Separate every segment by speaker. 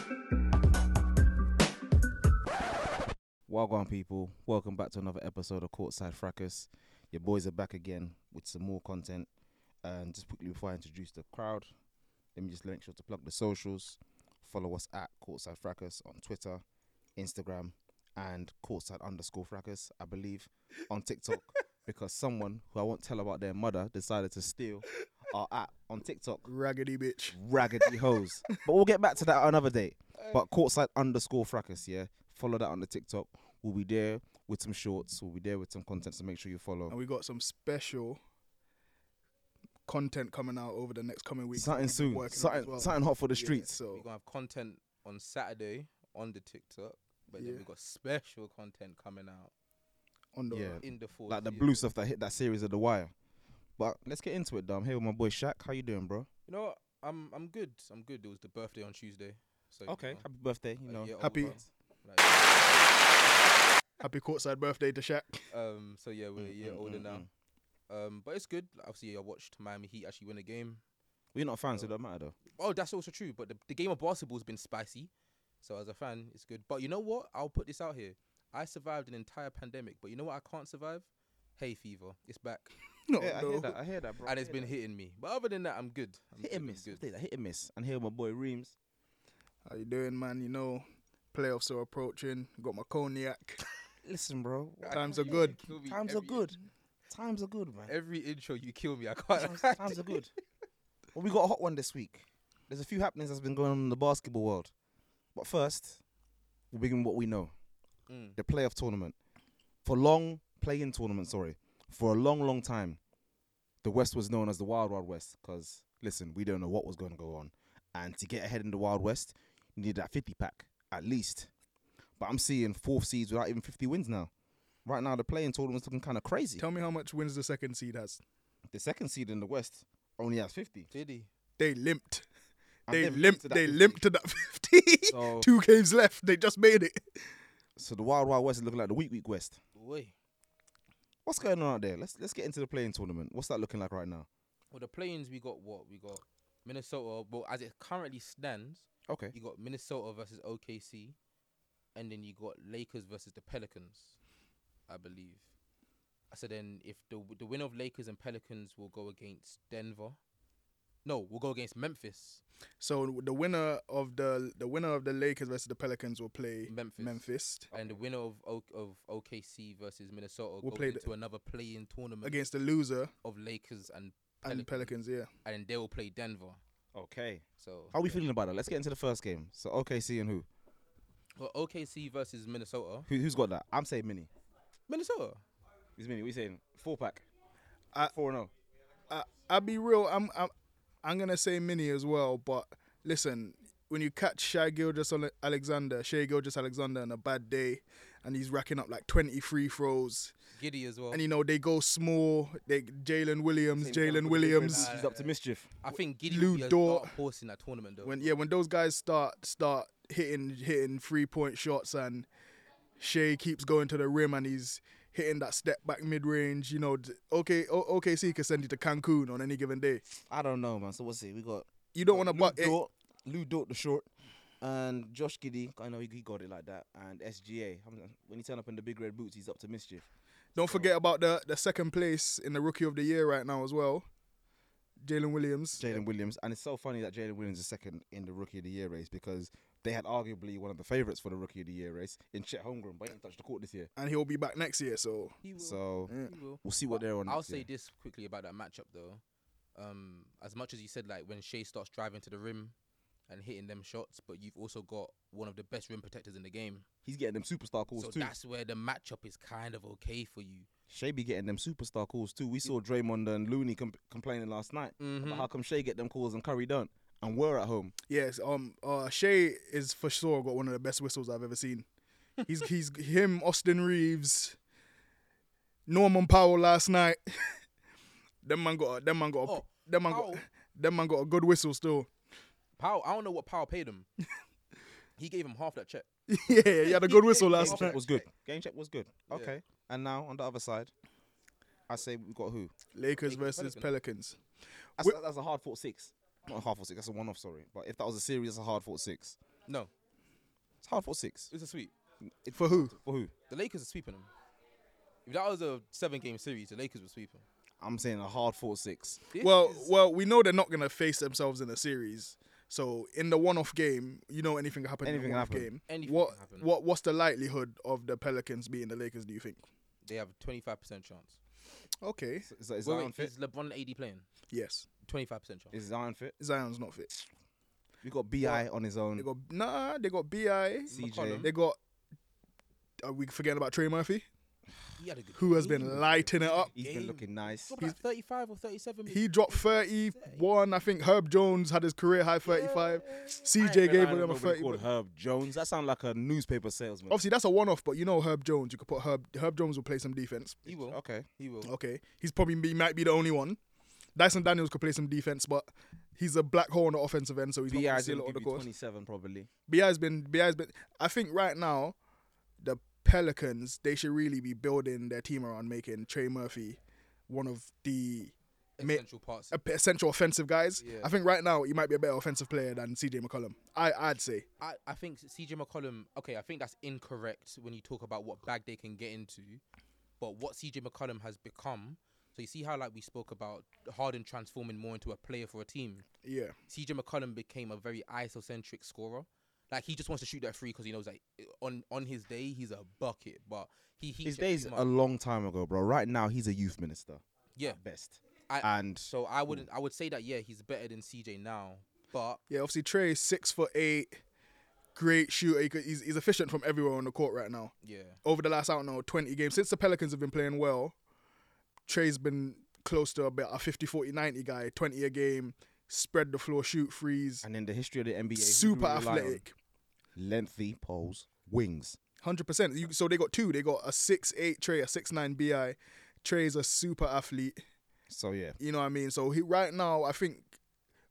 Speaker 1: Well gone, people. Welcome back to another episode of Courtside Fracas. Your boys are back again with some more content. And just quickly before I introduce the crowd, let me just make sure to plug the socials. Follow us at Courtside Fracas on Twitter, Instagram, and Courtside underscore Fracas, I believe, on TikTok. because someone who I won't tell about their mother decided to steal our app on TikTok.
Speaker 2: Raggedy bitch.
Speaker 1: raggedy hoes. But we'll get back to that another day. But courtside underscore fracas, yeah. Follow that on the TikTok. We'll be there with some shorts. We'll be there with some content. So make sure you follow.
Speaker 2: And we got some special content coming out over the next coming weeks.
Speaker 1: Something
Speaker 2: that we've been
Speaker 1: soon.
Speaker 2: working on
Speaker 1: Something-
Speaker 2: as well.
Speaker 1: something hot for the
Speaker 2: Yeah,
Speaker 1: streets.
Speaker 3: We're
Speaker 2: so
Speaker 3: gonna have content on Saturday on the TikTok, but then
Speaker 2: Yeah.
Speaker 3: we've got special content coming out
Speaker 2: on the
Speaker 1: Yeah.
Speaker 3: in the fall.
Speaker 1: Like the blue stuff that hit that series of The Wire. But let's get into it, though. I'm here with my boy Shaq. How you doing, bro?
Speaker 3: You know, what? I'm I'm good. I'm good. It was the birthday on Tuesday. So you know,
Speaker 1: Happy birthday,
Speaker 3: a
Speaker 1: you know.
Speaker 3: year
Speaker 2: Happy-
Speaker 3: older, like,
Speaker 2: happy courtside birthday to Shaq.
Speaker 3: um. So yeah, we're a year
Speaker 1: mm,
Speaker 3: older
Speaker 1: mm,
Speaker 3: now. Um. But it's good. Like, Obviously, I watched Miami Heat actually win a game.
Speaker 1: We're not fans, so it don't matter, though.
Speaker 3: Oh, that's also true. But the, the game of basketball has been spicy. So as a fan, it's good. But you know what? I'll put this out here. I survived an entire pandemic, but you know what? I can't survive. Hay fever. It's back.
Speaker 2: No,
Speaker 1: Yeah, I
Speaker 2: no.
Speaker 1: hear that. I hear that, bro.
Speaker 3: and it's
Speaker 1: I
Speaker 3: been
Speaker 1: hear
Speaker 3: hitting me. But other than that, I'm good. I'm
Speaker 1: that. hit
Speaker 3: good,
Speaker 1: and
Speaker 3: I'm
Speaker 1: miss. I
Speaker 3: good.
Speaker 1: tell you that, Hit and miss. And here with my boy Reams.
Speaker 2: How you doing, man? You know, playoffs are approaching. Got my cognac.
Speaker 1: Listen, bro.
Speaker 2: Times are good.
Speaker 3: Kill me
Speaker 1: Times are
Speaker 3: every-
Speaker 1: good. Times are good, man.
Speaker 3: Every intro you kill me. I can't.
Speaker 1: times, times are good. Well, we got a hot one this week. There's a few happenings that's been going on in the basketball world. But first, we begin with what we know.
Speaker 3: Mm.
Speaker 1: The playoff tournament. For long play-in tournament, sorry. For a long, long time, the West was known as the Wild Wild West. Because listen, we don't know what was going to go on. And to get ahead in the Wild West, you need that 50 pack, at least. But I'm seeing fourth seeds without even 50 wins now. Right now the play-in tournament's looking kind of crazy.
Speaker 2: Tell me how much wins the second seed has.
Speaker 1: the second seed in the West only has 50.
Speaker 3: Did he?
Speaker 2: They limped.
Speaker 1: And
Speaker 2: They
Speaker 1: they've
Speaker 2: limped.
Speaker 1: to that
Speaker 2: They
Speaker 1: 50.
Speaker 2: limped to that fifty.
Speaker 1: So-
Speaker 2: Two games left. They just made it.
Speaker 1: So the Wild Wild West is looking like the Weak Weak West.
Speaker 3: Way.
Speaker 1: What's going on out there? Let's let's get into the playing tournament. What's that looking like right now?
Speaker 3: Well, the play-ins we got what we got. Minnesota. Well, as it currently stands,
Speaker 1: Okay.
Speaker 3: you got Minnesota versus OKC, and then you got Lakers versus the Pelicans, I believe. So then, if the the win of Lakers and Pelicans will go against Denver, no, we'll go against Memphis.
Speaker 2: So the winner of the the winner of the Lakers versus the Pelicans will play
Speaker 3: Memphis.
Speaker 2: Memphis
Speaker 1: Oh,
Speaker 3: And the winner of o- of OKC versus Minnesota
Speaker 2: We'll
Speaker 3: goes
Speaker 2: play the-
Speaker 3: into another play-in tournament
Speaker 2: against the loser
Speaker 3: of Lakers and
Speaker 2: and Pelicans. Yeah.
Speaker 3: and then they will play Denver.
Speaker 1: Okay.
Speaker 3: So
Speaker 1: How are we feeling about that? Let's get into the first game. So OKC and who?
Speaker 3: well, OKC versus Minnesota.
Speaker 1: who who's got that? I'm saying Mini.
Speaker 3: Minnesota.
Speaker 1: It's Mini. We saying four pack.
Speaker 2: I-
Speaker 1: four and oh. zero.
Speaker 2: I, I'll be real. I'm, I'm I'm gonna say mini as well, but listen, when you catch Shai Gilgis Alexander, Shai Gilgis Alexander on a bad day, and he's racking up like 20 free throws,
Speaker 3: Giddy as well.
Speaker 2: and you know they go small. They Jalen Williams,
Speaker 1: Same
Speaker 2: Jalen
Speaker 1: company, Big Ben,
Speaker 2: Williams.
Speaker 1: He's up to mischief.
Speaker 3: I think Giddy
Speaker 2: Lou
Speaker 3: would be a
Speaker 2: Dort.
Speaker 3: dark horse in that tournament though.
Speaker 2: When yeah, when those guys start start hitting hitting three point shots and Shea keeps going to the rim and he's hitting that step back mid range, you know, d- okay, o- OKC can send you to Cancun on any given day.
Speaker 1: I don't know, man. So what's it? We got
Speaker 2: You don't want to
Speaker 1: Lou
Speaker 2: butt it.
Speaker 1: Dort, Lou Dort the short, and Josh Giddy. I know he he got it like that. And SGA. I'm- When he turn up in the big red boots, he's up to mischief.
Speaker 2: Don't forget about the the second place in the Rookie of the Year right now as well, Jalen Williams.
Speaker 1: Jalen Williams, and it's so funny that Jalen Williams is second in the Rookie of the Year race because they had arguably one of the favourites for the Rookie of the Year race in Chet Holmgren, but he didn't touch the court this year.
Speaker 2: And he'll be back next year, so
Speaker 3: he will. Mm.
Speaker 1: So
Speaker 3: he will.
Speaker 1: we'll see what
Speaker 3: But
Speaker 1: they're on.
Speaker 3: I'll
Speaker 1: next
Speaker 3: say
Speaker 1: year.
Speaker 3: this quickly about that matchup though. Um, as much as you said, like when Shea starts driving to the rim and hitting them shots, but you've also got one of the best rim protectors in the game.
Speaker 1: he's getting them superstar calls
Speaker 3: So
Speaker 1: too.
Speaker 3: that's where the matchup is kind of okay for you.
Speaker 1: Shea be getting them superstar calls too. We saw Draymond and Looney com- complaining last night
Speaker 3: Mm-hmm.
Speaker 1: about how come Shea get them calls and Curry don't, and we're at home.
Speaker 2: yes, um, uh, Shea is for sure got one of the best whistles I've ever seen. He's he's him, Austin Reeves, Norman Powell last night. them man got a, them man got a,
Speaker 3: Oh,
Speaker 2: them man got
Speaker 3: Powell.
Speaker 2: them man got a good whistle still.
Speaker 3: Powell, I don't know what Powell paid him. he gave him half that check.
Speaker 2: yeah, he had a good whistle
Speaker 1: Game
Speaker 2: last
Speaker 1: check
Speaker 2: night.
Speaker 1: was good. Game check was good. Okay, and now on the other side, I say we got who?
Speaker 2: Lakers versus Pelicans.
Speaker 1: That's, that's a hard fought six. Not a hard fought six. That's a one off. Sorry, but if that was a series, that's a hard fought six.
Speaker 3: No,
Speaker 1: It's hard fought six.
Speaker 3: it's a sweep.
Speaker 2: For who?
Speaker 1: For who?
Speaker 3: The Lakers are sweeping him. If that was a seven-game series, the Lakers would sweep him.
Speaker 1: I'm saying a hard fought six.
Speaker 3: This
Speaker 2: Well,
Speaker 3: is-
Speaker 2: well, we know they're not gonna face themselves in a series. So in the one-off game, you know anything can happen in
Speaker 1: Anything can
Speaker 2: the one-off
Speaker 1: happen.
Speaker 2: game.
Speaker 3: Anything
Speaker 2: what
Speaker 3: can happen.
Speaker 2: what what's the likelihood of the Pelicans beating the Lakers? Do you think?
Speaker 3: they have a 25% chance.
Speaker 2: Okay.
Speaker 1: Is, that- is
Speaker 3: Wait,
Speaker 1: Zion
Speaker 3: wait,
Speaker 1: fit?
Speaker 3: is LeBron and AD playing?
Speaker 2: Yes.
Speaker 3: 25% chance.
Speaker 1: Is Zion fit?
Speaker 2: Zion's not fit.
Speaker 1: We got Bi on his own.
Speaker 2: They got nah. They got Bi.
Speaker 1: CJ.
Speaker 2: They got. Are we forgetting about Trey Murphy,
Speaker 3: He had a good
Speaker 2: who has
Speaker 3: game.
Speaker 2: been lighting it up?
Speaker 1: He's been looking nice.
Speaker 3: He's 35 or 37.
Speaker 2: He dropped 31. I think Herb Jones had his career high 35. CJ gave him a 30.
Speaker 1: called Herb Jones. That sounds like a newspaper salesman.
Speaker 2: Obviously, that's a one-off, but you know Herb Jones. You could put Herb. Herb Jones will play some defense.
Speaker 3: He will.
Speaker 1: Okay.
Speaker 3: He will.
Speaker 2: Okay, he's probably he might be the only one. Dyson Daniels could play some defense, but he's a black hole on the offensive end, so he's not going to
Speaker 1: Bi's
Speaker 2: see a
Speaker 1: gonna
Speaker 2: lot of
Speaker 1: give
Speaker 2: the
Speaker 1: you
Speaker 2: course.
Speaker 1: 27 probably.
Speaker 2: Bi's been Bi's been. I think right now, the Pelicans they should really be building their team around making Trey Murphy one of the ma-
Speaker 3: Essential parts.
Speaker 2: ep- essential offensive guys. I think right now he might be a better offensive player than CJ McCollum. I I'd say
Speaker 3: I, I think CJ McCollum. Okay, I think that's incorrect when you talk about what bag they can get into, but what CJ McCollum has become. So you see how like we spoke about Harden transforming more into a player for a team.
Speaker 2: yeah.
Speaker 3: CJ McCollum became a very isocentric scorer. Like he just wants to shoot that free because he knows like on on his day he's a bucket, but he he
Speaker 1: His
Speaker 3: checks
Speaker 1: days
Speaker 3: him
Speaker 1: a
Speaker 3: up.
Speaker 1: long time ago, bro. Right now he's a youth minister.
Speaker 3: yeah.
Speaker 1: Best.
Speaker 3: I,
Speaker 1: and
Speaker 3: so I wouldn't I would say that yeah he's better than CJ now, but
Speaker 2: Yeah, obviously Trey is six foot eight, great shooter. He could, he's, he's efficient from everywhere on the court right now.
Speaker 3: yeah
Speaker 2: over the last I don't know 20 games since the Pelicans have been playing well, Trey's been close to about a 50 40 90 guy, 20 a game, spread the floor, shoot freeze,
Speaker 1: and in the history of the NBA, who do we
Speaker 2: super
Speaker 1: rely on?
Speaker 2: athletic.
Speaker 1: lengthy poles, wings.
Speaker 2: 100%. You, so they got two. They got a six eight Trey, a six nine BI. Trey's a super athlete.
Speaker 1: So yeah,
Speaker 2: You know what I mean? So he right now, I think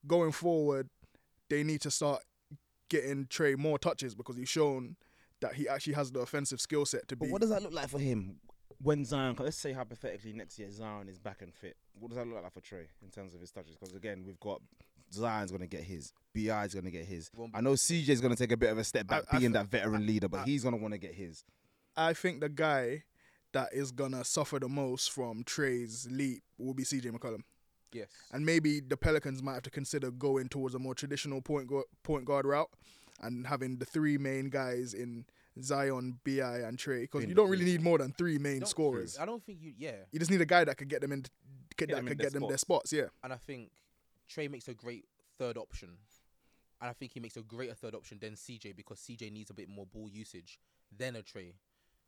Speaker 2: going forward, they need to start getting Trey more touches because he's shown that he actually has the offensive skill set to be.
Speaker 1: But what does that look like for him when Zion? Let's say hypothetically next year Zion is back and fit. What does that look like for Trey in terms of his touches? Because again, we've got Zion's going to get his, Bi's going to get his. I know CJ's going to take a bit of a step back,
Speaker 2: I- I
Speaker 1: being
Speaker 2: th-
Speaker 1: that veteran leader, but he's going to want to get his.
Speaker 2: I think the guy that is gonna suffer the most from Trey's leap will be CJ McCollum,
Speaker 3: yes
Speaker 2: and maybe the Pelicans might have to consider going towards a more traditional point gu- point guard route and having the three main guys in Zion, Bi, and Trey because you don't really need more than three main
Speaker 3: Don't-
Speaker 2: scorers.
Speaker 3: I don't think you yeah
Speaker 2: You just need a guy that could get them in, could, that
Speaker 1: them
Speaker 2: could
Speaker 1: in their
Speaker 2: get them their spots. Yeah,
Speaker 3: and I think Trey makes a great third option, and I think he makes a greater third option than CJ because CJ needs a bit more ball usage than a Trey.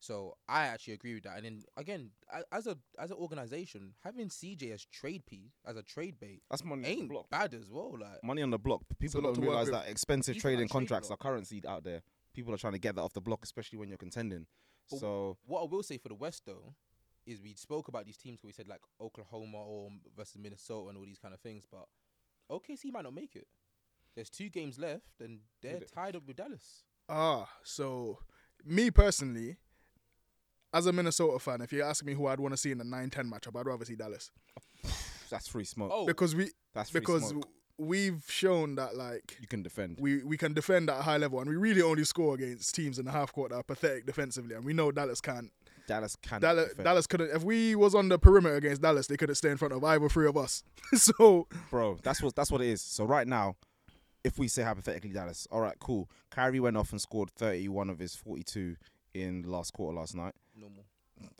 Speaker 3: So I actually agree with that. And then again, a- as a as an organization, having CJ as trade piece as a trade bait
Speaker 1: That's money on the
Speaker 3: ain't
Speaker 1: block. Mm.
Speaker 3: bad as well. Like
Speaker 1: Money on the block. People don't
Speaker 2: lot to work
Speaker 1: realize
Speaker 2: with.
Speaker 1: that expensive
Speaker 3: You can't
Speaker 1: trading
Speaker 3: trade
Speaker 1: contracts
Speaker 3: block.
Speaker 1: are currency out there.
Speaker 2: Oh.
Speaker 1: People are trying to get that off the block, especially when you're contending.
Speaker 3: But
Speaker 1: So
Speaker 3: what I will say for the West though, is we spoke about these teams. where We said like Oklahoma or m- versus Minnesota and all these kind of things, but OKC might not make it. There's two games left, and they're tied up with Dallas.
Speaker 2: Ah, so me personally, as a Minnesota fan, if you ask me who I'd want to see in a 9-10 matchup, I'd rather see Dallas
Speaker 1: That's free smoke.
Speaker 3: Oh,
Speaker 2: because we
Speaker 1: That's free
Speaker 2: because
Speaker 1: smoke.
Speaker 2: w- we've shown that like
Speaker 1: You can defend.
Speaker 2: we we can defend at a high level, and we really only score against teams in the half court that are pathetic defensively, and we know Dallas can't.
Speaker 1: Dallas can.
Speaker 2: Dallas
Speaker 1: defend.
Speaker 2: Dallas couldn't. If we was on the perimeter against Dallas, they couldn't stay in front of either three of us. so
Speaker 1: bro. That's what that's what it is. So right now, if we say hypothetically Dallas, all right, cool. Kyrie went off and scored 31 of his 42 in the last quarter last night.
Speaker 3: normal.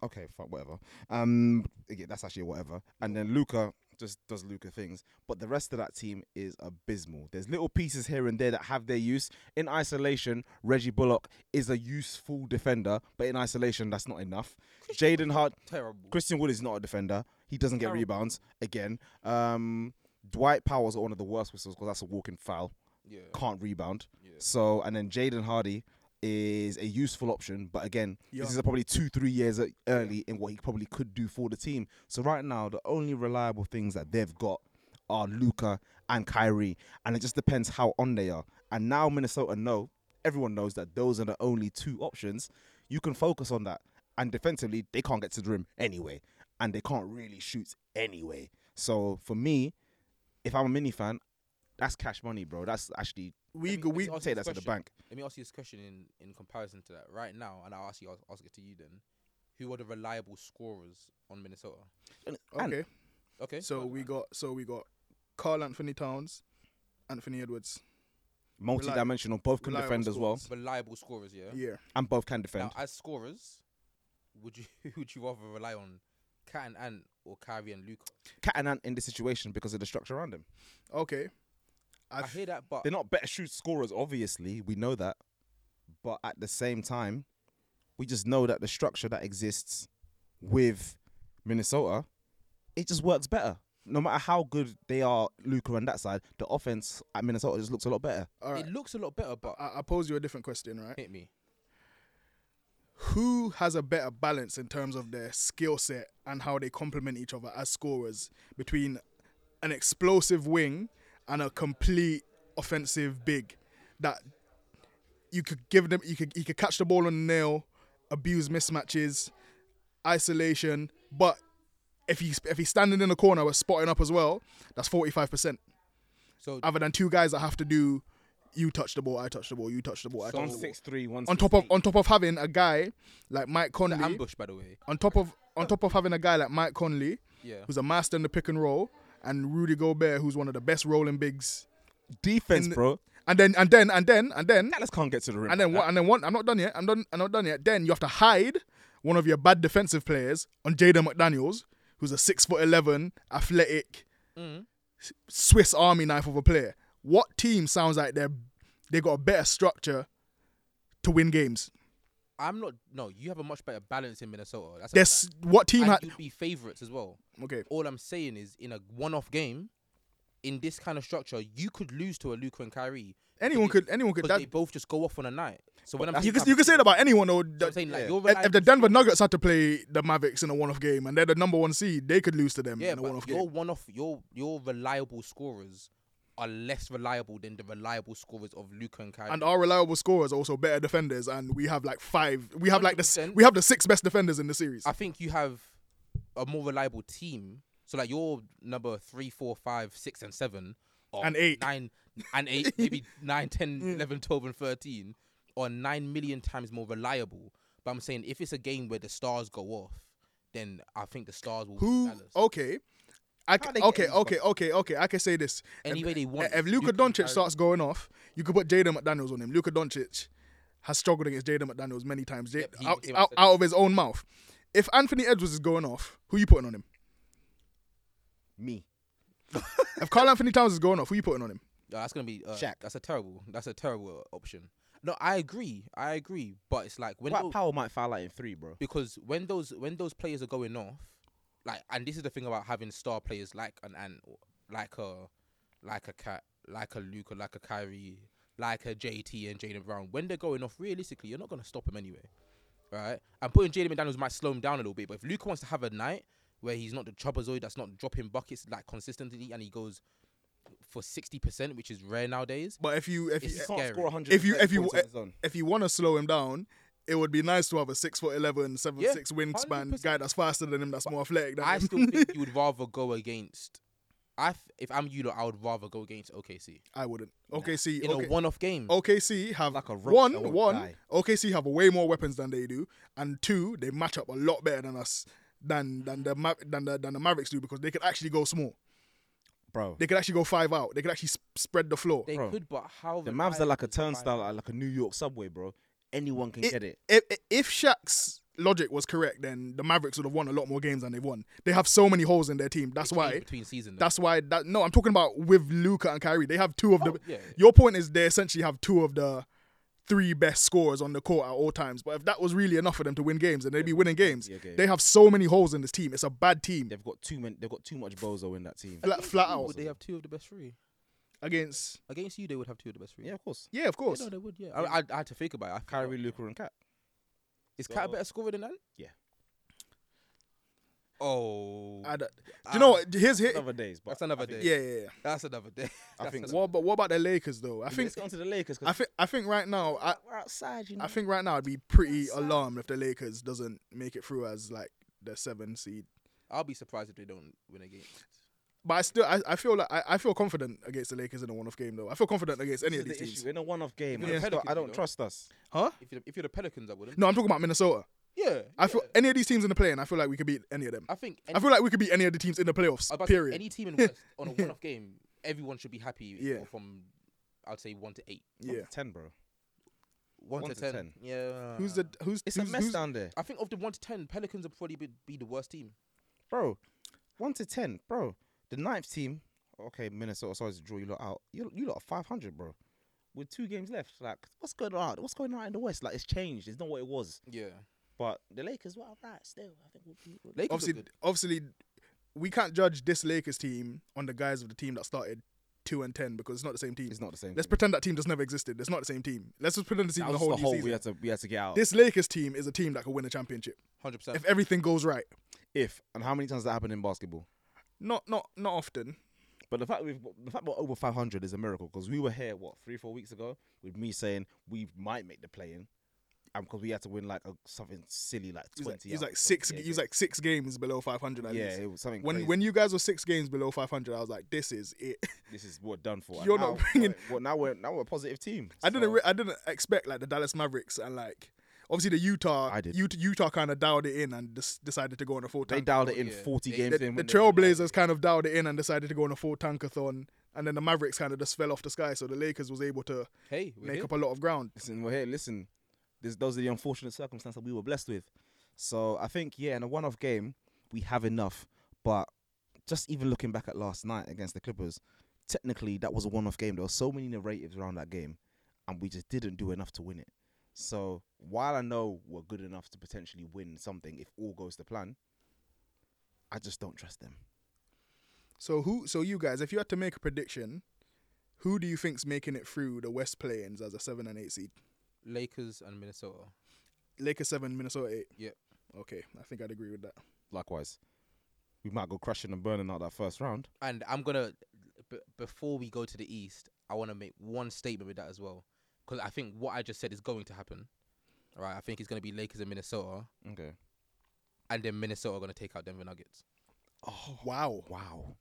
Speaker 1: Okay, fuck whatever. Um, yeah, that's actually a whatever. And then Luca just does Luca things, but the rest of that team is abysmal. There's little pieces here and there that have their use. In isolation, Reggie Bullock is a useful defender, but in isolation, that's not enough. Jaden Hart,
Speaker 3: Terrible.
Speaker 1: Christian Wood is not a defender. He doesn't get rebounds again. Um, Dwight Powell's one of the worst whistles because that's a walking foul.
Speaker 3: Yeah.
Speaker 1: Can't rebound. So and then Jaden Hardy is a useful option, but again, this is a probably two three years e- early in what he probably could do for the team. So right now, the only reliable things that they've got are Luca and Kyrie, and it just depends how on they are. And now Minnesota know, everyone knows that those are the only two options. You can focus on that. And defensively, they can't get to the rim anyway, and they can't really shoot anyway. So for me, if I'm a mini fan, that's cash money, bro. That's actually
Speaker 2: we
Speaker 3: Let me-
Speaker 2: go
Speaker 3: let me
Speaker 2: we
Speaker 3: ask
Speaker 1: take
Speaker 3: you this
Speaker 1: that to the
Speaker 3: question.
Speaker 1: bank.
Speaker 3: Let me ask you this question in, in comparison to that right now, and I'll ask you I'll ask it to you then. Who are the reliable scorers on Minnesota?
Speaker 1: And-
Speaker 2: okay.
Speaker 3: Okay,
Speaker 2: So
Speaker 3: well,
Speaker 2: we got so we got Carl Anthony Towns, Anthony Edwards.
Speaker 1: multi-dimensional. Both can
Speaker 2: reliable
Speaker 1: defend as well,
Speaker 2: scores.
Speaker 3: reliable scorers, yeah.
Speaker 2: Yeah,
Speaker 1: and both can defend.
Speaker 3: Now, as scorers, would you who would you rather rely on, Cat and Ant or Kyrie and Luca?
Speaker 1: Cat and Ant in this situation because of the structure around them.
Speaker 2: okay.
Speaker 3: I,
Speaker 2: I
Speaker 3: hear that, but
Speaker 1: They're not better shoot scorers, obviously. We know that, but at the same time, we just know that the structure that exists with Minnesota, it just works better. No matter how good they are, Luca on that side, the offense at Minnesota just looks a lot better.
Speaker 2: All right.
Speaker 3: it looks a lot better. But
Speaker 2: I, I pose you a different question, right?
Speaker 3: hit me.
Speaker 2: who has a better balance in terms of their skill set and how they complement each other as scorers between an explosive wing and a complete offensive big that you could give them you could you could catch the ball on the nail abuse mismatches isolation but if he's if he's standing in the corner we're spotting up as well that's 45%
Speaker 3: So
Speaker 2: other than two guys that have to do you touch the ball I touch the ball you touch the ball I touch the ball
Speaker 1: three, one
Speaker 2: on top of on top of having a guy like Mike
Speaker 3: the
Speaker 2: Conley,
Speaker 3: ambush, by the way.
Speaker 2: on top of on top of having a guy like Mike Conley,
Speaker 3: Yeah.
Speaker 2: who's a master in the pick and roll, and Rudy Gobert, who's one of the best rolling bigs.
Speaker 1: defense,
Speaker 2: in the-
Speaker 1: bro.
Speaker 2: And then and then and then and then
Speaker 1: Dallas can't get to the rim.
Speaker 2: and then what? And then one. I'm not done yet. I'm done. I'm not done yet. Then you have to hide one of your bad defensive players on Jaden McDaniels, who's a six foot eleven, athletic,
Speaker 3: Mm.
Speaker 2: S- Swiss Army knife of a player. What team sounds like they're they got a better structure to win games?
Speaker 3: I'm not. No, you have a much better balance in Minnesota. That's a
Speaker 2: There's
Speaker 3: fact.
Speaker 2: what team
Speaker 3: And
Speaker 2: had?
Speaker 3: you'd be favorites as well.
Speaker 2: Okay.
Speaker 3: All I'm saying is, in a one-off game, in this kind of structure, you could lose to a Luca and Kyrie.
Speaker 2: Anyone could. Anyone could.
Speaker 3: because
Speaker 2: That,
Speaker 3: they both just go off on a night. So when I'm
Speaker 2: you can
Speaker 3: thinking-
Speaker 2: you can say that about anyone though.
Speaker 3: So I'm saying like
Speaker 1: Yeah.
Speaker 3: you're
Speaker 2: if, if
Speaker 3: reliable-
Speaker 2: the Denver Nuggets had to play the Mavericks in a one-off game and they're the number one seed, they could lose to them
Speaker 3: yeah,
Speaker 2: in a
Speaker 3: but
Speaker 2: one-off
Speaker 3: your
Speaker 2: game.
Speaker 3: one-off your your reliable scorers are less reliable than the reliable scorers of Luca and Kyrie.
Speaker 2: And our reliable scorers are also better defenders, and we have like five. We have like the s-
Speaker 3: 100%.
Speaker 2: we have the six best defenders in the series.
Speaker 3: I think you have a more reliable team. So like your number three, four, five, six, and seven, or
Speaker 2: And eight. Mm.
Speaker 3: nine, and eight, maybe nine, ten, eleven, twelve, and thirteen, are nine million times more reliable. But I'm saying if it's a game where the stars go off, then I think the stars will.
Speaker 2: Who?
Speaker 3: Win Dallas.
Speaker 2: Okay. I
Speaker 3: How
Speaker 2: ca-
Speaker 3: they get
Speaker 2: okay,
Speaker 3: in,
Speaker 2: okay,
Speaker 3: bro?
Speaker 2: okay, okay. I can say this.
Speaker 3: Any
Speaker 2: If-
Speaker 3: way they want.
Speaker 2: If
Speaker 3: It's
Speaker 2: Luka
Speaker 3: Luka and
Speaker 2: Doncic
Speaker 3: Kyrie.
Speaker 2: starts going off, you could put Jaden McDaniels on him. Luka Doncic has struggled against Jaden McDaniels many times. Jay-
Speaker 3: Yep, he-
Speaker 2: out,
Speaker 3: he
Speaker 2: out,
Speaker 3: said
Speaker 2: out of his own mouth. If Anthony Edwards is going off, who you putting on him?
Speaker 1: Me.
Speaker 2: If Carl Anthony Towns is going off, who you putting on him?
Speaker 3: No, that's gonna be uh,
Speaker 1: Shaq.
Speaker 3: That's a terrible. That's a terrible option. No, I agree. I agree. But it's like when
Speaker 1: Dwight
Speaker 3: tho-
Speaker 1: Powell might foul out in three, bro.
Speaker 3: because when those when those players are going off, like, and this is the thing about having star players like an and like a like a cat like a Luca like a Kyrie like a JT and Jaden Brown when they're going off realistically you're not gonna stop them anyway. right? And putting Jaden McDaniels might slow him down a little bit, but if Luca wants to have a night where he's not the chopperzoid that's not dropping buckets like consistently, and he goes for sixty percent, which is rare nowadays.
Speaker 2: But if you if
Speaker 3: It's
Speaker 2: you,
Speaker 3: so-
Speaker 2: if
Speaker 3: Scary.
Speaker 4: Can't score 100
Speaker 2: If you- if you-
Speaker 4: points on his own.
Speaker 2: if you want to slow him down, it would be nice to have a six foot 11, seven
Speaker 3: Yeah,
Speaker 2: six wingspan
Speaker 3: 100%.
Speaker 2: guy that's faster than him, that's more athletic than
Speaker 3: I
Speaker 2: him.
Speaker 3: still think you would rather go against. I f- if I'm you, lot, I would rather go against OKC
Speaker 2: I wouldn't. OKC
Speaker 3: in
Speaker 2: okay,
Speaker 3: a one-off game.
Speaker 1: Oh,
Speaker 2: OKC have
Speaker 1: Like a roach that
Speaker 2: one
Speaker 1: would
Speaker 2: one.
Speaker 1: die.
Speaker 2: OKC have way more weapons than they do, and two, they match up a lot better than us than than the Ma- than the than the Mavericks do because they could actually go small.
Speaker 1: bro.
Speaker 2: They could actually go five out. They could actually sp- spread the floor.
Speaker 3: they
Speaker 1: Bro,
Speaker 3: could, but how
Speaker 1: The Mavs are like a
Speaker 3: reliable is Zion?
Speaker 1: turnstile, at like a New York subway, bro. Anyone can get it.
Speaker 2: If, if Shaq's logic was correct, then the Mavericks would have won a lot more games than they've won. They have so many holes in their team. That's
Speaker 3: It's
Speaker 2: why.
Speaker 3: in between season. though.
Speaker 2: That's why. That no, I'm talking about with Luca and Kyrie. They have two of the.
Speaker 3: Oh, yeah, yeah.
Speaker 2: Your point is they essentially have two of the three best scorers on the court at all times. But if that was really enough for them to win games, then they'd be winning games.
Speaker 1: okay.
Speaker 2: They have so many holes in this team. It's a bad team.
Speaker 1: They've got too many. They've got too much bozo in that team.
Speaker 2: Flat, flat
Speaker 3: Ooh,
Speaker 2: out
Speaker 3: would they have two of the best three
Speaker 2: against.
Speaker 3: against you? They would have two of the best three.
Speaker 1: Yeah, of course.
Speaker 2: Yeah, of
Speaker 3: Yeah,
Speaker 2: course.
Speaker 3: no, they would. Yeah, I, I, I had to think about it. I forgot.
Speaker 1: Kyrie, Luca, and Cat.
Speaker 3: Is Cat a better scorer than that?
Speaker 1: Yeah.
Speaker 3: Oh,
Speaker 2: I don't- uh, do you know what? Here's here.
Speaker 1: Other days, but
Speaker 3: that's another
Speaker 1: I think-
Speaker 3: day.
Speaker 2: Yeah, yeah, yeah.
Speaker 3: that's another day.
Speaker 1: I
Speaker 3: That's
Speaker 1: think
Speaker 3: another-
Speaker 2: What, but what about the Lakers though? I think
Speaker 1: Let's go on to the Lakers. 'cause
Speaker 2: I think I think right now I,
Speaker 1: we're outside. You know,
Speaker 2: I think right now I'd be pretty alarmed if the Lakers doesn't make it through as like the seven seed.
Speaker 3: I'll be surprised if they don't win a game.
Speaker 2: But I still I, I feel like I, I feel confident against the Lakers in a one off game though. I feel confident against any
Speaker 1: This is
Speaker 2: of these
Speaker 1: the
Speaker 2: teams.
Speaker 1: issue. In a one-off game,
Speaker 3: Yeah.
Speaker 1: I, just don't- I
Speaker 3: Pelicans, you
Speaker 1: don't
Speaker 3: know.
Speaker 1: trust us.
Speaker 2: Huh?
Speaker 3: If you're, if you're the Pelicans, I wouldn't.
Speaker 2: No, I'm talking about Minnesota.
Speaker 3: Yeah,
Speaker 2: I feel
Speaker 3: yeah.
Speaker 2: any of these teams in the play, and I feel like we could beat any of them.
Speaker 3: I think. Any,
Speaker 2: I feel like we could beat any of the teams in the playoffs.
Speaker 3: I was about to say,
Speaker 2: Period.
Speaker 3: any team in West on a one-off game, everyone should be happy.
Speaker 2: Yeah.
Speaker 3: for- From, I'd say one to eight,
Speaker 2: yeah.
Speaker 1: ten, bro.
Speaker 3: one, to, ten. Yeah.
Speaker 2: Who's the who's
Speaker 1: It's
Speaker 2: who's,
Speaker 1: a mess
Speaker 2: who's-
Speaker 1: down there,
Speaker 3: I think of the one to ten, Pelicans would probably be, be the worst team.
Speaker 1: bro. One to ten, bro. The ninth team. Okay, Minnesota. Sorry to draw you lot out. You you lot are five hundred, bro. With two games left, like what's going on? What's going on in the West? Like it's changed. It's not what it was.
Speaker 3: Yeah,
Speaker 1: But the Lakers were alright still. I think we'll be.
Speaker 3: Lakers look
Speaker 2: obviously
Speaker 3: good.
Speaker 2: obviously we can't judge this Lakers team on the guise of the team that started two and ten because it's not the same team.
Speaker 1: It's not the same.
Speaker 2: Let's pretend that team just never existed. It's not the same team. Let's just pretend the team
Speaker 1: that
Speaker 2: the
Speaker 1: was
Speaker 2: whole
Speaker 1: the
Speaker 2: new
Speaker 1: whole
Speaker 2: season.
Speaker 1: we had to we had to get out.
Speaker 2: This Lakers team is a team that could win a championship
Speaker 3: hundred percent.
Speaker 2: if e- everything goes right.
Speaker 1: if and how many times that happened in basketball?
Speaker 2: Not not not often.
Speaker 1: But the fact we've got- the fact we're over five hundred is a miracle because we were here what three four weeks ago with me saying we might make the play-in, and because we had to win like a, something silly like
Speaker 2: He's like,
Speaker 1: twenty.
Speaker 2: he's
Speaker 1: out of
Speaker 2: like six.
Speaker 1: 28
Speaker 2: He's like six games below 500. At
Speaker 1: Yeah,
Speaker 2: least.
Speaker 1: it was something
Speaker 2: When
Speaker 1: crazy.
Speaker 2: when you guys were six games below 500, I was like, this is it.
Speaker 1: this is what done for. And
Speaker 2: You're not
Speaker 1: now-
Speaker 2: bringing-
Speaker 1: Well, now we're now we're a positive team.
Speaker 2: I didn't
Speaker 1: So-
Speaker 2: re- I didn't expect like the Dallas Mavericks and like obviously the Utah.
Speaker 1: I did.
Speaker 2: Ut- Utah kind of dialed it in and just decided to go on a full.
Speaker 1: they
Speaker 2: tank-
Speaker 1: dialed it in
Speaker 3: yeah.
Speaker 1: forty
Speaker 3: They-
Speaker 1: games.
Speaker 2: the,
Speaker 1: in
Speaker 2: the
Speaker 1: when they were
Speaker 2: Trailblazers kind of dialed it in and decided to go on a full tankathon, and then the Mavericks kind of just fell off the sky. So the Lakers was able to
Speaker 3: Hey, we're
Speaker 2: make
Speaker 3: here.
Speaker 2: up a lot of ground.
Speaker 1: Listen, we're here. Listen, this, those are the unfortunate circumstances that we were blessed with. So I think, yeah, in a one-off game, we have enough. But just even looking back at last night against the Clippers, technically that was a one-off game. There were so many narratives around that game, and we just didn't do enough to win it. So while I know we're good enough to potentially win something if all goes to plan, I just don't trust them.
Speaker 2: So who? So you guys, if you had to make a prediction, who do you think's making it through the West play-ins as a seven and eight seed?
Speaker 3: Lakers and Minnesota.
Speaker 2: Lakers seven, Minnesota eight.
Speaker 3: Yep.
Speaker 2: Okay, I think I'd agree with that.
Speaker 1: Likewise, we might go crashing and burning out that first round.
Speaker 3: And I'm gonna b- before we go to the East, I want to make one statement with that as well, because I think what I just said is going to happen. All right, I think it's gonna be Lakers and Minnesota,
Speaker 1: Okay.
Speaker 3: and then Minnesota are gonna take out Denver Nuggets.
Speaker 2: Wow.
Speaker 1: Wow.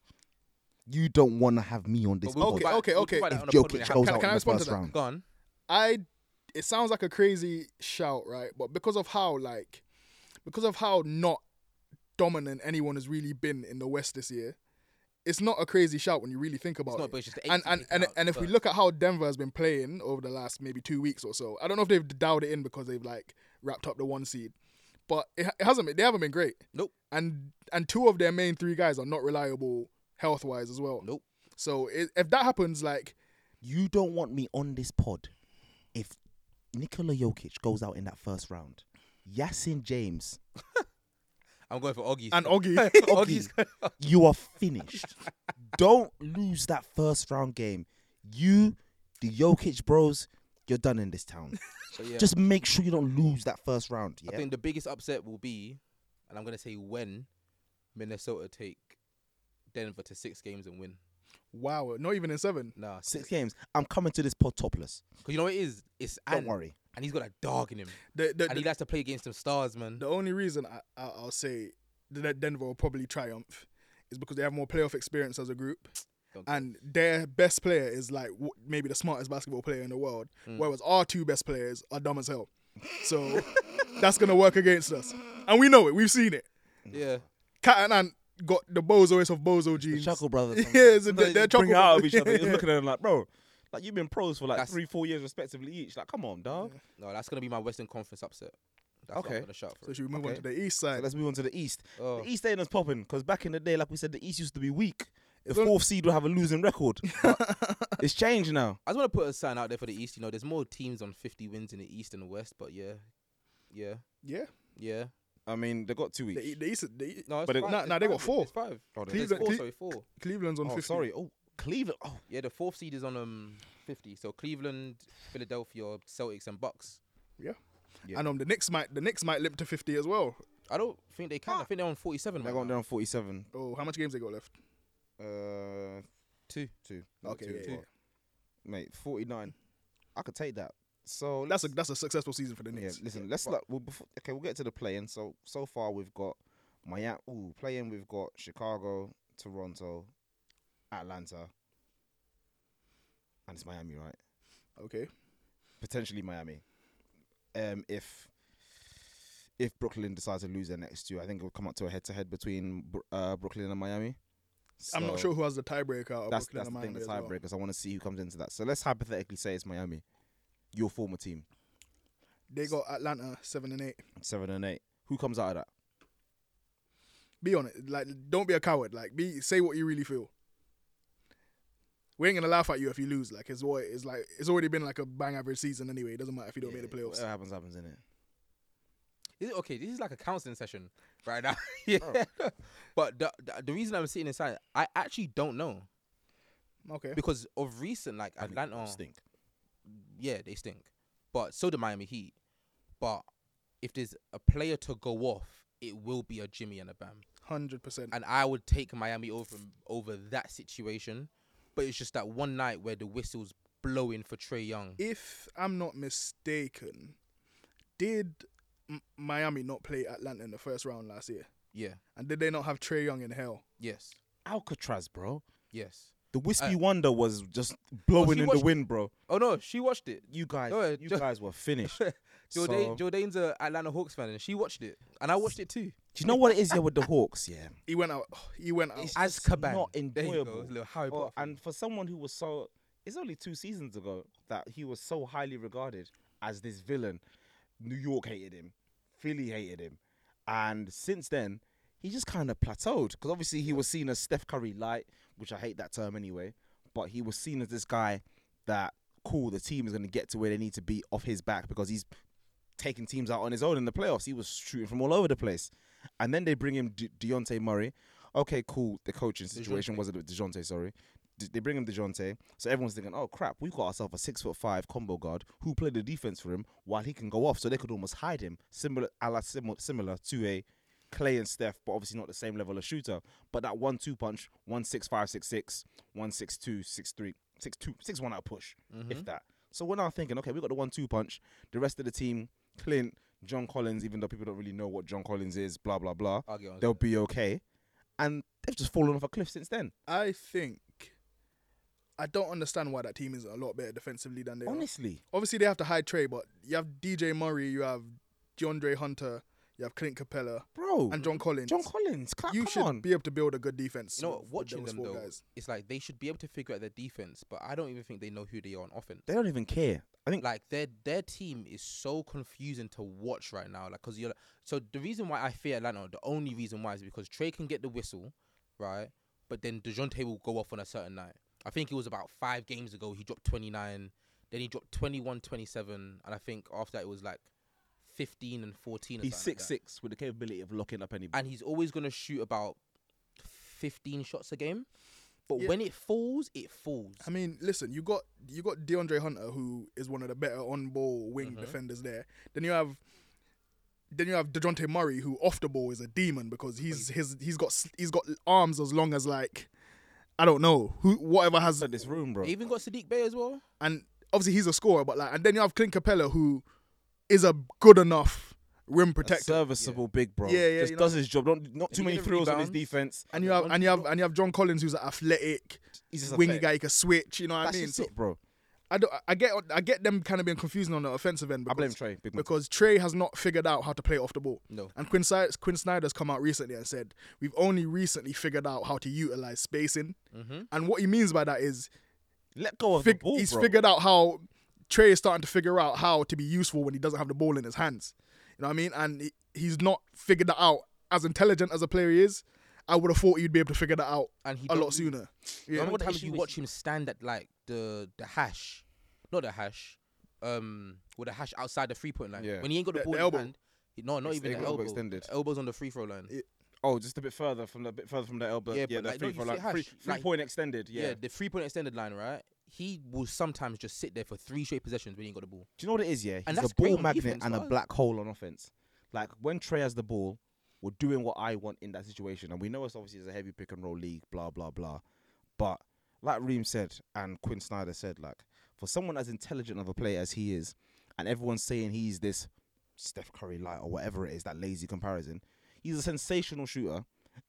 Speaker 1: You don't want to have me on this podcast.
Speaker 3: we'll
Speaker 2: okay,
Speaker 3: talk about-
Speaker 2: okay,
Speaker 3: we'll talk
Speaker 2: okay.
Speaker 3: about that
Speaker 1: If
Speaker 3: on the pod when
Speaker 1: Jokic
Speaker 3: it
Speaker 1: goes
Speaker 2: can-
Speaker 1: out
Speaker 2: can
Speaker 1: in
Speaker 2: I
Speaker 1: the
Speaker 2: respond
Speaker 1: first
Speaker 2: to that?
Speaker 1: round.
Speaker 3: happens. Gone.
Speaker 2: I it sounds like a crazy shout, right? But because of how like because of how not dominant anyone has really been in the West this year, it's not a crazy shout when you really think about
Speaker 3: not,
Speaker 2: it.
Speaker 3: but it's just the
Speaker 2: and
Speaker 3: eight
Speaker 2: and
Speaker 3: seed
Speaker 2: and,
Speaker 3: out
Speaker 2: and if we
Speaker 3: first.
Speaker 2: look at how Denver has been playing over the last maybe two weeks or so, I don't know if they've dialed it in because they've like wrapped up the one seed, but it, it hasn't. Been, they haven't been great.
Speaker 3: Nope.
Speaker 2: And and two of their main three guys are not reliable health wise as well.
Speaker 3: Nope.
Speaker 2: So i if that happens, like
Speaker 1: You don't want me on this pod if Nikola Jokic goes out in that first round. Yasin James,
Speaker 3: I'm going for Augie.
Speaker 2: and
Speaker 3: still.
Speaker 2: Oggy,
Speaker 3: Augie's
Speaker 1: you are finished. don't lose that first round game. You, the Jokic bros, you're done in this town.
Speaker 3: But yeah,
Speaker 1: Just make sure you don't lose that first round.
Speaker 3: I
Speaker 1: Yeah.
Speaker 3: think the biggest upset will be, and I'm gonna say when Minnesota take Denver to six games and win.
Speaker 2: Wow, not even in seven.
Speaker 3: Nah,
Speaker 1: Six games. I'm coming to this pod topless.
Speaker 3: Because you know what it is? It's
Speaker 1: Don't
Speaker 3: Ant,
Speaker 1: worry.
Speaker 3: and he's got a dog in him,
Speaker 2: The, the,
Speaker 3: and he
Speaker 2: the,
Speaker 3: likes to play against some stars, man.
Speaker 2: the only reason I, I, I'll say that Denver will probably triumph is because they have more playoff experience as a group.
Speaker 3: Don't care.
Speaker 2: And their best player is like w- maybe the smartest basketball player in the world, whereas our two best players are dumb as hell. So that's gonna work against us, and we know it. We've seen it.
Speaker 3: yeah,
Speaker 2: Cat and Ant got the bozoist of bozo
Speaker 1: The
Speaker 2: genes.
Speaker 1: Chuckle Brothers.
Speaker 2: yeah, so
Speaker 1: Sometimes
Speaker 2: they're,
Speaker 1: they bring
Speaker 2: they're chuckle
Speaker 5: bring it out of
Speaker 2: brothers.
Speaker 5: each other. You're looking at them like, bro, like you've been pros for like
Speaker 3: That's-
Speaker 5: three, four years respectively each. Like, come on, dog.
Speaker 3: no, that's gonna be my Western Conference upset. That's what
Speaker 1: Okay.
Speaker 3: I'm gonna shout for.
Speaker 2: So should we move
Speaker 1: Okay.
Speaker 2: on to the east
Speaker 1: So
Speaker 2: side?
Speaker 1: let's move on to the East.
Speaker 3: Oh.
Speaker 1: The East ain't as popping because back in the day, like we said, the East used to be weak. The
Speaker 2: on-
Speaker 1: fourth seed would have a losing record. But it's changed now.
Speaker 3: I just want to put a sign out there for the East. You know, there's more teams on 50 wins in the East than the West, but yeah, yeah,
Speaker 2: yeah,
Speaker 3: yeah.
Speaker 1: I mean, they got two weeks.
Speaker 2: the, the east. The, E
Speaker 3: No, it's
Speaker 5: But it-
Speaker 3: five.
Speaker 2: Nah,
Speaker 3: it's
Speaker 2: nah, they got
Speaker 3: five.
Speaker 2: four.
Speaker 3: It's five.
Speaker 1: Oh, they-
Speaker 3: There's
Speaker 2: Cleveland-
Speaker 3: four,
Speaker 2: Cle-
Speaker 3: sorry, four.
Speaker 2: Cleveland's on
Speaker 1: oh,
Speaker 2: 50.
Speaker 1: sorry. Oh, Cleveland. Oh,
Speaker 3: Yeah, the fourth seed is on um 50. So Cleveland, Philadelphia, Celtics, and Bucks.
Speaker 2: Yeah.
Speaker 1: Yeah.
Speaker 2: And um, the Knicks might the Knicks might limp to 50 as well.
Speaker 3: I don't think they can. I think they're on 47.
Speaker 1: they're
Speaker 3: Right
Speaker 1: going
Speaker 3: now.
Speaker 1: down 47.
Speaker 2: Oh, how much games they got left?
Speaker 1: Uh,
Speaker 3: Two.
Speaker 1: two.
Speaker 2: Okay,
Speaker 1: Two
Speaker 2: yeah,
Speaker 1: as
Speaker 2: yeah.
Speaker 1: well. Mate, 49. I could take that. So
Speaker 2: That's a
Speaker 1: let's-
Speaker 2: that's a successful season for the
Speaker 1: Yeah,
Speaker 2: Knicks.
Speaker 1: listen, let's like we'll before, okay, we'll get to the play-in. So so far we've got Miami. Ooh, play-in. We've got Chicago, Toronto, Atlanta, and it's Miami, right?
Speaker 2: Okay.
Speaker 1: Potentially Miami. Um, if if Brooklyn decides to lose their next two, I think it'll come up to a head-to-head between Br- uh, Brooklyn and Miami.
Speaker 2: I'm not
Speaker 1: So
Speaker 2: sure who has the tiebreaker. out of
Speaker 1: That's
Speaker 2: Brooklyn
Speaker 1: that's
Speaker 2: and
Speaker 1: the thing. The
Speaker 2: Miami as well.
Speaker 1: tiebreakers. I want to see who comes into that. So let's hypothetically say it's Miami, your former team,
Speaker 2: They got Atlanta seven and eight.
Speaker 1: seven and eight. Who comes out of that?
Speaker 2: Be honest. Like, don't be a coward. Like, be say what you really feel. We ain't gonna laugh at you if you lose. Like, it's what it's like. It's already been like a bang average season anyway. It doesn't matter if you don't make the playoffs.
Speaker 1: What happens happens in it.
Speaker 3: Is it okay? This is like a counseling session right now. yeah.
Speaker 2: Oh.
Speaker 3: But the, the the reason I'm sitting inside, I actually don't know
Speaker 2: Okay.
Speaker 3: because of recent like Atlanta.
Speaker 1: stink.
Speaker 3: yeah, they stink. But so do Miami Heat. But if there's a player to go off, it will be a Jimmy and a Bam.
Speaker 2: Hundred percent.
Speaker 3: And I would take Miami over over that situation. But it's just that one night where the whistle's blowing for Trey Young.
Speaker 2: If I'm not mistaken, did M- Miami not play Atlanta in the first round last year?
Speaker 3: yeah.
Speaker 2: And did they not have Trey Young in hell?
Speaker 3: Yes.
Speaker 1: Alcatraz, bro.
Speaker 3: Yes.
Speaker 1: The Wispy
Speaker 3: Uh,
Speaker 1: Wonder was just blowing
Speaker 3: she
Speaker 1: in
Speaker 3: watched-
Speaker 1: the wind, bro.
Speaker 3: Oh no, she watched it.
Speaker 1: You guys,
Speaker 3: Oh, yeah,
Speaker 1: you
Speaker 3: Jo-
Speaker 1: guys were finished.
Speaker 3: Jordan,
Speaker 1: So-
Speaker 3: Jordan's a Atlanta Hawks fan, and she watched it, and I watched it too.
Speaker 1: Do you know what it is here with the Hawks? Yeah,
Speaker 2: He went out. He went out.
Speaker 3: As Caban.
Speaker 1: not
Speaker 3: There you go,
Speaker 1: enjoyable.
Speaker 3: little Harry
Speaker 1: Or-
Speaker 3: Potter thing.
Speaker 1: and for someone who was so, it's only two seasons ago that he was so highly regarded as this villain. New York hated him, Philly hated him, and since then he just kind of plateaued because obviously he was seen as Steph Curry light, which I hate that term anyway. But he was seen as this guy that cool, the team is going to get to where they need to be off his back because he's taking teams out on his own in the playoffs. He was shooting from all over the place. And then they bring him De- Deontay Murray. Okay, cool. The coaching situation was a bit DeJounte, sorry. D- they bring him DeJounte. So everyone's thinking, oh crap, we've got ourselves a six foot five combo guard who played the defense for him while he can go off. So they could almost hide him, similar a la sim- similar to a Clay and Steph, but obviously not the same level of shooter. But that one two punch, one six five six six, one six two six three, six two six one out push,
Speaker 2: Mm-hmm.
Speaker 1: if that. So we're now thinking, okay, we got the one two punch. The rest of the team, Clint, John Collins, even though people don't really know what John Collins is, blah blah blah,
Speaker 3: I'll get on to
Speaker 1: they'll be okay. And they've just fallen off a cliff since then.
Speaker 2: I think I don't understand why that team is a lot better defensively than they are.
Speaker 1: Honestly,
Speaker 2: Obviously, they have to hide Trey, but you have DJ Murray, you have DeAndre Hunter, you have Clint Capella,
Speaker 1: bro.
Speaker 2: and John Collins.
Speaker 1: John Collins, cla-
Speaker 2: you
Speaker 1: come
Speaker 2: should
Speaker 1: on.
Speaker 2: be able to build a good defense.
Speaker 3: You know,
Speaker 2: with-
Speaker 3: what,
Speaker 2: with
Speaker 3: watching
Speaker 2: those
Speaker 3: them
Speaker 2: four
Speaker 3: though,
Speaker 2: guys.
Speaker 3: it's like they should be able to figure out their defense, but I don't even think they know who they are on offense.
Speaker 1: they don't even care. I think
Speaker 3: Like their their team is so confusing to watch right now. Like, cause you're so the reason why I fear Atlanta, the only reason why is because Trey can get the whistle, right? But then Dejounte will go off on a certain night. I think it was about five games ago. He dropped 29, then he dropped 21, 27, and I think after that it was like 15 and 14. or
Speaker 1: he's
Speaker 3: something like
Speaker 1: six
Speaker 3: that.
Speaker 1: six with the capability of locking up anybody.
Speaker 3: and he's always gonna shoot about 15 shots a game. But
Speaker 2: Yeah.
Speaker 3: when it falls, it falls.
Speaker 2: I mean, listen, you got you got DeAndre Hunter, who is one of the better on ball wing
Speaker 1: Uh-huh.
Speaker 2: defenders there. Then you have then you have Dejounte Murray, who off the ball is a demon because he's his he's got s- he's got arms as long as like I don't know who whatever has
Speaker 1: Look at this room, bro.
Speaker 3: they even got Sadiq Bay as well.
Speaker 2: and obviously he's a scorer, but like and then you have Clint Capella, who is a good enough rim
Speaker 1: A
Speaker 2: protector.
Speaker 1: serviceable big bro.
Speaker 2: Yeah, yeah,
Speaker 1: Just
Speaker 2: you know.
Speaker 1: does his job. Don't not too
Speaker 3: you
Speaker 1: many
Speaker 3: get the
Speaker 1: thrills on his
Speaker 3: rebounds?
Speaker 1: defense.
Speaker 2: And you have and you have and you have John Collins, who's an athletic,
Speaker 1: He's just a
Speaker 2: wingy
Speaker 1: threat.
Speaker 2: guy, he can switch. You know what
Speaker 1: That's
Speaker 2: I mean?
Speaker 1: just
Speaker 2: So-
Speaker 1: it, bro.
Speaker 2: I, don't, I get I get them kind of being confusing on the offensive end.
Speaker 1: I
Speaker 2: Because,
Speaker 1: blame Trey, big man.
Speaker 2: because Trey has not figured out how to play off the ball.
Speaker 3: No.
Speaker 2: And Quinn, Si- Quinn Snyder's come out recently and said we've only recently figured out how to utilize spacing. And what he means by that is
Speaker 1: Let go Mm-hmm. of the
Speaker 2: fig-
Speaker 1: ball,
Speaker 2: he's
Speaker 1: bro.
Speaker 2: figured out how Trey is starting to figure out how to be useful when he doesn't have the ball in his hands. You know what I mean? And he, he's not figured that out. As intelligent as a player he is, I would have thought he'd be able to figure that out
Speaker 3: And he
Speaker 2: a
Speaker 3: don't
Speaker 2: lot
Speaker 3: lose.
Speaker 2: sooner.
Speaker 3: Yeah,
Speaker 2: Yeah.
Speaker 3: Remember the issue you watch him stand at like the the hash, not the hash, um, with the hash outside the three point line.
Speaker 1: Yeah.
Speaker 3: When he ain't got the,
Speaker 2: The-
Speaker 3: ball
Speaker 2: the
Speaker 3: in
Speaker 2: elbow.
Speaker 3: hand, he- no, not
Speaker 1: Ex-
Speaker 3: even the
Speaker 1: elbow
Speaker 3: elbow.
Speaker 1: extended.
Speaker 3: The elbows on the free throw line.
Speaker 2: Yeah.
Speaker 1: Oh, just a bit further from the bit further from the elbow.
Speaker 3: Yeah,
Speaker 1: Yeah,
Speaker 3: but
Speaker 1: the
Speaker 3: like, no,
Speaker 1: free
Speaker 3: you
Speaker 1: throw
Speaker 3: see
Speaker 1: line.
Speaker 3: Hash,
Speaker 1: Free, three
Speaker 3: like-
Speaker 1: point extended. Yeah.
Speaker 3: the three point extended line, right? He will sometimes just sit there for three straight possessions when he ain't got the ball.
Speaker 1: Do you know what it is? Yeah, he's
Speaker 3: And
Speaker 1: a
Speaker 3: that's
Speaker 1: ball
Speaker 3: great on
Speaker 1: magnet
Speaker 3: defense,
Speaker 1: and a
Speaker 3: guys.
Speaker 1: black hole on offense. Like when Trey has the ball, we're doing what I want in that situation, and we know it's obviously it's a heavy pick and roll league, blah blah blah. But like Reem said and Quinn Snyder said, like for someone as intelligent of a player as he is, and everyone's saying he's this Steph Curry light or whatever it is that lazy comparison, he's a sensational shooter,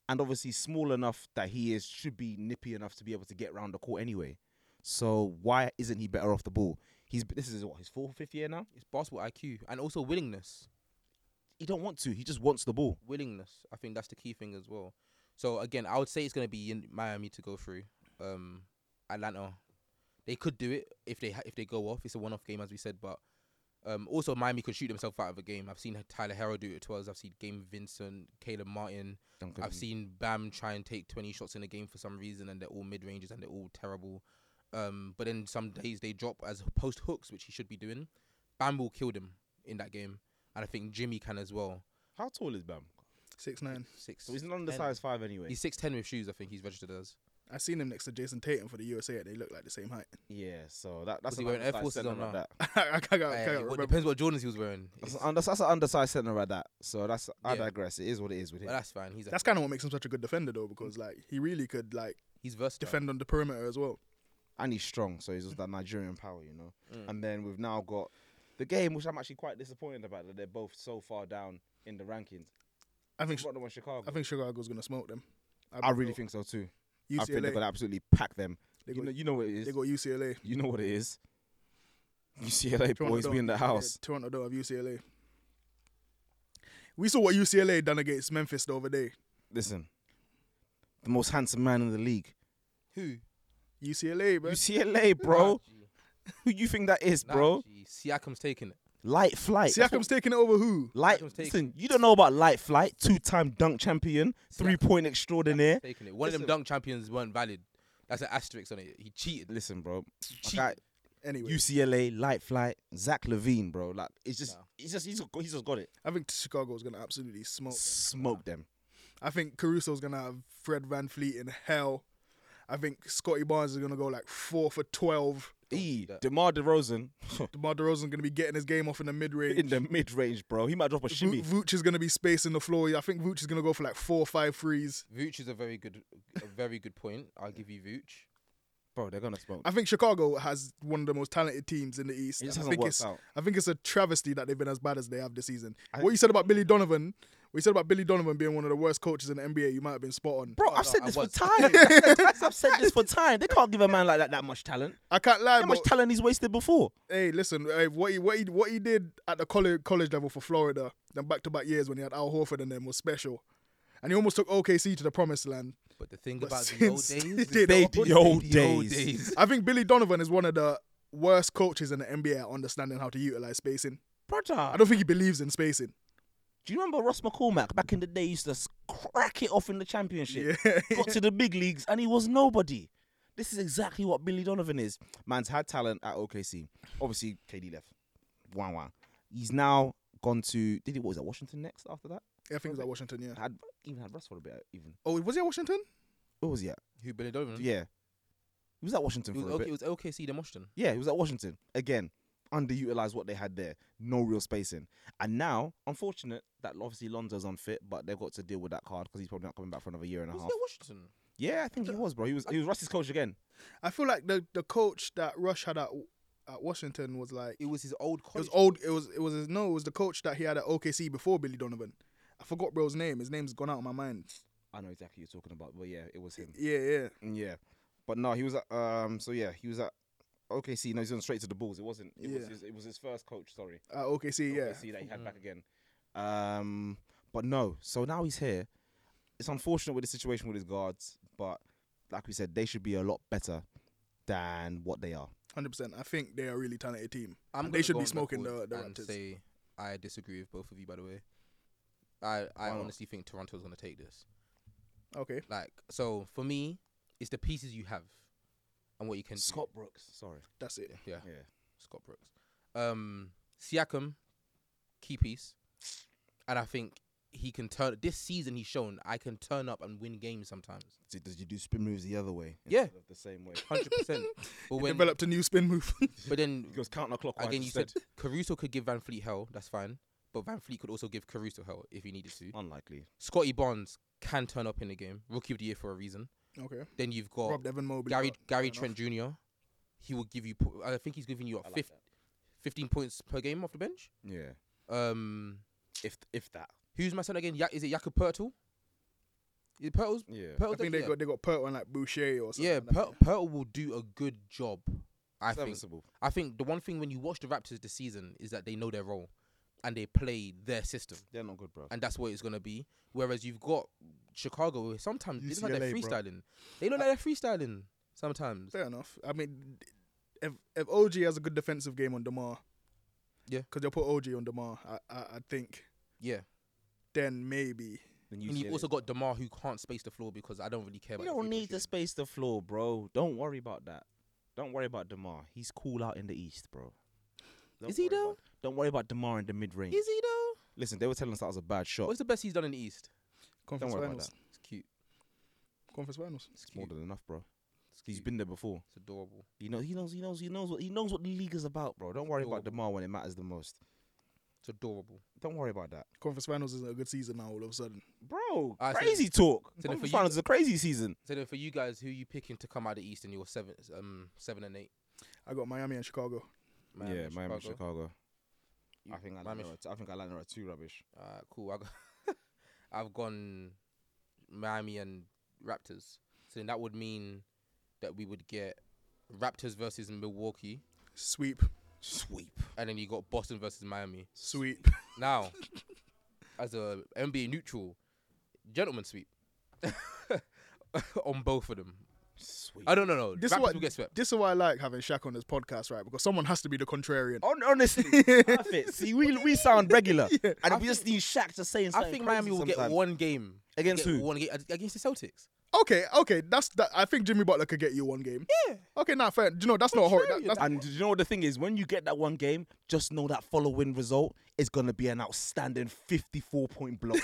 Speaker 1: and obviously small enough that he is should be nippy enough to be able to get round the court anyway. So why isn't he better off the ball? He's this is what his fourth, or fifth year now.
Speaker 3: It's basketball IQ and also willingness.
Speaker 1: He don't want to. He just wants the ball.
Speaker 3: Willingness. I think that's the key thing as well. So again, I would say it's gonna be in Miami to go through. Um, Atlanta, they could do it if they ha- if they go off. It's a one off game as we said, but um, also Miami could shoot themselves out of a game. I've seen Tyler Harrow do it to us. I've seen Game Vincent, Caleb Martin.
Speaker 1: Duncan.
Speaker 3: I've seen Bam try and take 20 shots in a game for some reason, and they're all mid ranges and they're all terrible. Um, but then some days they drop as post hooks, which he should be doing. Bam will kill them in that game, and I think Jimmy can as well.
Speaker 1: How tall is Bam?
Speaker 2: Six nine.
Speaker 3: Six.
Speaker 1: So he's not under size five anyway.
Speaker 3: He's six ten with shoes. I think he's registered as.
Speaker 2: I seen him next to Jason Tatum for the USA. and They look like the same height.
Speaker 1: yeah, so that, that's
Speaker 3: Was he
Speaker 1: an
Speaker 3: wearing Air
Speaker 1: undersized
Speaker 3: Forces or
Speaker 1: centre
Speaker 3: not?
Speaker 1: like that.
Speaker 2: I can't, I can't
Speaker 3: Uh, it
Speaker 2: remember.
Speaker 3: w- depends what Jordans he was wearing.
Speaker 1: That's,
Speaker 3: It's-
Speaker 1: an under, that's an undersized center at that. So that's I
Speaker 3: Yeah.
Speaker 1: digress. It is what it is with
Speaker 3: but
Speaker 1: him.
Speaker 3: that's fine. He's a,
Speaker 2: That's kind of what makes him such a good defender, though, because like he really could like
Speaker 3: he's versatile.
Speaker 2: defend on the perimeter as well.
Speaker 1: and he's strong, so he's just that Nigerian power, you know. And then we've now got the game, which I'm actually quite disappointed about that they're both so far down in the rankings.
Speaker 2: I think
Speaker 1: Tottenham and Chicago.
Speaker 2: I think Chicago's gonna smoke them.
Speaker 1: I really think so too. I think they're
Speaker 2: UCLA.
Speaker 1: gonna absolutely pack them.
Speaker 2: They
Speaker 1: you
Speaker 2: got-
Speaker 1: know, you know what it is.
Speaker 2: They got UCLA.
Speaker 1: You know what it is. UCLA
Speaker 2: Toronto
Speaker 1: boys be in
Speaker 2: don't.
Speaker 1: the house.
Speaker 2: Yeah, Toronto don't have UCLA. We saw what UCLA done against Memphis the other day.
Speaker 1: Listen, the most handsome man in the league.
Speaker 3: Who?
Speaker 2: UCLA, bro.
Speaker 1: UCLA, bro. Who you think that is, bro?
Speaker 3: Najee. Siakam's taking it.
Speaker 1: Light flight. That's
Speaker 2: Siakam's
Speaker 1: what-
Speaker 2: taking it over who?
Speaker 1: Light.
Speaker 3: Siakam's taking-
Speaker 1: Listen, you don't know about light flight. Two-time dunk champion, three-point extraordinaire.
Speaker 3: Taking it. One of them dunk champions weren't valid. That's an asterisk on it. He cheated.
Speaker 1: Listen, bro.
Speaker 3: Cheat.
Speaker 1: Like,
Speaker 2: Anyway,
Speaker 1: UCLA, light flight, Zach Levine, bro. Like it's just, it's just, he's, got- he's just got it.
Speaker 2: I think Chicago's gonna absolutely smoke. them.
Speaker 1: Smoke them.
Speaker 2: I think Caruso's gonna have Fred Van Fleet in hell. I think Scotty Barnes is gonna go like four for twelve.
Speaker 1: E. Demar Derozan
Speaker 2: DeMar DeRozan's gonna be getting his game off in the mid range.
Speaker 1: in the mid-range, bro. He might drop a shimmy.
Speaker 2: Vooch is gonna be spacing the floor. I think Vooch is gonna go for like four, five threes.
Speaker 3: Vooch is a very good, a very good point. I'll give you Vooch.
Speaker 1: bro, they're gonna smoke.
Speaker 2: I think Chicago has one of the most talented teams in the East.
Speaker 1: Oh. It just
Speaker 2: and I
Speaker 1: hasn't
Speaker 2: think
Speaker 1: worked
Speaker 2: it's,
Speaker 1: out.
Speaker 2: I think it's a travesty that they've been as bad as they have this season. what you said about Billy Donovan, what you said about Billy Donovan being one of the worst coaches in the NBA, you might have been spot on.
Speaker 1: Bro, I've said
Speaker 3: I
Speaker 1: this for
Speaker 3: was.
Speaker 1: time. That's- that's- I've said this for time. They can't give a man like that that much talent.
Speaker 2: I can't lie,
Speaker 1: How much
Speaker 2: but-
Speaker 1: talent he's wasted before?
Speaker 2: Hey, listen, hey, what he what he what he did at the college college level for Florida, them back to back years when he had Al Horford and them was special. And he almost took OKC to the promised land.
Speaker 3: But the thing
Speaker 2: But
Speaker 3: about the old
Speaker 2: since
Speaker 3: days,
Speaker 2: they
Speaker 3: the
Speaker 2: did
Speaker 1: the old days.
Speaker 2: I think Billy Donovan is one of the worst coaches in the NBA at understanding how to utilize spacing. I
Speaker 1: Brother,
Speaker 2: don't think he believes in spacing.
Speaker 1: do you remember Ross McCormack back in the day used to s- crack it off in the championship? Got to the big leagues and he was nobody. This is exactly what Billy Donovan is. Man's had talent at OKC. Obviously, KD left. Wow, wow. He's now gone to did he what was that Washington next after that?
Speaker 2: I think it was at Washington, yeah.
Speaker 1: Had even had Russ for a bit even.
Speaker 2: Oh, was he at Washington? Hmm.
Speaker 1: Where was he at?
Speaker 3: Who Billy Donovan?
Speaker 1: Yeah, he was at Washington
Speaker 3: It
Speaker 1: for
Speaker 3: was,
Speaker 1: a
Speaker 3: okay,
Speaker 1: bit.
Speaker 3: it was OKC then Washington.
Speaker 1: Yeah, he was at Washington again. Underutilized what they had there. No real spacing. And now, unfortunate that obviously Lonzo's unfit, but they've got to deal with that card because he's probably not coming back for another year and a
Speaker 3: Was he
Speaker 1: half.
Speaker 3: at Washington?
Speaker 1: Yeah, I think he was, bro. He was he was Russ's coach again.
Speaker 2: I feel like the the coach that Rush had at at Washington was like
Speaker 3: It was his old
Speaker 2: It
Speaker 3: college.
Speaker 2: was old. It was it was his, no. It was the coach that he had at OKC before Billy Donovan. I forgot bro's name. His name's gone out of my mind.
Speaker 1: I know exactly what you're talking about, but yeah, it was him.
Speaker 2: Yeah, yeah.
Speaker 1: Yeah, but no, he was at, um. So yeah, he was at OKC. No, he's going straight to the Bulls. It wasn't. It was
Speaker 2: Yeah.
Speaker 1: his, it was his first coach. Sorry,
Speaker 2: At OKC, yeah.
Speaker 1: OKC that he had back again. Um, but no. So now he's here. It's unfortunate with the situation with his guards, but like we said, they should be a lot better than what they are.
Speaker 2: Hundred percent. I think they are a really talented team.
Speaker 3: I'm
Speaker 2: they
Speaker 3: gonna
Speaker 2: should
Speaker 3: go
Speaker 2: be
Speaker 3: on
Speaker 2: smoking the,
Speaker 3: record
Speaker 2: the
Speaker 3: and
Speaker 2: Raptors.
Speaker 3: say I disagree with both of you. By the way, I I
Speaker 1: Why not?
Speaker 3: honestly think Toronto's gonna take this.
Speaker 2: okay.
Speaker 3: Like so, for me, it's the pieces you have and what you can. do.
Speaker 1: Brooks. Sorry.
Speaker 2: That's it.
Speaker 3: Yeah,
Speaker 1: Yeah.
Speaker 3: Scott Brooks. Um, Siakam, key piece, and I think he can turn. This season, he's shown I can turn up and win games sometimes.
Speaker 1: Did, did you do spin moves the other way?
Speaker 3: Yeah.
Speaker 1: instead of the same way.
Speaker 3: Hundred percent. But when, but
Speaker 2: Developed a new spin move.
Speaker 3: then
Speaker 1: He goes counterclockwise.
Speaker 3: again, you
Speaker 1: instead.
Speaker 3: said Caruso could give Van Fleet hell. That's fine. But Van Fleet could also give Caruso hell if he needed to.
Speaker 1: unlikely.
Speaker 3: Scotty Bonds can turn up in the game. Rookie of the year for a reason.
Speaker 2: okay.
Speaker 3: Then you've got
Speaker 2: Rob Devon Mobley.
Speaker 3: Gary
Speaker 2: Fair
Speaker 3: Gary
Speaker 2: enough.
Speaker 3: Trent Jr. He will give you. po- I think he's giving you like 15 points per game off the bench.
Speaker 1: Yeah.
Speaker 3: Um,
Speaker 1: If if that.
Speaker 3: who's my son again? Ya- is it Jakob Pertl? Is it Pertl's?
Speaker 1: Yeah.
Speaker 3: Pertl's
Speaker 2: I think
Speaker 3: actually-
Speaker 2: they got they got Pert on like Boucher or something.
Speaker 3: yeah. Yeah,
Speaker 2: like that.
Speaker 3: Per- Pertl will do a good job. I think.
Speaker 1: Serviceable.
Speaker 3: I think the one thing when you watch the Raptors this season is that they know their role, and they play their system.
Speaker 1: They're not good, bro.
Speaker 3: and that's what it's gonna be. Whereas you've got Chicago, who sometimes they look like they're
Speaker 2: UCLA, bro.
Speaker 3: freestyling. They look like they're freestyling sometimes.
Speaker 2: Fair enough. I mean, if if OG has a good defensive game on Demar,
Speaker 3: Yeah.
Speaker 2: because they'll put OG on Demar. I, I I think
Speaker 3: Yeah,
Speaker 2: then maybe.
Speaker 1: Then
Speaker 3: and
Speaker 1: see
Speaker 3: you've
Speaker 1: it.
Speaker 3: also got Demar who can't space the floor because I don't really care.
Speaker 1: We
Speaker 3: about
Speaker 1: don't need to
Speaker 3: this.
Speaker 1: space the floor, bro. Don't worry about that. Don't worry about Demar. He's cool out in the East, bro. Don't
Speaker 3: Is he
Speaker 1: worry
Speaker 3: though?
Speaker 1: about- don't worry about Demar in the mid range.
Speaker 3: Is he though?
Speaker 1: Listen, they were telling us that was a bad shot.
Speaker 3: What's the best he's done in the East?
Speaker 1: Don't
Speaker 2: Conference
Speaker 1: worry about
Speaker 2: finals.
Speaker 1: that.
Speaker 3: It's cute.
Speaker 2: Conference finals.
Speaker 3: It's
Speaker 1: It's more
Speaker 3: cute.
Speaker 1: than enough, bro.
Speaker 3: It's,
Speaker 1: He's
Speaker 3: cute.
Speaker 1: been there before.
Speaker 3: it's adorable.
Speaker 1: He knows. He knows. He knows. He knows what. He knows what the league is about, bro. Don't worry about
Speaker 3: Adorable.
Speaker 1: Demar when it matters the most.
Speaker 3: It's adorable.
Speaker 1: Don't worry about that,
Speaker 2: Conference finals isn't a good season now. All of a sudden.
Speaker 1: bro.
Speaker 3: Ah, so-
Speaker 1: crazy talk.
Speaker 3: so then for
Speaker 1: Conference
Speaker 3: you-
Speaker 1: finals is a crazy season.
Speaker 3: So then, for you guys, who you picking to come out of the East in your seven, um, seven and eight?
Speaker 2: I got Miami and Chicago.
Speaker 3: Miami,
Speaker 1: yeah, Miami,
Speaker 3: Chicago.
Speaker 1: Chicago.
Speaker 3: You-
Speaker 1: I think
Speaker 3: Miami,
Speaker 1: Atlanta. Are, I think Atlanta are too rubbish.
Speaker 3: Uh, cool. I go- I've gone Miami and Raptors. So then that would mean that we would get Raptors versus Milwaukee,
Speaker 2: Sweep.
Speaker 1: Sweep.
Speaker 3: and then you got Boston versus Miami.
Speaker 2: Sweep.
Speaker 3: Now, as a NBA neutral, gentleman sweep on both of them.
Speaker 1: Sweep.
Speaker 3: I don't know. No,
Speaker 2: This
Speaker 3: Raptors
Speaker 2: is what
Speaker 3: will get swept.
Speaker 2: this is why I like having Shaq on this podcast, right? Because someone has to be the contrarian.
Speaker 1: Hon- honestly, perfect. See, we we sound regular, and we just need Shaq just saying
Speaker 3: I
Speaker 1: something.
Speaker 3: think
Speaker 1: crazy
Speaker 3: Miami will get
Speaker 1: sometimes.
Speaker 3: one game
Speaker 1: Against
Speaker 3: Get
Speaker 1: who?
Speaker 3: One game ag- against the Celtics.
Speaker 2: Okay, okay, that's that. I think Jimmy Butler could get you one game. Yeah. Okay, nah, fair. You know that's not a horror. That, that's,
Speaker 1: And do you know what the thing is? When you get that one game, just know that following result is gonna be an outstanding fifty-four point blow.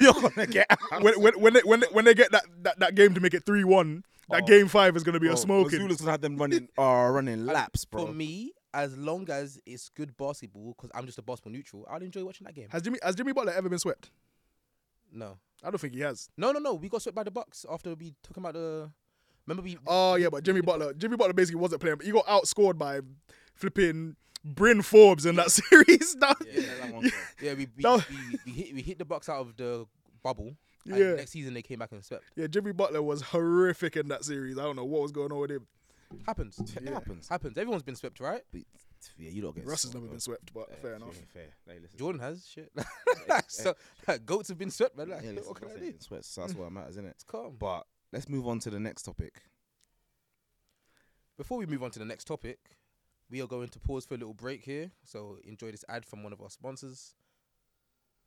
Speaker 1: You're gonna get.
Speaker 2: when when when they, when they, when they get that, that, that game to make it three one,
Speaker 3: Oh.
Speaker 2: that game five is gonna be a smoking.
Speaker 1: Missoula's gonna have them running, uh, running laps, bro.
Speaker 3: For me, as long as it's good basketball, because I'm just a basketball neutral, I'll enjoy watching that game.
Speaker 2: Has Jimmy has Jimmy Butler ever been swept?
Speaker 3: No.
Speaker 2: I don't think he has.
Speaker 3: No, no, no. We got swept by the Bucks after we took him out the. Remember we?
Speaker 2: Oh yeah, but Jimmy Butler, Jimmy Butler basically wasn't playing. But he got outscored by flipping Bryn Forbes in that series. That-
Speaker 3: yeah, we we,
Speaker 2: No.
Speaker 3: we, we, hit, we hit the Bucks out of the bubble. And
Speaker 2: Yeah.
Speaker 3: Next season they came back and swept.
Speaker 2: yeah, Jimmy Butler was horrific in that series. I don't know what was going on with him.
Speaker 3: Happens.
Speaker 1: It happens.
Speaker 3: Happens. Everyone's been swept, right?
Speaker 1: But, yeah, you don't get.
Speaker 2: Russ has
Speaker 1: sold,
Speaker 2: never
Speaker 1: bro.
Speaker 2: been swept, but fair
Speaker 1: It's
Speaker 2: enough.
Speaker 1: really Fair. Like, listen,
Speaker 3: Jordan has shit. so like, goats have been swept, man. Like,
Speaker 1: yeah, listen,
Speaker 3: what can I
Speaker 1: that's
Speaker 3: do?
Speaker 1: it. It's- That's that's
Speaker 2: Hmm.
Speaker 1: what matters, isn't it?
Speaker 3: It's calm.
Speaker 1: But let's move on to the next topic.
Speaker 3: Before we move on to the next topic, we are going to pause for a little break here. So enjoy this ad from one of our sponsors.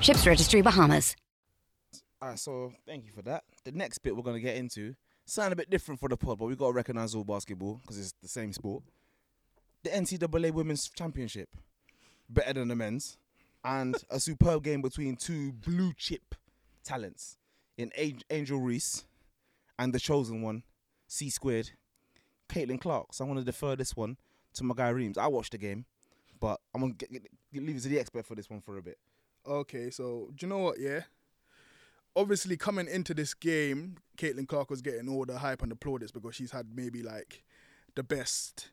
Speaker 6: Ships Registry Bahamas.
Speaker 1: All right, so thank you for that. The next bit we're gonna get into sound a bit different for the pod, but we gotta recognize all basketball because it's the same sport. The NCAA Women's Championship, better than the men's, and a superb game between two blue chip talents in A- Angel Reese and the chosen one, C squared, Caitlin Clark. So I'm gonna defer this one to my guy Reams. I watched the game, but I'm gonna get, get- leave it to the expert for this one for a bit.
Speaker 2: Okay, so do you know what? Yeah, obviously coming into this game, Caitlin Clark was getting all the hype and the plaudits because she's had maybe like the best,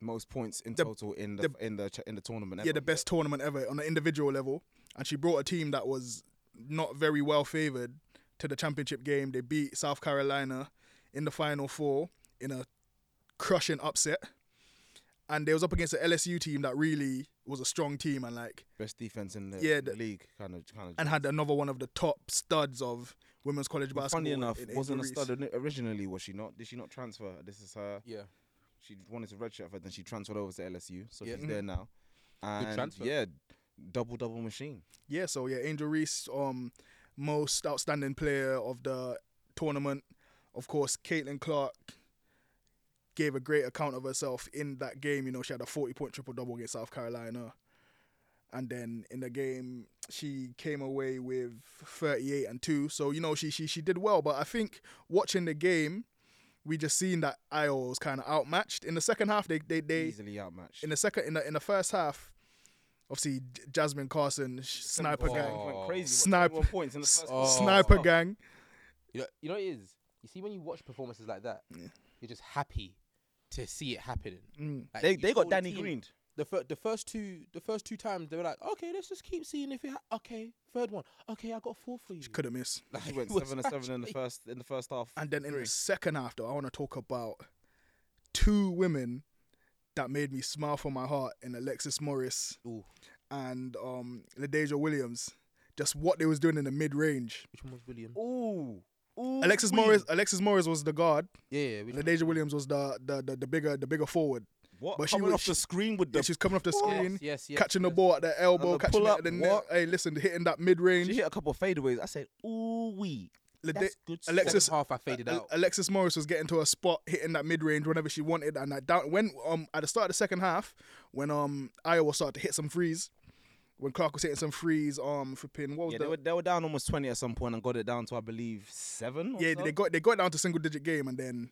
Speaker 1: Most points in
Speaker 2: The-
Speaker 1: total in the, in the in the tournament.
Speaker 2: yeah,
Speaker 1: ever.
Speaker 2: the best tournament ever on an individual level, and she brought a team that was not very well favored to the championship game. They beat South Carolina in the final four in a crushing upset, and they was up against the LSU team that really was a strong team and like
Speaker 1: best defense in the,
Speaker 2: Yeah,
Speaker 1: in the
Speaker 2: the-
Speaker 1: league, kind of, kind of.
Speaker 2: and had another one of the top studs of women's college basketball.
Speaker 1: funny enough,
Speaker 2: in Angel
Speaker 1: wasn't a
Speaker 2: Reese.
Speaker 1: stud ori- originally, was she not? Did she not transfer? This is her.
Speaker 3: Yeah.
Speaker 1: She wanted to redshirt, but then she transferred over to LSU, so
Speaker 3: Yeah. mm-hmm.
Speaker 1: she's there now. And
Speaker 3: transfer.
Speaker 1: yeah, double double machine.
Speaker 2: Yeah, so yeah, Angel Reese, um, most outstanding player of the tournament. Of course, Caitlin Clark gave a great account of herself in that game. You know, she had a 40 point triple double against South Carolina. And then in the game, she came away with 38 and 2. So, you know, she she she did well. But I think watching the game, we just seen that Iowa was kind of outmatched. In the second half, they they, they
Speaker 1: Easily outmatched.
Speaker 2: in the second in the in the first half, obviously J- Jasmine Carson sh- sniper
Speaker 3: Oh.
Speaker 2: gang,
Speaker 1: Went crazy.
Speaker 2: Snipe-
Speaker 1: One points in the first
Speaker 3: Oh.
Speaker 2: sniper gang.
Speaker 3: You know, you know what it is? You see, when you watch performances like that, you're just happy to see it happening.
Speaker 2: Mm,
Speaker 3: Like,
Speaker 1: They-
Speaker 3: you
Speaker 1: they got
Speaker 3: saw the
Speaker 1: Danny
Speaker 3: team-
Speaker 1: Greened.
Speaker 3: The, fir- the first two the first two times they were like, okay, let's just keep seeing if it. Ha- okay, third one. Okay, I got four for you.
Speaker 2: Couldn't miss.
Speaker 3: Like,
Speaker 1: She
Speaker 3: it
Speaker 1: went
Speaker 3: was
Speaker 1: seven and seven in the
Speaker 3: actually-
Speaker 1: first in the first half.
Speaker 2: And then in
Speaker 1: Three.
Speaker 2: the second half, though, I want to talk about two women that made me smile from my heart in Alexis Morris
Speaker 3: Ooh,
Speaker 2: and um LaDeja Williams. Just what they was doing in the mid range.
Speaker 3: which one was William?
Speaker 1: Ooh, ooh.
Speaker 2: Alexis
Speaker 1: wee.
Speaker 2: Morris, Alexis Morris was the guard.
Speaker 3: Yeah, yeah. Which one?
Speaker 2: LaDeja Williams was the the, the, the bigger the bigger forward.
Speaker 1: What?
Speaker 2: but she
Speaker 1: coming
Speaker 2: was-
Speaker 1: off the screen with
Speaker 2: Yeah,
Speaker 1: the.
Speaker 2: she's coming off the screen,
Speaker 3: yes, yes,
Speaker 2: catching
Speaker 3: yes.
Speaker 2: the ball at the elbow,
Speaker 1: the
Speaker 2: catching it
Speaker 1: pull-up,
Speaker 2: at the net.
Speaker 1: what?
Speaker 2: Hey, listen, hitting that mid range.
Speaker 1: she hit a couple of fadeaways. I said, ooh wee.
Speaker 2: Lede-
Speaker 1: That's good. stuff.
Speaker 2: Alexis-
Speaker 3: Second half, I faded
Speaker 2: Ale-
Speaker 3: out.
Speaker 2: Alexis Morris was getting to a spot, hitting that mid range whenever she wanted, and that down when um at the start of the second half, when um Iowa started to hit some threes, when Clark was hitting some threes, um flipping what was
Speaker 1: Yeah,
Speaker 2: the
Speaker 1: they were, they were down almost twenty at some point and got it down to I believe seven. Or
Speaker 2: yeah
Speaker 1: so?
Speaker 2: they got they got down to single digit game, and then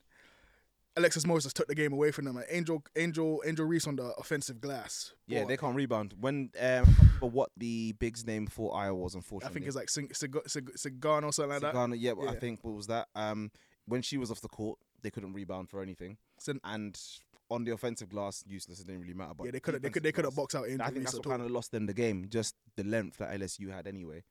Speaker 2: Alexis Morris just took the game away from them. And Angel Angel Angel Reese on the offensive glass.
Speaker 1: Yeah,
Speaker 2: Boy,
Speaker 1: they can't rebound. When um, I can't remember what the big's name for Iowa was,
Speaker 2: I
Speaker 1: unfortunately.
Speaker 2: think it's like Sig- Sig- Sig- Sigan or something like that.
Speaker 1: Sagana, yeah, I
Speaker 2: Yeah.
Speaker 1: think what was that? Um, when she was off the court, they couldn't rebound for anything,
Speaker 2: Sin-
Speaker 1: and on the offensive glass, useless. It didn't really matter. But
Speaker 2: yeah, they could have they could they
Speaker 1: defensive
Speaker 2: could have
Speaker 1: glass,
Speaker 2: boxed out Angel
Speaker 1: I think
Speaker 2: Reese
Speaker 1: that's what
Speaker 2: at all.
Speaker 1: kind of lost them the game. Just the length that LSU had anyway,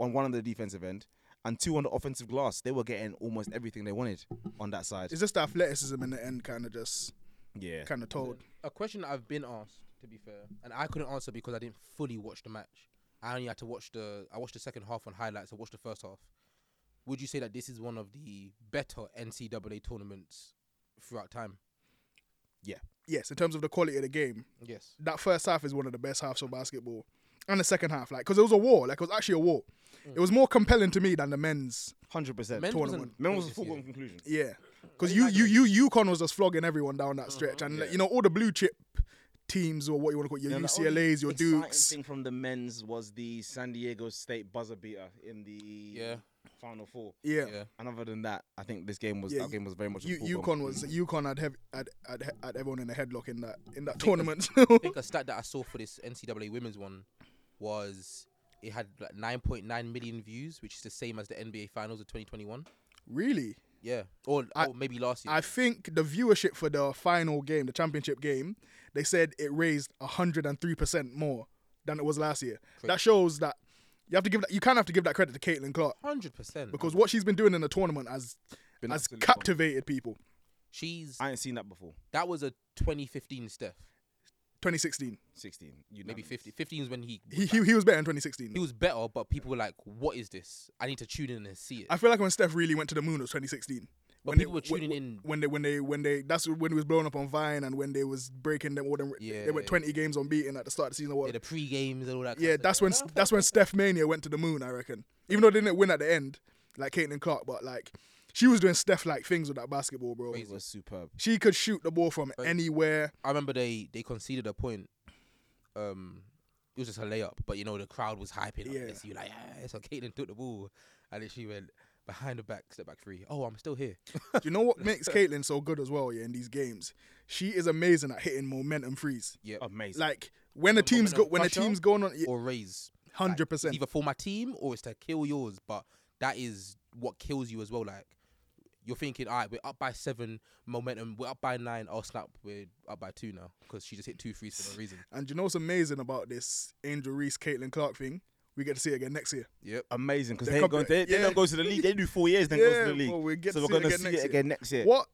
Speaker 1: on one on the defensive end, and two on the offensive glass. They were getting almost everything they wanted on that side.
Speaker 2: It's just the athleticism in the end, kind of just
Speaker 1: yeah,
Speaker 2: kind of told.
Speaker 3: a question that I've been asked, to be fair, and I couldn't answer because I didn't fully watch the match. I only had to watch the I watched the second half on highlights. I watched the first half. Would you say that this is one of the better NCAA tournaments throughout time?
Speaker 2: Yes, in terms of the quality of the game,
Speaker 3: Yes.
Speaker 2: that first half is one of the best halves of basketball, and the second half, like, because it was a war, like it was actually a war.
Speaker 1: Mm.
Speaker 2: It was more compelling to me than the men's.
Speaker 1: hundred percent.
Speaker 3: Men
Speaker 1: Men
Speaker 3: wasn't great
Speaker 1: was a
Speaker 3: this
Speaker 1: foregone
Speaker 3: season.
Speaker 1: conclusion.
Speaker 2: Yeah, because you you you UConn was just flogging everyone down that stretch, and like, you know all the blue chip teams or what you want to call it, your
Speaker 1: Mm-hmm. Yeah, the only
Speaker 2: UCLA's, your
Speaker 1: exciting
Speaker 2: Dukes.
Speaker 1: thing from the men's was the San Diego State buzzer beater in the
Speaker 3: Yeah.
Speaker 1: final four.
Speaker 2: Yeah.
Speaker 3: Yeah.
Speaker 1: And other than that, I think this game was
Speaker 2: Yeah,
Speaker 1: that game was very much. a
Speaker 2: U-
Speaker 1: foregone
Speaker 2: UConn was
Speaker 1: conclusion.
Speaker 2: UConn had, heavy, had, had he- had everyone in a headlock in that in that tournament.
Speaker 3: I think a stat that I saw for this NCAA women's one was it had like 9.9 million views, which is the same as the NBA Finals of 2021.
Speaker 2: really,
Speaker 3: Yeah, or,
Speaker 2: I-
Speaker 3: or maybe last year.
Speaker 2: I think the viewership for the final game, the championship game, they said it raised 103% more than it was last year. That shows that you have to give that, you kind of have to give that credit to Caitlin Clark
Speaker 3: Hundred percent.
Speaker 2: because what she's been doing in the tournament has
Speaker 1: Been
Speaker 2: has
Speaker 1: absolutely
Speaker 2: captivated people.
Speaker 3: she's
Speaker 1: I ain't seen that before.
Speaker 3: that was a 2015 Steph.
Speaker 2: 2016.
Speaker 1: 16.
Speaker 3: maybe
Speaker 1: unanimous.
Speaker 3: 50. 15 is when he
Speaker 2: He, he, he was better in 2016.
Speaker 3: he was better, but people were like, "What is this? I need to tune in and see it."
Speaker 2: I feel like when Steph really went to the moon it was 2016.
Speaker 3: But
Speaker 2: when
Speaker 3: people were tuning
Speaker 2: when,
Speaker 3: in-
Speaker 2: when they when they when they that's when he was blowing up on Vine and when they was breaking them all them
Speaker 3: Yeah.
Speaker 2: they were 20 games unbeaten at the start of the season. Or
Speaker 3: yeah, the pre games and all that. kind
Speaker 2: yeah,
Speaker 3: of stuff.
Speaker 2: that's when that's when Steph Mania went to the moon. I reckon, even though they didn't win at the end, like Caitlin Clark, but like she was doing Steph like things with that basketball, bro.
Speaker 1: It was superb.
Speaker 2: She could shoot the ball from
Speaker 3: Crazy.
Speaker 2: anywhere.
Speaker 3: I remember they they conceded a point. Um, it was just a layup, but you know the crowd was hyping.
Speaker 2: Yeah.
Speaker 3: Yeah. You like, ah, it's okay. Then took the ball, and then she went behind the back, step back three. Oh, I'm still here.
Speaker 2: Do you know what makes Caitlin so good as well? Yeah, in these games, she is amazing at hitting momentum frees.
Speaker 3: yeah,
Speaker 1: Amazing.
Speaker 2: Like when the team's go
Speaker 3: momentum
Speaker 2: when the
Speaker 3: crusher
Speaker 2: team's going on,
Speaker 3: or raise
Speaker 2: hundred percent.
Speaker 3: either for my team or it's to kill yours. But that is what kills you as well. Like you're thinking, all right, we're up by seven, momentum. We're up by nine. Oh snap, we're up by two now because she just hit two threes for no reason.
Speaker 2: And you know what's amazing about this Angel Reese, Caitlin Clark thing? We get to see it again next year.
Speaker 3: Yep.
Speaker 1: Amazing because
Speaker 2: They're
Speaker 1: they ain't going.
Speaker 2: compe-
Speaker 1: They, they
Speaker 2: yeah.
Speaker 1: don't go to the league. They do four years, then goes to the league.
Speaker 2: well, we get
Speaker 1: so
Speaker 2: to
Speaker 1: we're
Speaker 2: see it
Speaker 1: gonna
Speaker 2: again
Speaker 1: see
Speaker 2: next
Speaker 1: it
Speaker 2: year.
Speaker 1: again next year.
Speaker 2: What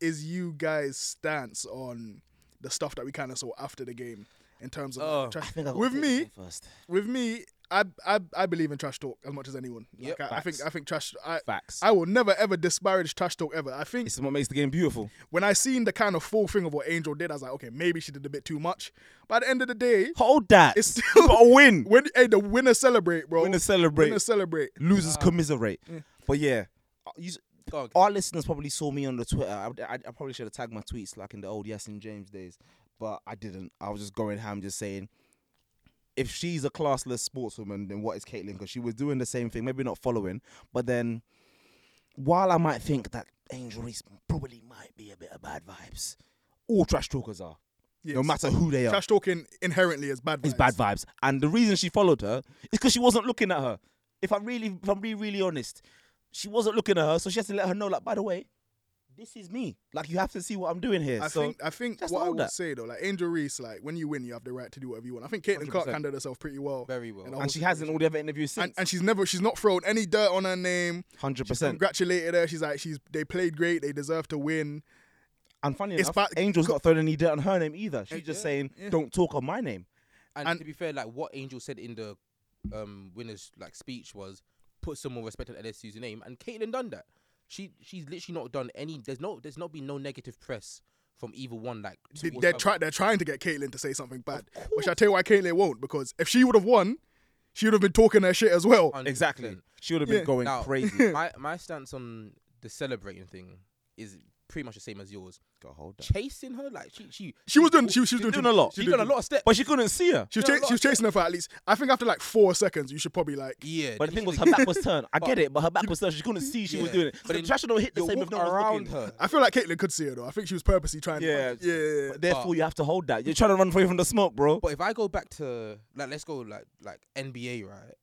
Speaker 2: is you guys' stance on the stuff that we kind of saw after the game in terms of
Speaker 3: Oh,
Speaker 2: trash?
Speaker 1: I think I got
Speaker 2: with
Speaker 1: Caitlin
Speaker 2: me,
Speaker 1: first.
Speaker 2: with me, I, I I believe in trash talk as much as anyone. Like, I, I think
Speaker 1: Facts.
Speaker 2: I think trash. I,
Speaker 1: Facts.
Speaker 2: I will never ever disparage trash talk ever. I think
Speaker 1: This is what makes the game beautiful.
Speaker 2: when I seen the kind of full thing of what Angel did, I was like, okay, maybe she did a bit too much. But at the end of the day,
Speaker 1: Hold that.
Speaker 2: It's
Speaker 1: It's
Speaker 2: still-
Speaker 1: still a win.
Speaker 2: when hey, the winner celebrate, bro.
Speaker 1: Winners celebrate.
Speaker 2: Winners celebrate.
Speaker 1: Losers commiserate. But yeah, uh, you s-
Speaker 3: Go on.
Speaker 1: our listeners probably saw me on the Twitter. I, I, I probably should have tagged my tweets like in the old Yes and James days, but I didn't. I was just going ham, just saying, if she's a classless sportswoman, then what is Caitlyn? Because she was doing the same thing, maybe not following, but then while I might think that Angel Reese probably might be a bit of bad vibes, all trash talkers are, no
Speaker 2: Yes.
Speaker 1: matter who they are.
Speaker 2: Trash talking inherently is bad.
Speaker 1: It's
Speaker 2: vibes.
Speaker 1: bad vibes. And the reason she followed her is because she wasn't looking at her. If I'm really, if I'm really, really honest, she wasn't looking at her, so she has to let her know, like, by the way, this is me. Like, you have to see what I'm doing here.
Speaker 2: I
Speaker 1: so
Speaker 2: think I think
Speaker 1: just
Speaker 2: what I
Speaker 1: hold
Speaker 2: would
Speaker 1: that.
Speaker 2: say though, like Angel Reese, like when you win, you have the right to do whatever you want. I think Caitlin Clark
Speaker 1: 100%.
Speaker 2: handled herself pretty well,
Speaker 3: Very well.
Speaker 2: in the whole
Speaker 1: and she has in all the other interviews
Speaker 2: And,
Speaker 1: since.
Speaker 2: and she's never, she's not thrown any dirt on her name.
Speaker 1: Hundred
Speaker 2: She's
Speaker 1: percent.
Speaker 2: congratulated her. She's like, she's they played great. They deserve to win.
Speaker 1: And funny
Speaker 2: it's
Speaker 1: enough,
Speaker 2: part-
Speaker 1: Angel's not throwing any dirt on her name either. She's just saying, "Don't talk on my name."
Speaker 3: And,
Speaker 2: And-
Speaker 3: to be fair, like what Angel said in the um winners like speech was put some more respect on LSU's name, and Caitlin done that. She she's literally not done any. There's no there's not been no negative press from either one. Like
Speaker 2: They,
Speaker 3: towards
Speaker 2: they're
Speaker 3: her.
Speaker 2: try, they're trying to get Caitlin to say something bad, which I tell you why Caitlin won't because if she would have won, she would have been talking her shit as well.
Speaker 3: 100%.
Speaker 1: Exactly. She would have been
Speaker 2: Yeah.
Speaker 1: going
Speaker 3: Now,
Speaker 1: crazy.
Speaker 3: my my stance on the celebrating thing is pretty much the same as yours.
Speaker 1: Got hold that.
Speaker 3: Chasing her like she she
Speaker 2: She was doing, she, she was
Speaker 1: She's
Speaker 2: doing,
Speaker 1: doing a
Speaker 2: too
Speaker 1: lot.
Speaker 2: much.
Speaker 3: she
Speaker 2: She
Speaker 3: done a lot of steps.
Speaker 1: but she couldn't see her.
Speaker 2: She was,
Speaker 3: doing a
Speaker 2: cha-
Speaker 3: lot
Speaker 2: she was
Speaker 3: of
Speaker 2: chasing her for at least. I think after like four seconds, you should probably like.
Speaker 3: yeah,
Speaker 1: But the thing was, her
Speaker 3: literally-
Speaker 1: back was turned. I get it, but her back was turned. She couldn't see she was
Speaker 3: Yeah.
Speaker 1: doing it.
Speaker 3: But
Speaker 1: But
Speaker 3: in-
Speaker 1: the trash don't hit the
Speaker 3: you're
Speaker 1: same if no
Speaker 3: walking
Speaker 1: one's
Speaker 3: around
Speaker 1: looking.
Speaker 3: her.
Speaker 2: I feel like Caitlin could see her though. I think she was purposely trying.
Speaker 1: Yeah.
Speaker 2: to, yeah, yeah, yeah.
Speaker 1: But therefore, you have to hold that. You're trying to run away from the smoke, bro.
Speaker 3: But if I go back to like let's go like like NBA right,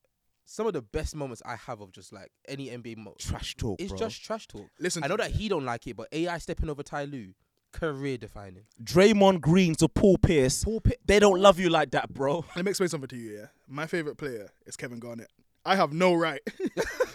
Speaker 3: some of the best moments I have of just like any NBA mo-
Speaker 1: Trash talk,
Speaker 3: it's
Speaker 1: bro.
Speaker 3: just trash talk.
Speaker 2: Listen to
Speaker 3: I know
Speaker 2: me.
Speaker 3: that he don't like it, but AI stepping over Ty Lue, career defining.
Speaker 1: Draymond Green to Paul Pierce.
Speaker 3: Paul Pitt.
Speaker 1: They don't love you like that, bro.
Speaker 2: Let me explain something to you, yeah. My favorite player is Kevin Garnett. I have no right.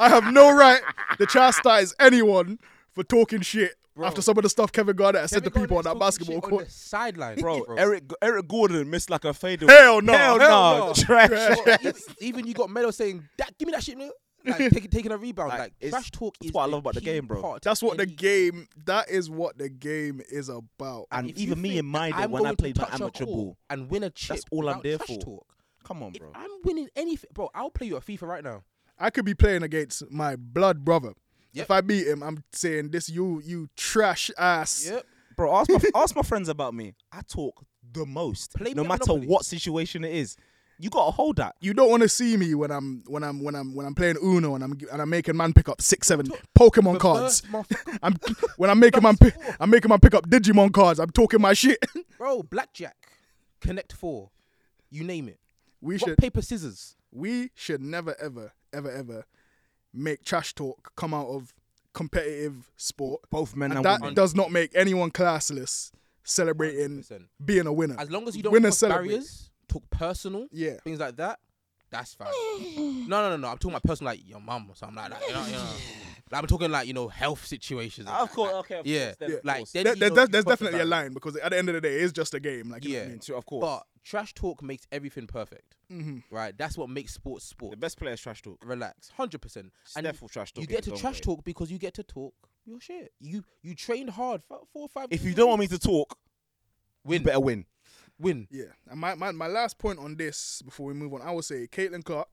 Speaker 2: I have no right to chastise anyone for talking shit after some of the stuff Kevin Garnett has said to people on that basketball court.
Speaker 3: sideline,
Speaker 1: Bro, Eric Eric Gordon missed like a fadeaway.
Speaker 2: Hell no,
Speaker 1: Hell,
Speaker 2: hell
Speaker 1: no.
Speaker 2: no.
Speaker 1: Trash.
Speaker 3: even, even you got Melo saying that. Give me that shit, nigga. Like taking taking a rebound. Like,
Speaker 1: Like, it's-
Speaker 3: trash talk
Speaker 1: it's
Speaker 3: is
Speaker 1: what I
Speaker 3: a
Speaker 1: love about the
Speaker 3: key
Speaker 1: game, bro.
Speaker 3: part to
Speaker 2: That's what the
Speaker 3: any-
Speaker 2: game. That is what the game is about.
Speaker 1: And
Speaker 3: if you
Speaker 1: even me
Speaker 3: think
Speaker 1: in my
Speaker 3: that
Speaker 1: day
Speaker 3: I'm
Speaker 1: when I
Speaker 3: going to
Speaker 1: played my
Speaker 3: touch a
Speaker 1: amateur
Speaker 3: court
Speaker 1: ball,
Speaker 3: and win a chip,
Speaker 1: all I'm
Speaker 3: without
Speaker 1: there
Speaker 3: trash
Speaker 1: for.
Speaker 3: Talk,
Speaker 1: Come on,
Speaker 3: If
Speaker 1: bro.
Speaker 3: I'm winning anything, bro, I'll play you at FIFA right now.
Speaker 2: I could be playing against my blood brother.
Speaker 3: Yep.
Speaker 2: If I beat him, I'm saying this. You, you trash ass.
Speaker 1: Bro, ask my ask my friends about me. I talk the most,
Speaker 3: Play
Speaker 1: no
Speaker 3: me
Speaker 1: matter
Speaker 3: Monopoly.
Speaker 1: what situation it is. You gotta hold that.
Speaker 2: You don't want to see me when I'm when I'm when I'm when I'm playing Uno and I'm and I'm making man pick up six seven Pokemon cards.
Speaker 3: Reverse, motherfucker.
Speaker 2: I'm when I'm making man pick I'm making man pick up Digimon cards. I'm talking my shit.
Speaker 3: bro, blackjack, connect four, you name it.
Speaker 2: We
Speaker 3: Rock,
Speaker 2: should
Speaker 3: paper, scissors.
Speaker 2: we should never ever ever ever make trash talk come out of competitive sport.
Speaker 1: Both men
Speaker 2: And,
Speaker 1: and,
Speaker 2: that
Speaker 1: women.
Speaker 2: does not make anyone classless celebrating
Speaker 3: 100%.
Speaker 2: being a winner.
Speaker 3: As long as you don't
Speaker 2: Winner
Speaker 3: cross
Speaker 2: celebrate.
Speaker 3: barriers, talk personal,
Speaker 2: Yeah.
Speaker 3: things like that. That's fine. no, no, no, no. I'm talking about personal, like your mum or something like that. You know, you know. Like I'm talking like you know health situations. and
Speaker 1: Of
Speaker 3: that,
Speaker 1: course,
Speaker 3: like-
Speaker 1: okay, of
Speaker 3: yeah,
Speaker 1: course, then, of
Speaker 3: like
Speaker 1: course.
Speaker 3: then
Speaker 2: There,
Speaker 3: you
Speaker 2: there,
Speaker 3: know,
Speaker 2: there's
Speaker 3: you
Speaker 2: there's
Speaker 3: talk
Speaker 2: definitely a
Speaker 3: about it.
Speaker 2: line because at the end of the day, it's just a game. Like, you know
Speaker 3: Yeah,
Speaker 2: what I mean?
Speaker 1: So, of course.
Speaker 3: But trash talk makes everything perfect,
Speaker 2: Mm-hmm.
Speaker 3: right? That's what makes sports sport.
Speaker 1: the best player is trash talk.
Speaker 3: Relax, hundred percent.
Speaker 1: Steph will trash talk
Speaker 3: You
Speaker 1: in
Speaker 3: get
Speaker 1: his
Speaker 3: to
Speaker 1: own
Speaker 3: trash
Speaker 1: way.
Speaker 3: talk because you get to talk your shit. You you trained hard for four or five.
Speaker 1: If
Speaker 3: days
Speaker 1: you
Speaker 3: a
Speaker 1: don't
Speaker 3: week.
Speaker 1: want me to talk,
Speaker 3: win,
Speaker 1: better win.
Speaker 3: win.
Speaker 2: Yeah. And my, my, my last point on this before we move on, I would say Caitlin Clark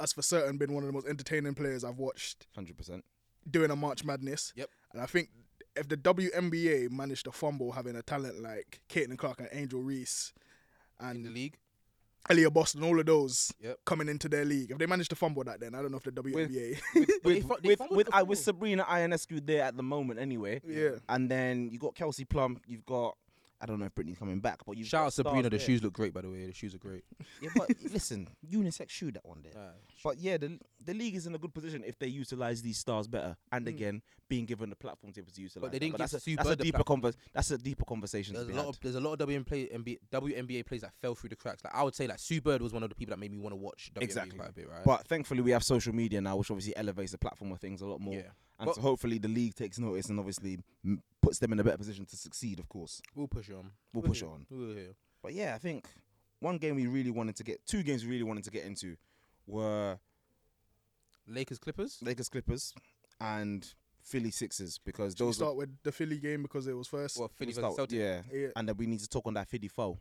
Speaker 2: has for certain been one of the most entertaining players I've watched
Speaker 1: Hundred percent.
Speaker 2: doing a March Madness.
Speaker 3: Yep.
Speaker 2: And I think if the WNBA managed to fumble having a talent like Caitlin Clark and Angel Reese
Speaker 3: in the
Speaker 2: and
Speaker 3: league.
Speaker 2: Elia Boston, all of those
Speaker 3: Yep.
Speaker 2: coming into their league, if they managed to fumble that, then I don't know if the WNBA.
Speaker 3: But
Speaker 1: With
Speaker 3: they fu- they
Speaker 1: with
Speaker 3: fumbled
Speaker 1: with,
Speaker 3: the
Speaker 1: I, with
Speaker 3: ball.
Speaker 1: Sabrina Ionescu there at the moment anyway.
Speaker 2: yeah.
Speaker 1: And then you got Kelsey Plum. You've got I don't know if Brittany's coming back, but you
Speaker 3: Shout out Sabrina. The shoes look great, by the way. The shoes are great.
Speaker 1: Yeah, but listen, unisex shoe that one there. But yeah, the the league is in a good position if they utilize these stars better, and again, being given the platform to be able to utilize.
Speaker 3: they
Speaker 1: them.
Speaker 3: didn't give
Speaker 1: that's a,
Speaker 3: Sue
Speaker 1: that's a
Speaker 3: Bird the
Speaker 1: deeper
Speaker 3: platform.
Speaker 1: convers- That's a deeper conversation.
Speaker 3: There's
Speaker 1: to
Speaker 3: a
Speaker 1: be
Speaker 3: lot
Speaker 1: had.
Speaker 3: of there's a lot of WNBA, NBA, WNBA players that fell through the cracks. Like I would say, like Sue Bird was one of the people that made me want to watch WNBA
Speaker 1: Exactly.
Speaker 3: quite a bit, right?
Speaker 1: But thankfully, we have social media now, which obviously elevates the platform of things a lot more.
Speaker 3: Yeah.
Speaker 1: And
Speaker 3: But-
Speaker 1: so hopefully, the league takes notice and obviously m- puts them in a better position to succeed. Of course,
Speaker 3: we'll push it on.
Speaker 1: we'll push it on.
Speaker 3: We'll hear.
Speaker 1: But yeah, I think one game we really wanted to get, two games we really wanted to get into, were
Speaker 3: Lakers Clippers.
Speaker 1: Lakers Clippers and Philly Sixers because
Speaker 2: We
Speaker 1: those are
Speaker 2: start with the Philly game because it was first.
Speaker 3: Well, Philly
Speaker 1: We'll
Speaker 3: versus
Speaker 1: start-
Speaker 3: Celtics.
Speaker 1: yeah.
Speaker 2: Yeah.
Speaker 1: and then we need to talk on that Philly foul.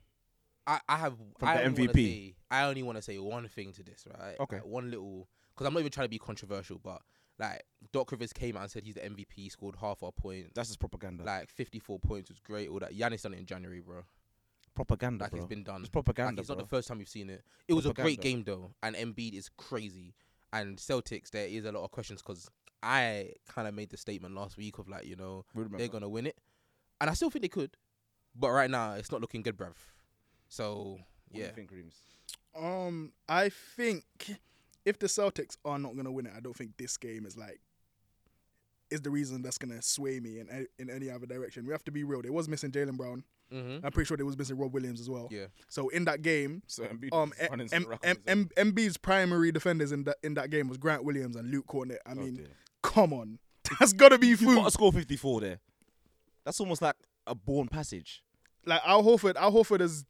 Speaker 3: I, I have
Speaker 1: From
Speaker 3: I
Speaker 1: the
Speaker 3: only wanna
Speaker 1: MVP.
Speaker 3: say- I only want to say one thing to this, right?
Speaker 1: Okay.
Speaker 3: Like, one little, because I'm not even trying to be controversial, but like Doc Rivers came out and said he's the MVP, he scored half our points,
Speaker 1: That's just propaganda.
Speaker 3: like 54 points was great. All that Giannis done it in January, bro.
Speaker 1: propaganda.
Speaker 3: Like
Speaker 1: bro.
Speaker 3: it's been done.
Speaker 1: It's propaganda.
Speaker 3: Like, it's not
Speaker 1: bro.
Speaker 3: the first time we've seen it. It was a great
Speaker 1: Propaganda.
Speaker 3: game though, and Embiid is crazy. And Celtics, there is a lot of questions because I kind of made the statement last week of like, you know,
Speaker 1: We remember.
Speaker 3: they're gonna win it, and I still think they could, but right now it's not looking good, bruv. So
Speaker 1: What do
Speaker 3: yeah,
Speaker 1: you think, Reeves?
Speaker 2: Um, I think if the Celtics are not going to win it, I don't think this game is like is the reason that's going to sway me in a- in any other direction. We have to be real. They was missing Jalen Brown.
Speaker 1: Mm-hmm.
Speaker 3: Mhm.
Speaker 2: I'm pretty sure they was missing Rob Williams as well.
Speaker 3: yeah.
Speaker 2: So in that game,
Speaker 1: So Embiid
Speaker 2: um,
Speaker 1: was running some
Speaker 2: M-
Speaker 1: rock on
Speaker 2: M-
Speaker 1: his own.
Speaker 2: M- MB's primary defenders in that in that game was Grant Williams and Luke Cornett. I mean,
Speaker 1: Oh, dear.
Speaker 2: come on, that's gotta be
Speaker 1: You've got
Speaker 2: food.
Speaker 1: to score 54 there. That's almost like a born passage.
Speaker 2: Like Al Horford, Al Horford has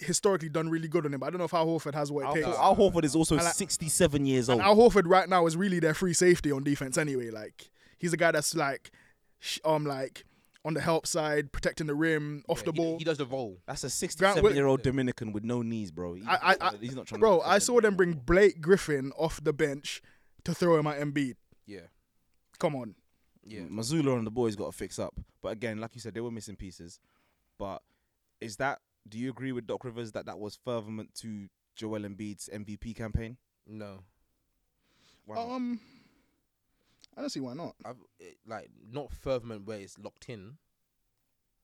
Speaker 2: historically done really good on him. but I don't know if Al Horford has what it
Speaker 1: Al,
Speaker 2: takes.
Speaker 1: Al Horford is also
Speaker 2: And like-
Speaker 1: 67 years old.
Speaker 2: And Al Horford right now is really their free safety on defense anyway. Like he's a guy that's like, sh- um, like on the help side, protecting the rim, off
Speaker 3: Yeah,
Speaker 2: the
Speaker 3: he, d-
Speaker 2: ball.
Speaker 3: He does the roll.
Speaker 1: That's a
Speaker 2: Will-
Speaker 1: 67 year old Dominican with no knees, bro. He's,
Speaker 2: I, I, I,
Speaker 1: he's not trying
Speaker 2: bro,
Speaker 1: to
Speaker 2: I saw them bring Blake Griffin off the bench to throw him at Embiid.
Speaker 3: Yeah,
Speaker 2: Come on,
Speaker 3: yeah.
Speaker 1: Missoula and the boys got to fix up. But again, like you said, they were missing pieces. But is that, do you agree with Doc Rivers that that was furtherment to Joel Embiid's MVP campaign?
Speaker 3: No,
Speaker 1: Wow.
Speaker 2: um, I don't see why not.
Speaker 3: I've it, like not furtherment where it's locked in.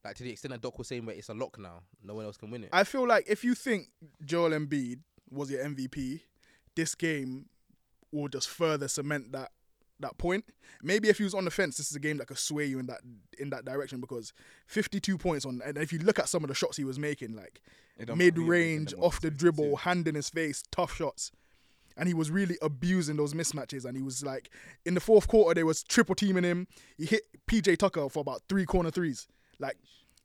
Speaker 3: Like to the extent that Doc was saying, where it's a lock now, no one else can win it.
Speaker 2: I feel like if you think Joel Embiid was your MVP, this game will just further cement that that point. Maybe if he was on the fence, this is a game that could sway you in that in that direction because 52 points on and if you look at some of the shots he was making like
Speaker 1: It don't matter who you're making
Speaker 2: mid-range
Speaker 1: them
Speaker 2: off
Speaker 1: off,
Speaker 2: the
Speaker 1: it's
Speaker 2: dribble,
Speaker 1: easy.
Speaker 2: hand in his face, tough shots. And he was really abusing those mismatches and he was like in the fourth quarter they was triple teaming him. He hit PJ Tucker for about three corner threes. Like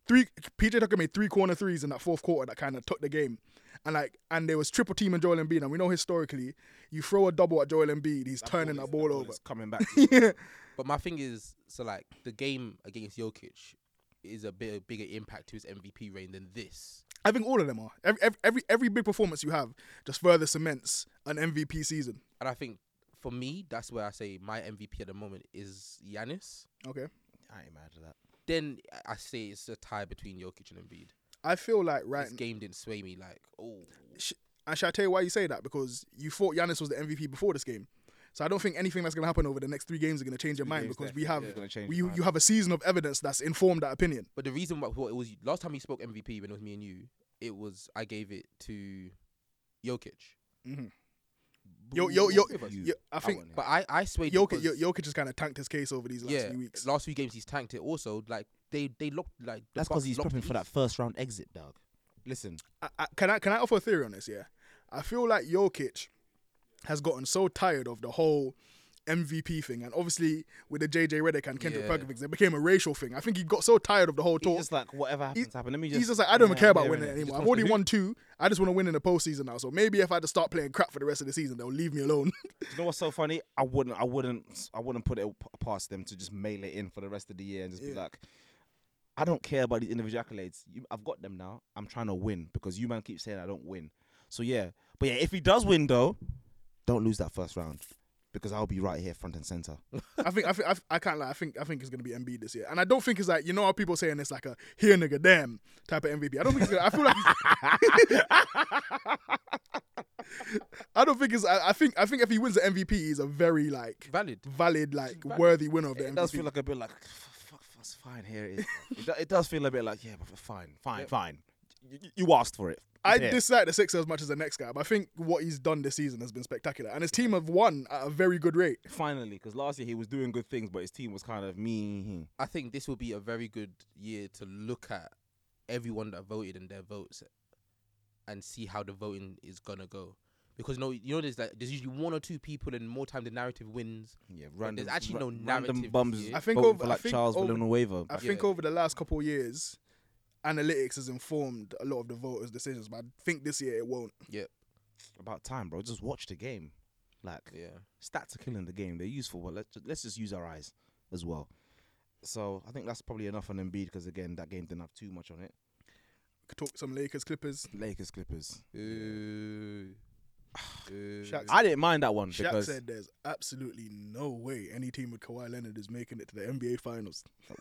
Speaker 2: three PJ Tucker made three corner threes in that fourth quarter that kind of took the game. And like and there was triple teaming Joel Embiid and we know historically you throw a double at Joel Embiid, he's turning that ball over.
Speaker 1: It's coming back. to you.
Speaker 3: But my thing is, so like the game against Jokic is a bit a bigger impact to his MVP reign than this.
Speaker 2: I think all of them are. Every every every, every big performance you have just further cements an MVP season.
Speaker 3: And I think for me, that's where I say my MVP at the moment is Giannis.
Speaker 2: Okay.
Speaker 1: I ain't mad at that.
Speaker 3: Then I- I say it's a tie between Jokic and Embiid.
Speaker 2: I feel like right
Speaker 3: This game didn't sway me. Like, oh,
Speaker 2: sh- and shall I tell you why you say that? Because you thought Giannis was the MVP before this game. So I don't think anything that's going to happen over the next three games are going to change your mind
Speaker 1: games
Speaker 2: because we have
Speaker 1: definitely is gonna change
Speaker 2: we,
Speaker 1: your
Speaker 2: you,
Speaker 1: mind.
Speaker 2: you have a season of evidence that's informed that opinion.
Speaker 3: But the reason why what it was last time we spoke MVP when it was me and you, it was I gave it to Jokic.
Speaker 2: Yo, yo, yo,
Speaker 3: Give us-
Speaker 2: yo I think
Speaker 3: But I I swayed
Speaker 2: Jokic,
Speaker 3: because-
Speaker 2: Jo- Jokic has kind of tanked his case over these last
Speaker 3: yeah,
Speaker 2: few weeks.
Speaker 3: last few games he's tanked it. Also, like they they locked like the
Speaker 1: That's because
Speaker 3: Bucks
Speaker 1: he's
Speaker 3: locked
Speaker 1: prepping
Speaker 3: the
Speaker 1: for that
Speaker 3: East.
Speaker 1: first round exit, dog. Listen,
Speaker 2: I, I, can I can I offer a theory on this? Yeah, I feel like Jokic has gotten so tired of the whole MVP thing, and obviously with the JJ Redick and Kendrick
Speaker 3: Yeah.
Speaker 2: Perkins, thing, it became a racial thing. I think he got so tired of the whole
Speaker 1: He's
Speaker 2: talk.
Speaker 1: just like whatever happens, happen. Let me just.
Speaker 2: He's just like, I don't even
Speaker 1: Yeah,
Speaker 2: care about
Speaker 1: yeah,
Speaker 2: winning
Speaker 1: innit? He just
Speaker 2: anymore.
Speaker 1: wants
Speaker 2: I've
Speaker 1: to
Speaker 2: already
Speaker 1: hoop.
Speaker 2: won two. I just want to win in the postseason now. So maybe if I had to start playing crap for the rest of the season, they'll leave me alone.
Speaker 1: You know what's so funny? I wouldn't, I wouldn't, I wouldn't put it p- past them to just mail it in for the rest of the year and just be like, I don't care about these individual accolades. You, I've got them now. I'm trying to win because you man keep saying I don't win. So yeah, but yeah, if he does win though, don't lose that first round because I'll be right here, front and center.
Speaker 2: I think I think I, I can't lie. I think I think it's gonna be Embiid this year, and I don't think it's like you know how people saying it's like a here nigga damn type of MVP. I don't think it's gonna, I feel like he's- I don't think it's I, I think I think if he wins the MVP, he's a very like
Speaker 3: Valid.
Speaker 2: valid like worthy winner of the
Speaker 1: It
Speaker 2: MVP.
Speaker 1: does feel like a bit like, "F- fuck, that's fine. Here it is. it, do, it does feel a bit like, yeah, but fine, fine, fine. You, you asked for it.
Speaker 2: I
Speaker 1: Yeah.
Speaker 2: dislike the Sixers as much as the next guy, but I think what he's done this season has been spectacular, and his team have won at a very good rate.
Speaker 1: finally because last year he was doing good things, but his team was kind of me.
Speaker 3: I think this will be a very good year to look at everyone that voted and their votes and see how the voting is gonna go. Because no, you know, there's like there's usually one or two people, and more time the narrative wins.
Speaker 1: Yeah,
Speaker 3: But
Speaker 1: random.
Speaker 3: There's actually
Speaker 1: ra-
Speaker 3: no narrative.
Speaker 1: Random
Speaker 3: this
Speaker 1: bums.
Speaker 3: year.
Speaker 2: I think
Speaker 1: voting
Speaker 2: over-
Speaker 1: for
Speaker 2: I
Speaker 1: like
Speaker 2: think
Speaker 1: Charles
Speaker 2: over-
Speaker 1: Villanueva.
Speaker 2: I
Speaker 1: but-
Speaker 2: think
Speaker 3: Yeah.
Speaker 2: over the last couple of years, analytics has informed a lot of the voters' decisions, but I think this year it won't.
Speaker 3: Yep.
Speaker 1: about time, bro. Just watch the game. Like
Speaker 3: Yeah.
Speaker 1: stats are killing the game. They're useful, but let's just, let's just use our eyes as well. So I think that's probably enough on Embiid because again, that game didn't have too much on it.
Speaker 2: Could talk some Lakers Clippers.
Speaker 1: Lakers Clippers.
Speaker 3: Ooh. Ooh.
Speaker 2: Shaq's-
Speaker 1: I didn't mind that one
Speaker 2: Shaq
Speaker 1: because
Speaker 2: said there's absolutely no way any team with Kawhi Leonard is making it to the NBA Finals.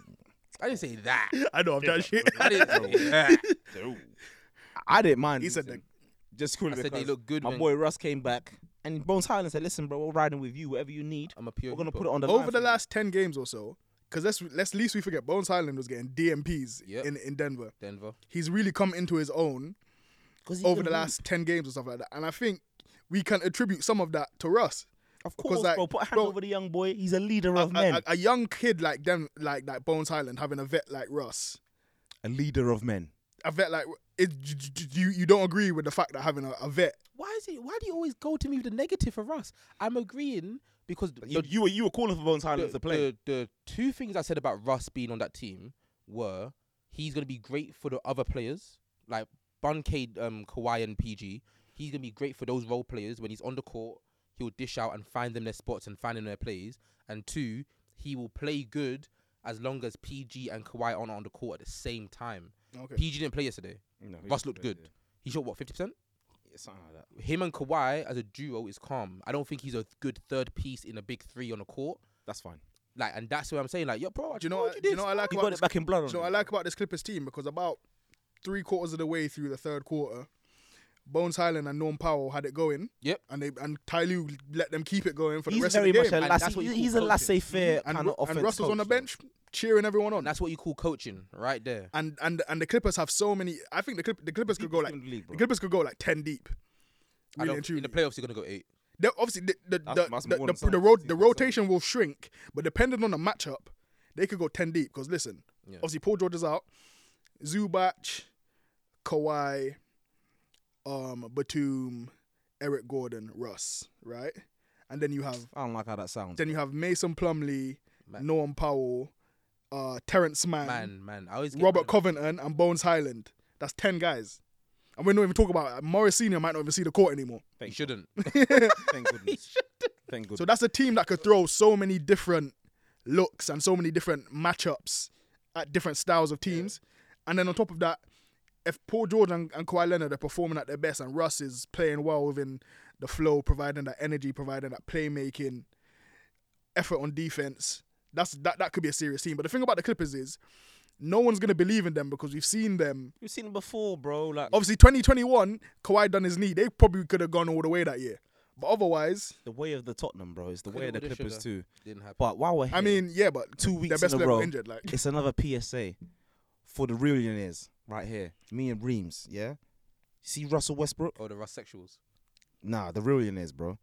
Speaker 3: I didn't say that.
Speaker 2: I know I've done shit.
Speaker 3: I didn't say that.
Speaker 1: I didn't mind.
Speaker 2: He said
Speaker 1: losing. just cool.
Speaker 3: I said they
Speaker 1: because
Speaker 3: look good
Speaker 1: My
Speaker 3: when-
Speaker 1: boy Russ came back and Bones Highland said, "Listen, bro, we're riding with you. Whatever you need,
Speaker 3: I'm a pure
Speaker 1: we're gonna
Speaker 3: hooper.
Speaker 1: put it on the line
Speaker 2: Over
Speaker 1: for
Speaker 2: the
Speaker 1: you."
Speaker 2: last ten games or so, because let's let's least we forget Bones Highland was getting DMPs
Speaker 3: Yep.
Speaker 2: in in Denver.
Speaker 3: Denver.
Speaker 2: He's really come into his own
Speaker 1: 'Cause he
Speaker 2: over
Speaker 1: can
Speaker 2: the
Speaker 1: hoop.
Speaker 2: last ten games or stuff like that, and I think we can attribute some of that to Russ.
Speaker 1: Of
Speaker 2: Because,
Speaker 1: course,
Speaker 2: like,
Speaker 1: bro. Put a hand
Speaker 2: bro-
Speaker 1: over the young boy. He's a leader
Speaker 2: A,
Speaker 1: of men.
Speaker 2: a- a young kid like them, like like Bones Highland, having a vet like Russ,
Speaker 1: a leader of men.
Speaker 2: a vet like it, you you don't agree with the fact that having a, a vet
Speaker 3: Why is it? Why do you always go to me with the negative for us? I'm agreeing because the,
Speaker 1: You, you were you were calling for Bones Highland
Speaker 3: the,
Speaker 1: to play.
Speaker 3: the- the two things I said about Russ being on that team were he's gonna be great for the other players, like Bunkade, um, Kawhi, and PG. He's gonna be great for those role players when he's on the court. He'll dish out and find them their spots and find them their plays. And two, he will play good as long as PG and Kawhi aren't on the court at the same time.
Speaker 2: Okay.
Speaker 3: PG didn't play yesterday.
Speaker 1: No, he
Speaker 3: Russ
Speaker 1: didn't
Speaker 3: looked
Speaker 1: play
Speaker 3: good. He shot what fifty percent
Speaker 1: Something like that.
Speaker 3: him and Kawhi as a duo is calm. I don't think he's a good third piece in a big three on the court.
Speaker 1: That's fine.
Speaker 3: Like, and that's what I'm saying. Like, yo, bro, I
Speaker 2: Do you know?
Speaker 3: told
Speaker 2: What, do you
Speaker 3: this.
Speaker 2: know? What I like
Speaker 1: He
Speaker 2: about
Speaker 1: got
Speaker 2: this,
Speaker 1: it back in blood.
Speaker 2: do you know what I like about this Clippers team because about three quarters of the way through the third quarter, Bones Highland and Norm Powell had it going.
Speaker 3: Yep.
Speaker 2: And they and Ty Lue let them keep it going for the
Speaker 1: He's
Speaker 2: rest
Speaker 1: very
Speaker 2: of the
Speaker 1: much
Speaker 2: game.
Speaker 1: a
Speaker 3: And
Speaker 1: laissez,
Speaker 3: that's what you
Speaker 1: he's,
Speaker 3: call
Speaker 1: he's a
Speaker 3: coaching.
Speaker 1: laissez faire
Speaker 2: and
Speaker 1: kind of
Speaker 2: Ru-
Speaker 1: offense.
Speaker 2: and Russ was on the
Speaker 1: coach,
Speaker 2: bench cheering everyone on.
Speaker 3: And that's what you call coaching, right there.
Speaker 2: and and and the Clippers have so many. I think the Clip, the Clippers could go
Speaker 1: Deepest
Speaker 2: like
Speaker 1: in the league,
Speaker 2: the
Speaker 1: bro.
Speaker 2: Clippers could go like ten deep.
Speaker 3: I
Speaker 2: Really
Speaker 3: don't,
Speaker 2: and
Speaker 3: in
Speaker 2: truly.
Speaker 3: the playoffs, you're gonna go eight.
Speaker 2: They're- obviously the the
Speaker 1: That's-
Speaker 2: the,
Speaker 1: that's
Speaker 2: the,
Speaker 1: more
Speaker 2: the,
Speaker 1: than
Speaker 2: the
Speaker 1: some
Speaker 2: ro-
Speaker 1: seasons,
Speaker 2: the
Speaker 1: so.
Speaker 2: rotation will shrink, but depending on the matchup, they could go ten deep. Because listen, obviously Paul George is out, Zubac, Kawhi, um, Batum, Eric Gordon, Russ, right, and then you have
Speaker 1: I don't like how that sounds.
Speaker 2: then you have Mason Plumlee,
Speaker 3: Man.
Speaker 2: Noam Powell, uh, Terrence Mann,
Speaker 3: Man, man, I always get
Speaker 2: Robert
Speaker 3: mad.
Speaker 2: Covington, and Bones Highland. That's ten guys. And we're not even talking about it. Morris Senior might not even see the court anymore.
Speaker 3: You shouldn't.
Speaker 1: Thank goodness. Thank goodness.
Speaker 2: So that's a team that could throw so many different looks and so many different matchups at different styles of teams. And then on top of that, if Paul George and, and Kawhi Leonard are performing at their best and Russ is playing well within the flow, providing that energy, providing that playmaking, effort on defense, that's that, that could be a serious team. But the thing about the Clippers is no one's gonna believe in them because we've seen them.
Speaker 1: We've seen it before, bro. Like
Speaker 2: Obviously 2021, Kawhi done his knee. They probably could have gone all the way that year. But otherwise,
Speaker 1: the way of the Tottenham, bro. It's the way of
Speaker 3: Coulda,
Speaker 1: the
Speaker 3: woulda,
Speaker 1: Clippers
Speaker 3: shoulda.
Speaker 1: too.
Speaker 3: Didn't happen.
Speaker 1: But while we're here,
Speaker 2: I mean, yeah, but
Speaker 1: two
Speaker 2: their
Speaker 1: weeks
Speaker 2: best
Speaker 1: in a
Speaker 2: player got
Speaker 1: row.
Speaker 2: injured, like
Speaker 1: It's another PSA for the real millionaires right here. Me and Reams, yeah. See Russell Westbrook?
Speaker 3: Oh, the Russ sexuals.
Speaker 1: Nah, the real millionaires, bro.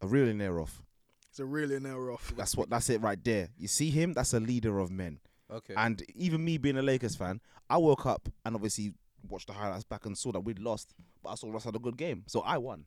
Speaker 1: A real millionaire off.
Speaker 2: It's a really nail off.
Speaker 1: That's what. That's it right there. You see him? That's a leader of men.
Speaker 3: Okay.
Speaker 1: And even me being a Lakers fan, I woke up and obviously watched the highlights back and saw that we'd lost, but I saw Russ had a good game, so I won.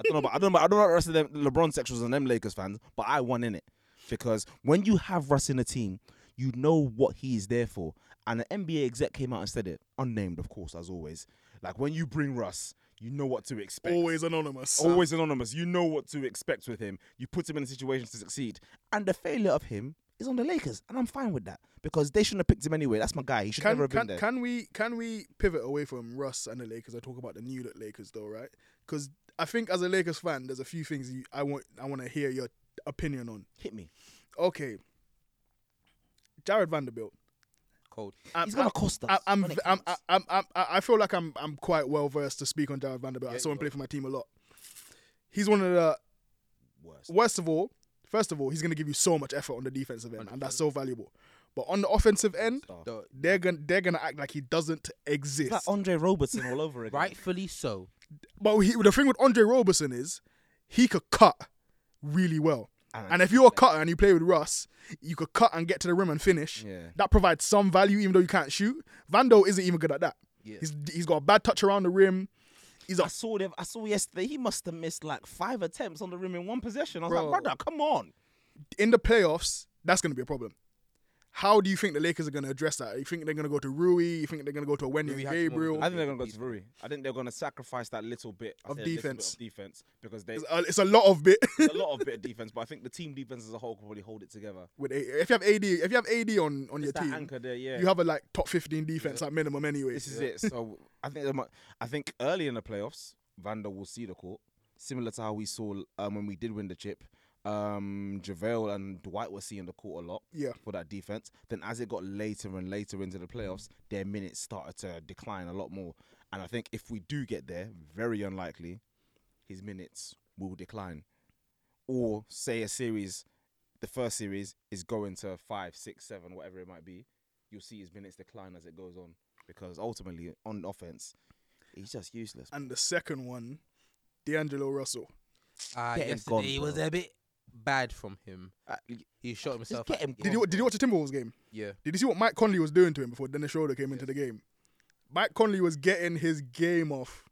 Speaker 1: I don't know about I don't know about, I don't know about the rest of them LeBron sexuals and them Lakers fans, but I won in it because when you have Russ in a team, you know what he is there for. And an NBA exec came out and said it, unnamed of course, as always. Like when you bring Russ, you know what to expect.
Speaker 2: Always anonymous.
Speaker 1: Always anonymous. You know what to expect with him. You put him in a situation to succeed, and the failure of him is on the Lakers, and I'm fine with that because they shouldn't have picked him anyway. That's my guy. He should never
Speaker 2: Can,
Speaker 1: have been
Speaker 2: can,
Speaker 1: there.
Speaker 2: can we can we pivot away from Russ and the Lakers and talk about the new look Lakers though, right? Because I think as a Lakers fan, there's a few things you, I want I want to hear your opinion on.
Speaker 1: Hit me.
Speaker 2: Okay, Jared Vanderbilt.
Speaker 3: Cold.
Speaker 2: I'm-
Speaker 1: He's gonna cost us.
Speaker 2: I, I'm,
Speaker 1: when it
Speaker 2: I'm, I,
Speaker 1: counts.
Speaker 2: I'm, I'm, I I feel like I'm, I'm quite well versed to speak on Jared Vanderbilt. I
Speaker 3: Yeah,
Speaker 2: saw
Speaker 3: you
Speaker 2: him
Speaker 3: are.
Speaker 2: play for my team a lot. He's one of the
Speaker 1: Worst.
Speaker 2: worst of all. First of all, he's going to give you so much effort on the defensive end, and that's so valuable. But on the offensive end,
Speaker 1: Oh.
Speaker 3: The-
Speaker 2: they're gonna, they're gonna act like he doesn't exist.
Speaker 1: It's like Andre Robertson all over again.
Speaker 3: rightfully so.
Speaker 2: But he, the thing with Andre Roberson is he could cut really well.
Speaker 1: And-
Speaker 2: And if you're a cutter and you play with Russ, you could cut and get to the rim and finish.
Speaker 1: Yeah.
Speaker 2: That provides some value, even though you can't shoot. Vando isn't even good at that.
Speaker 3: Yeah.
Speaker 2: He's he's got a bad touch around the rim. He's
Speaker 1: I
Speaker 2: a
Speaker 1: saw them. I saw yesterday. He must have missed like five attempts on the rim in one possession. I was
Speaker 2: Bro.
Speaker 1: like, brother, come on.
Speaker 2: in the playoffs. That's going to be a problem. How do you think the Lakers are going to address that? You think they're going to go to Rui? You think they're going to go to a Wendy
Speaker 3: Rui
Speaker 2: and
Speaker 3: had more of
Speaker 2: Gabriel?
Speaker 1: I think they're gonna go to Rui. I think they're gonna sacrifice that little bit I
Speaker 2: Of
Speaker 1: say a little bit
Speaker 2: defense.
Speaker 1: of defense because they.
Speaker 2: It's a, it's a lot of bit.
Speaker 1: there's a lot of bit of defense, but I think the team defense as a whole can probably hold it together.
Speaker 2: with a, if you have AD, if you have AD on on your
Speaker 1: that
Speaker 2: team,
Speaker 1: anchor there, yeah.
Speaker 2: you have a like top fifteen defense at minimum anyway.
Speaker 1: This is it. So I think they might, I think early in the playoffs, Vanda will see the court, similar to how we saw um, when we did win the chip. Um, Javale and Dwight were seeing the court a lot
Speaker 2: Yeah.
Speaker 1: for that defense. Then as it got later and later into the playoffs, their minutes started to decline a lot more. And I think if we do get there, very unlikely, his minutes will decline. Or say a series, the first series is going to five, six, seven, whatever it might be. You'll see his minutes decline as it goes on because ultimately on offense, he's just useless.
Speaker 2: and the second one, D'Angelo Russell.
Speaker 3: Uh,
Speaker 1: Get him
Speaker 3: yesterday
Speaker 1: gone,
Speaker 3: it was
Speaker 1: bro.
Speaker 3: a bit bad from him.
Speaker 1: Uh, y-
Speaker 3: He shot himself.
Speaker 1: get
Speaker 3: at-
Speaker 1: him
Speaker 3: yeah,
Speaker 2: Did you did you watch the Timberwolves game?
Speaker 3: Yeah.
Speaker 2: Did you see what Mike Conley was doing to him before Dennis Schroeder came into the game? Mike Conley was getting his game off.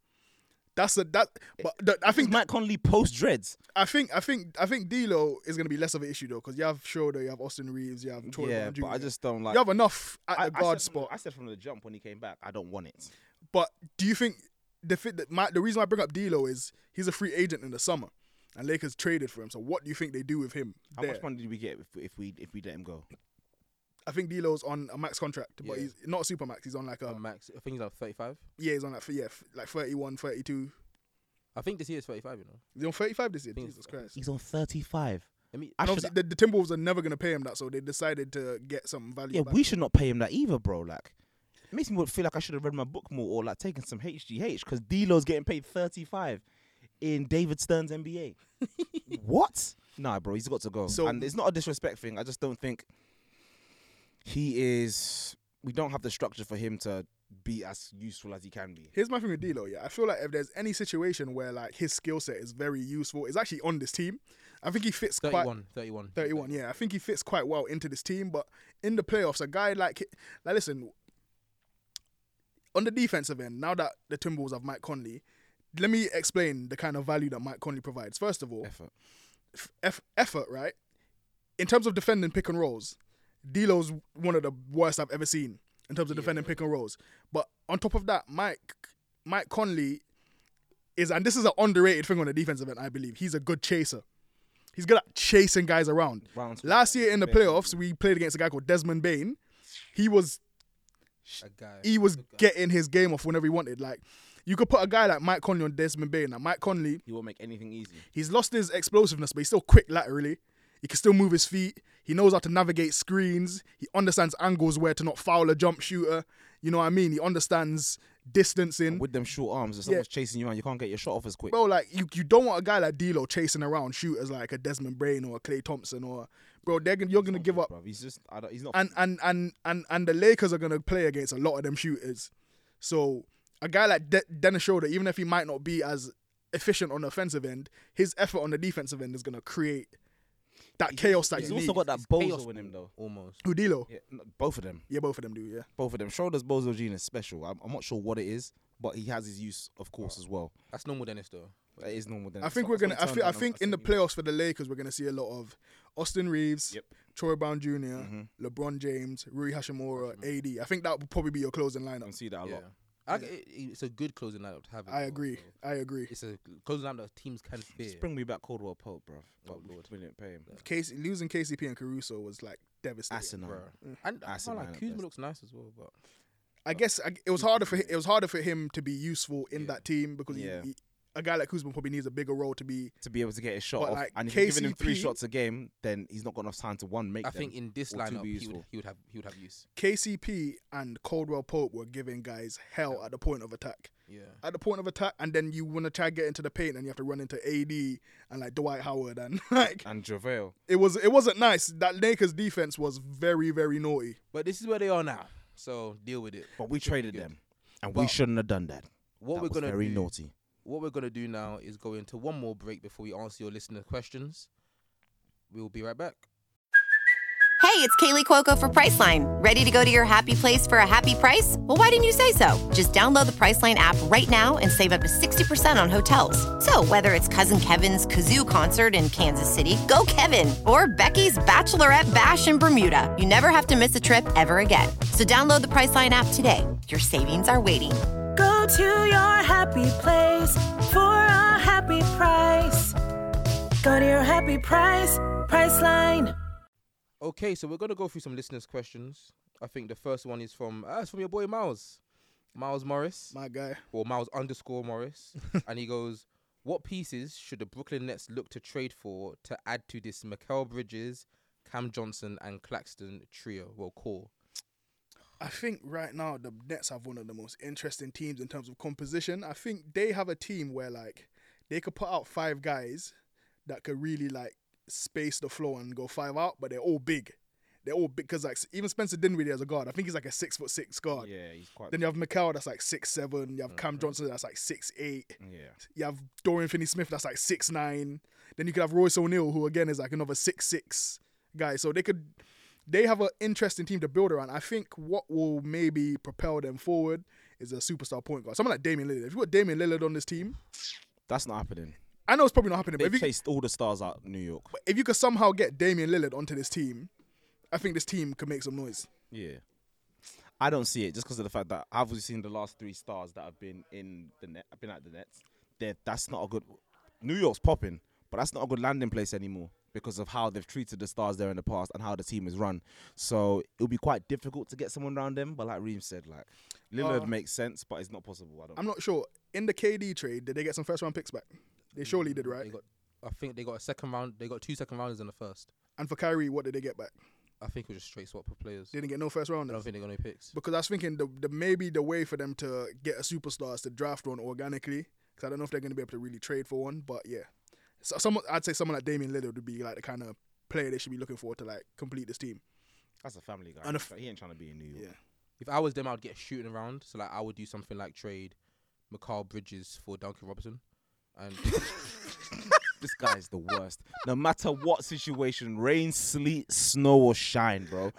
Speaker 2: That's a that. But the, I think
Speaker 1: Matt Conley post dreads.
Speaker 2: I think I think I think D'Lo is gonna be less of an issue though, because you have Schroeder, you have Austin Reeves, you have Troy
Speaker 1: Yeah,
Speaker 2: Brown Jr.
Speaker 1: but I just don't like.
Speaker 2: you have enough at
Speaker 1: I-
Speaker 2: the
Speaker 1: I
Speaker 2: guard
Speaker 1: said from-
Speaker 2: spot.
Speaker 1: I said from the jump when he came back, I don't want it.
Speaker 2: But do you think the fit that my, the reason I bring up D'Lo is he's a free agent in the summer, and Lakers traded for him. So what do you think they do with him?
Speaker 1: How
Speaker 2: there?
Speaker 1: much money did we get if, if we if we let him go?
Speaker 2: I think D'Lo's on a max contract, but
Speaker 3: Yeah.
Speaker 2: he's not a super max. He's on like a
Speaker 3: Uh, Max, I think he's like 35.
Speaker 2: yeah, he's on like yeah, f- like 31, 32.
Speaker 3: I think this year is 35. You know.
Speaker 2: He's on 35 this year.
Speaker 3: Think-
Speaker 2: Jesus Christ.
Speaker 1: He's on thirty five.
Speaker 3: Let me.
Speaker 1: I
Speaker 2: And
Speaker 1: should,
Speaker 2: obviously, the, the Timberwolves are never going to pay him that, so they decided to get some value.
Speaker 1: yeah,
Speaker 2: back.
Speaker 1: we should not pay him that either, bro. Like, it makes me feel like I should have read my book more or like taken some HGH because D'Lo's getting paid thirty five in David Stern's NBA. what? Nah, bro, he's got to go.
Speaker 2: So-
Speaker 1: and it's not a disrespect thing. I just don't think he is. We don't have the structure for him to be as useful as he can be.
Speaker 2: Here's my thing with D'Lo. Yeah, I feel like if there's any situation where like his skill set is very useful, it's actually on this team. I think he fits quite
Speaker 3: 31, 31.
Speaker 2: 31. Yeah, I think he fits quite well into this team. But in the playoffs, a guy like like listen on the defensive end. Now that the Timberwolves have Mike Conley, let me explain the kind of value that Mike Conley provides. First of all,
Speaker 1: Effort.
Speaker 2: f- eff- effort, right? In terms of defending pick and rolls, D'Lo's one of the worst I've ever seen in terms of defending pick and rolls. But on top of that, Mike Mike Conley is, and this is an underrated thing on the defensive end, I believe. He's a good chaser. He's good at chasing guys around.
Speaker 1: Round-
Speaker 2: Last year in the playoffs, we played against a guy called Desmond Bain. He was
Speaker 3: A guy.
Speaker 2: he was getting his game off whenever he wanted. Like you could put a guy like Mike Conley on Desmond Bain. And Mike Conley,
Speaker 1: He won't make anything easy.
Speaker 2: He's lost his explosiveness, but he's still quick laterally. He can still move his feet. He knows how to navigate screens. He understands angles where to not foul a jump shooter. You know what I mean? He understands distancing.
Speaker 1: With them short arms, if someone's chasing you around, you can't get your shot off as quick.
Speaker 2: Bro, like you, you don't want a guy like D'Lo chasing around shooters like a Desmond Brain or a Clay Thompson or bro. They're gonna, you're gonna give up,
Speaker 1: Bruv, He's just, I don't, he's not.
Speaker 2: and and and and and the Lakers are gonna play against a lot of them shooters. So a guy like De- Dennis Schroeder, even if he might not be as efficient on the offensive end, his effort on the defensive end is gonna create that chaos that
Speaker 1: he's
Speaker 2: you
Speaker 1: also
Speaker 2: need.
Speaker 1: got that bozo in him though.
Speaker 3: Almost.
Speaker 2: Who D'Lo? Yeah.
Speaker 1: Yeah, no, both of them.
Speaker 2: both of them do. Yeah,
Speaker 1: Both of them. Schroeder's bozo gene is special. I'm, I'm not sure what it is, but he has his use, of course, as well.
Speaker 3: That's normal, Dennis, though.
Speaker 1: That is normal. Then
Speaker 2: I
Speaker 1: It's
Speaker 2: think
Speaker 1: not-
Speaker 2: we're
Speaker 1: it's not
Speaker 2: gonna.
Speaker 1: a
Speaker 2: I think, I
Speaker 1: turnaround,
Speaker 2: think
Speaker 1: it's a
Speaker 2: in the
Speaker 1: new-
Speaker 2: playoffs for the Lakers, we're gonna see a lot of Austin Reeves,
Speaker 1: Yep.
Speaker 2: Troy Brown junior LeBron James, Rui Hashimura, AD. I think that would probably be your closing
Speaker 1: I can
Speaker 2: lineup.
Speaker 1: see that a
Speaker 3: Yeah.
Speaker 1: lot.
Speaker 3: I, it- it's a good closing lineup to have. in
Speaker 2: I
Speaker 3: the
Speaker 2: agree.
Speaker 3: world, bro.
Speaker 2: I agree.
Speaker 3: It's a closing lineup that teams can fear.
Speaker 1: Just bring me back Caldwell Pope, bruv.
Speaker 3: Oh,
Speaker 1: But we
Speaker 3: Lord.
Speaker 1: we didn't pay him.
Speaker 2: Casey, losing KCP and Caruso was like devastating.
Speaker 1: Asinine.
Speaker 3: bro. And I
Speaker 1: That's a
Speaker 3: can't lie,
Speaker 1: lineup
Speaker 3: Kuzma
Speaker 1: best.
Speaker 3: looks nice as well, but
Speaker 2: I guess I, it was harder for hi- it was harder for him to be useful in that team because he-
Speaker 1: Yeah.
Speaker 2: he- a guy like Kuzma probably needs a bigger role to be.
Speaker 1: To be able to get his shot
Speaker 2: But,
Speaker 1: off,
Speaker 2: like,
Speaker 1: and if you're giving him three
Speaker 2: KCP
Speaker 1: shots a game, then he's not got enough time to one make.
Speaker 3: I think
Speaker 1: them
Speaker 3: in this
Speaker 1: or two
Speaker 3: lineup
Speaker 1: be
Speaker 3: he would,
Speaker 1: useful.
Speaker 3: he would have he would have use.
Speaker 2: KCP and Caldwell Pope were giving guys hell at the point of attack.
Speaker 3: Yeah.
Speaker 2: At the point of attack, and then you want to try get into the paint, and you have to run into AD and like Dwight Howard, and like
Speaker 1: and Javale.
Speaker 2: it was it wasn't nice. That Lakers defense was very very naughty.
Speaker 3: But this is where they are now, so deal with it.
Speaker 1: But we traded
Speaker 3: good.
Speaker 1: them, and
Speaker 3: But
Speaker 1: we shouldn't have done that.
Speaker 3: What
Speaker 1: That
Speaker 3: we're
Speaker 1: was
Speaker 3: gonna
Speaker 1: very
Speaker 3: do,
Speaker 1: naughty.
Speaker 3: what we're gonna do now is go into one more break before we answer your listener questions. We'll be right back.
Speaker 7: Hey, it's Kaylee Cuoco for Priceline. Ready to go to your happy place for a happy price? Well, why didn't you say so? Just download the Priceline app right now and save up to 60% on hotels. So, whether it's Cousin Kevin's Kazoo concert in Kansas City, go Kevin, or Becky's Bachelorette Bash in Bermuda, you never have to miss a trip ever again. So, download the Priceline app today. Your savings are waiting.
Speaker 8: Go to your happy place for a happy price. Go to your happy price, Priceline.
Speaker 3: Okay, so we're gonna go through some listeners' questions. I think the first one is from uh, it's from your boy Miles, Miles Morris,
Speaker 2: My guy,
Speaker 3: or Miles underscore Morris, and he goes, "What pieces should the Brooklyn Nets look to trade for to add to this Mikael Bridges, Cam Johnson, and Claxton trio? Well, core.
Speaker 2: I think right now the Nets have one of the most interesting teams in terms of composition. I think they have a team where like they could put out five guys that could really like space the floor and go five out, but they're all big. They're all big because like even Spencer Dinwiddie as a guard, I think he's like a six foot six guard.
Speaker 1: Yeah, he's quite.
Speaker 2: Then you have Mikel that's like six seven. You have Cam Johnson that's like six eight.
Speaker 1: Mm-hmm. yeah,
Speaker 2: You have Dorian Finney Smith that's like six nine. Then you could have Royce O'Neal who again is like another six six guy. So they could they have an interesting team to build around. I think what will maybe propel them forward is a superstar point guard. Someone like Damian Lillard. If you put Damian Lillard on this team,
Speaker 1: that's not happening.
Speaker 2: I know it's probably not happening,
Speaker 1: They
Speaker 2: but if you,
Speaker 1: chased all the stars out of New York.
Speaker 2: if you could somehow get Damian Lillard onto this team, I think this team could make some noise.
Speaker 1: Yeah. I don't see it just because of the fact that I've only seen the last three stars that have been in the net, have been at the Nets. They're, that's not a good. New York's popping, but that's not a good landing place anymore because of how they've treated the stars there in the past and how the team is run. So it'll be quite difficult to get someone around them. But like Reem said, like Lillard makes sense, but it's not possible. I don't.
Speaker 2: Uh, I'm not sure. In the KD trade, did they get some first round picks back? They surely did,
Speaker 3: They
Speaker 2: right?
Speaker 3: got, I think they got a second round. They got two second rounders in the first.
Speaker 2: And for Kyrie, what did they get back?
Speaker 3: I think it was just straight swap for players.
Speaker 2: They didn't get no first
Speaker 3: I
Speaker 2: rounders.
Speaker 3: don't think they got any picks.
Speaker 2: because I was thinking the, the maybe the way for them to get a superstar is to draft one organically. Because I don't know if they're going to be able to really trade for one, but yeah, so someone I'd say someone like Damian Lillard would be like the kind of player they should be looking for to like complete this team.
Speaker 1: That's a family guy.
Speaker 2: And if-
Speaker 1: Like, he ain't trying to be in New York.
Speaker 2: Yeah.
Speaker 3: If I was them, I'd get shooting around. So like, I would do something like trade Mikal Bridges for Duncan Robinson, and
Speaker 1: This guy is the worst. No matter what situation, rain, sleet, snow, or shine, bro. you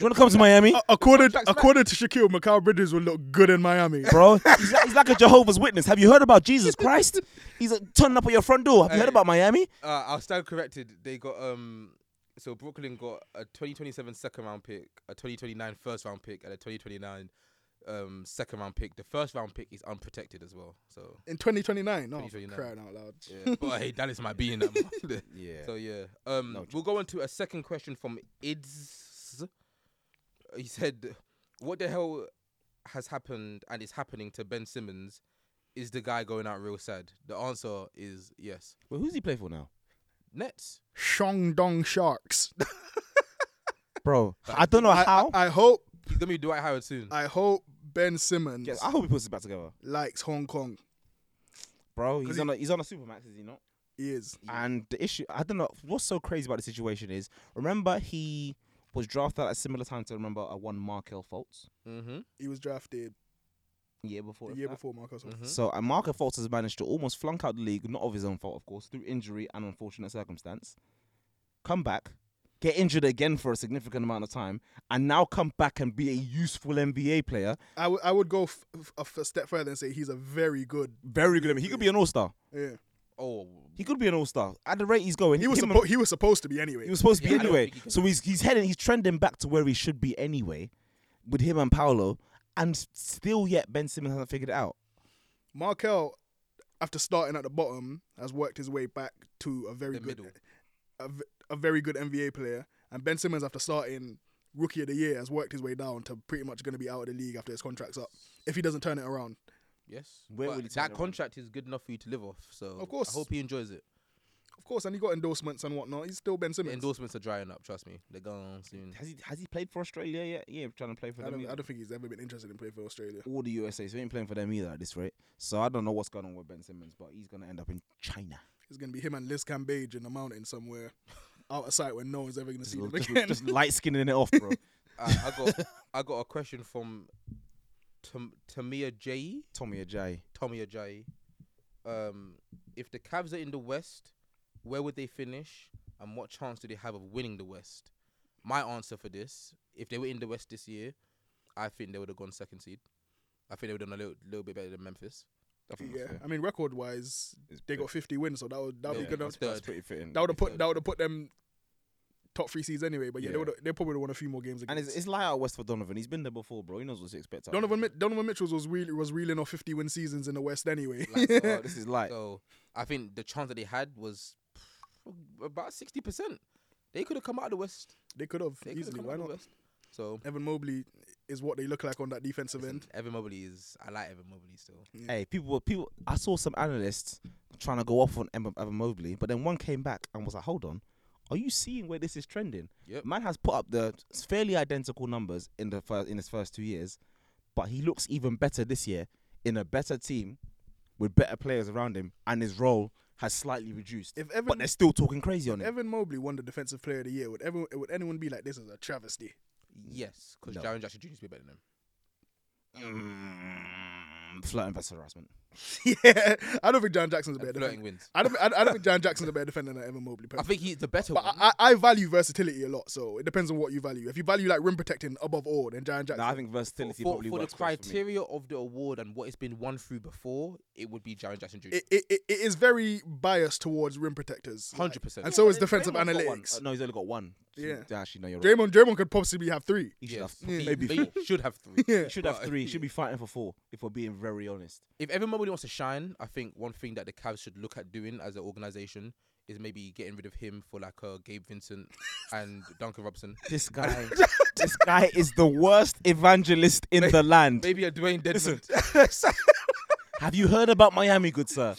Speaker 1: want to come to Miami?
Speaker 2: According according to Shaquille, Mikal Bridges will look good in Miami.
Speaker 1: bro. He's like, he's like a Jehovah's Witness. Have you heard about Jesus Christ? He's uh, turning up at your front door. Have you heard
Speaker 3: Hey.
Speaker 1: about Miami?
Speaker 3: uh, I'll stand corrected. They got um. So Brooklyn got a 2027 second round pick, a 2029 first round pick, and a 2029 um second round pick. The first round pick is unprotected as well. So
Speaker 2: In 2029, no,
Speaker 3: 2029.
Speaker 2: crying out loud.
Speaker 3: yeah, but hey, Dallas might be in that. month.
Speaker 1: Yeah.
Speaker 3: So yeah, um, we'll go on to a second question from Ids. He said, "What the hell has happened and is happening to Ben Simmons? Is the guy going out real sad?" The answer is yes.
Speaker 1: Well, who's he play for now,
Speaker 3: Nets.
Speaker 2: Shongdong Sharks.
Speaker 1: bro? I don't know
Speaker 2: I,
Speaker 1: how. I,
Speaker 2: I, I hope
Speaker 3: He's gonna be Dwight Howard soon.
Speaker 2: I hope Ben Simmons
Speaker 1: hope he puts it back together,
Speaker 2: likes Hong Kong.
Speaker 1: bro. He's on a he's on a supermax, is he not?
Speaker 2: He is.
Speaker 1: And the issue, I don't know. What's so crazy about the situation is, remember he was drafted at a similar time to remember a one Markel Fultz
Speaker 3: mm-hmm.
Speaker 2: He was drafted
Speaker 1: year before.
Speaker 2: the
Speaker 1: if
Speaker 2: year
Speaker 1: that. Mm-hmm.
Speaker 2: before Marcus. Fultz.
Speaker 1: So, and Marco Fultz has managed to almost flunk out the league, not of his own fault, of course, through injury and unfortunate circumstance. Come back, get injured again for a significant amount of time, and now come back and be a useful NBA player.
Speaker 2: I would I would go f- f- a f- step further and say he's a very good.
Speaker 1: Very good. I mean, he could be an all star.
Speaker 2: Yeah.
Speaker 3: Oh,
Speaker 1: He could be an all star at the rate he's going.
Speaker 2: He was
Speaker 1: him
Speaker 2: suppo-
Speaker 1: and-
Speaker 2: he was supposed to be anyway.
Speaker 1: he was supposed to
Speaker 3: Yeah,
Speaker 1: be
Speaker 3: I don't
Speaker 1: anyway.
Speaker 3: think he can
Speaker 1: So he's he's heading he's trending back to where he should be anyway, with him and Paolo, and s- still yet Ben Simmons hasn't figured it out.
Speaker 2: Markel, after starting at the bottom, has worked his way back to a very
Speaker 3: The
Speaker 2: good,
Speaker 3: middle.
Speaker 2: a, v- a very good NBA player. And Ben Simmons, after starting rookie of the year, has worked his way down to pretty much going to be out of the league after his contract's up if he doesn't turn it around.
Speaker 3: yes.
Speaker 1: Where
Speaker 3: But
Speaker 1: would he turn
Speaker 3: that
Speaker 1: around?
Speaker 3: contract is good enough for you to live off. So
Speaker 2: Of course.
Speaker 3: I hope he enjoys it.
Speaker 2: Of course, and he got endorsements and whatnot. He's still Ben
Speaker 3: The
Speaker 2: Simmons.
Speaker 3: endorsements are drying up. Trust me, they're gone soon.
Speaker 1: Has he has he played for Australia yet? Yeah, trying to play for
Speaker 2: I
Speaker 1: them.
Speaker 2: don't, I
Speaker 1: either.
Speaker 2: don't think he's ever been interested in playing for Australia.
Speaker 1: All the USA, so he ain't playing for them either at this rate. So I don't know what's going on with Ben Simmons, but he's gonna end up in China.
Speaker 2: It's going to be him and Liz Cambage in the mountain somewhere, out of sight when no one's ever going to see them
Speaker 1: Just,
Speaker 2: again.
Speaker 1: just light skinning it off, bro.
Speaker 3: I, I got I got a question from Tam- Tamia J.
Speaker 1: Tommy Ajay.
Speaker 3: Tommy Ajayi. Um, if the Cavs are in the West, where would they finish, and what chance do they have of winning the West? My answer for this: if they were in the West this year, I think they would have gone second seed. I think they would have done a little, little bit better than Memphis.
Speaker 2: yeah, I mean, record wise, they got 50 wins, so that would that would
Speaker 3: Yeah,
Speaker 2: be good enough.
Speaker 3: that's third.
Speaker 1: Pretty fitting.
Speaker 2: That would have put
Speaker 3: third.
Speaker 2: that would have put them top three seeds anyway. But yeah, they
Speaker 1: Yeah.
Speaker 2: would they probably would have won a few more games.
Speaker 1: And it's,
Speaker 2: against-
Speaker 1: it's light out west for Donovan. He's been there before, bro. He knows what to expect. out of
Speaker 2: Donovan
Speaker 1: him.
Speaker 2: Mi- Donovan Mitchell's was really was reeling off 50 win seasons in the West anyway.
Speaker 3: Like,
Speaker 1: Oh, this is light.
Speaker 3: So I think the chance that they had was about sixty percent. They could have come out of the West.
Speaker 2: they could have
Speaker 3: They could have
Speaker 2: easily.
Speaker 3: come
Speaker 2: Why
Speaker 3: out of
Speaker 2: not?
Speaker 3: the West. So
Speaker 2: Evan Mobley is what they look like on that defensive
Speaker 3: listen,
Speaker 2: end.
Speaker 3: Evan Mobley is. I like Evan Mobley still.
Speaker 1: Hey, people, were- people. I saw some analysts trying to go off on Em- Evan Mobley, but then one came back and was like, "Hold on, are you seeing where this is trending?
Speaker 3: Yep.
Speaker 1: Man has put up the s- fairly identical numbers in the first, in his first two years, but he looks even better this year in a better team with better players around him, and his role has slightly reduced.
Speaker 2: If
Speaker 1: but
Speaker 2: Evan
Speaker 1: they're still talking crazy on him.
Speaker 2: Evan Mobley won the Defensive Player of the Year, would ever would anyone be like this is a travesty?
Speaker 3: Yes, because
Speaker 1: No.
Speaker 3: Jaron Jackson Jr. is way better than him.
Speaker 1: Mm, flirting versus harassment.
Speaker 2: yeah, I don't think John Jackson's a better
Speaker 3: Flirting
Speaker 2: defender.
Speaker 3: wins.
Speaker 2: I don't I, I don't think John Jackson's a better defender than Evan Mobley.
Speaker 3: I
Speaker 2: Personally.
Speaker 3: think he's the better
Speaker 2: But
Speaker 3: one.
Speaker 2: I, I I value versatility a lot, so it depends on what you value. If you value like rim protecting above all, then Jaron Jackson.
Speaker 1: No, I think versatility
Speaker 3: for,
Speaker 1: probably
Speaker 3: for the
Speaker 1: works best for me.
Speaker 3: criteria of the award and what it's been won through before, it would be Jaron Jackson Jr.
Speaker 2: it, it, it it is very biased towards rim protectors. like,
Speaker 3: 100%.
Speaker 2: And
Speaker 3: Yeah,
Speaker 2: so
Speaker 1: But
Speaker 2: is
Speaker 1: then
Speaker 2: defensive
Speaker 1: Draymond's got one.
Speaker 2: analytics.
Speaker 1: Uh, no, he's only got one.
Speaker 2: Yeah.
Speaker 1: Actually, no, you're right.
Speaker 2: Draymond, Draymond could possibly have three.
Speaker 1: He should
Speaker 3: Yes,
Speaker 1: have
Speaker 3: he-
Speaker 1: maybe
Speaker 3: they
Speaker 1: four.
Speaker 3: should have three.
Speaker 1: He should have
Speaker 3: But
Speaker 1: three. He should be fighting for four. If we're being very honest,
Speaker 3: If Evan Mobley wants to shine, I think one thing that the Cavs should look at doing as an organization is maybe getting rid of him for like uh, Gabe Vincent and Duncan Robinson.
Speaker 1: this guy, this guy is the worst evangelist in the land.
Speaker 3: Maybe a Dwayne Dedman.
Speaker 1: Have you heard about Miami, good sir?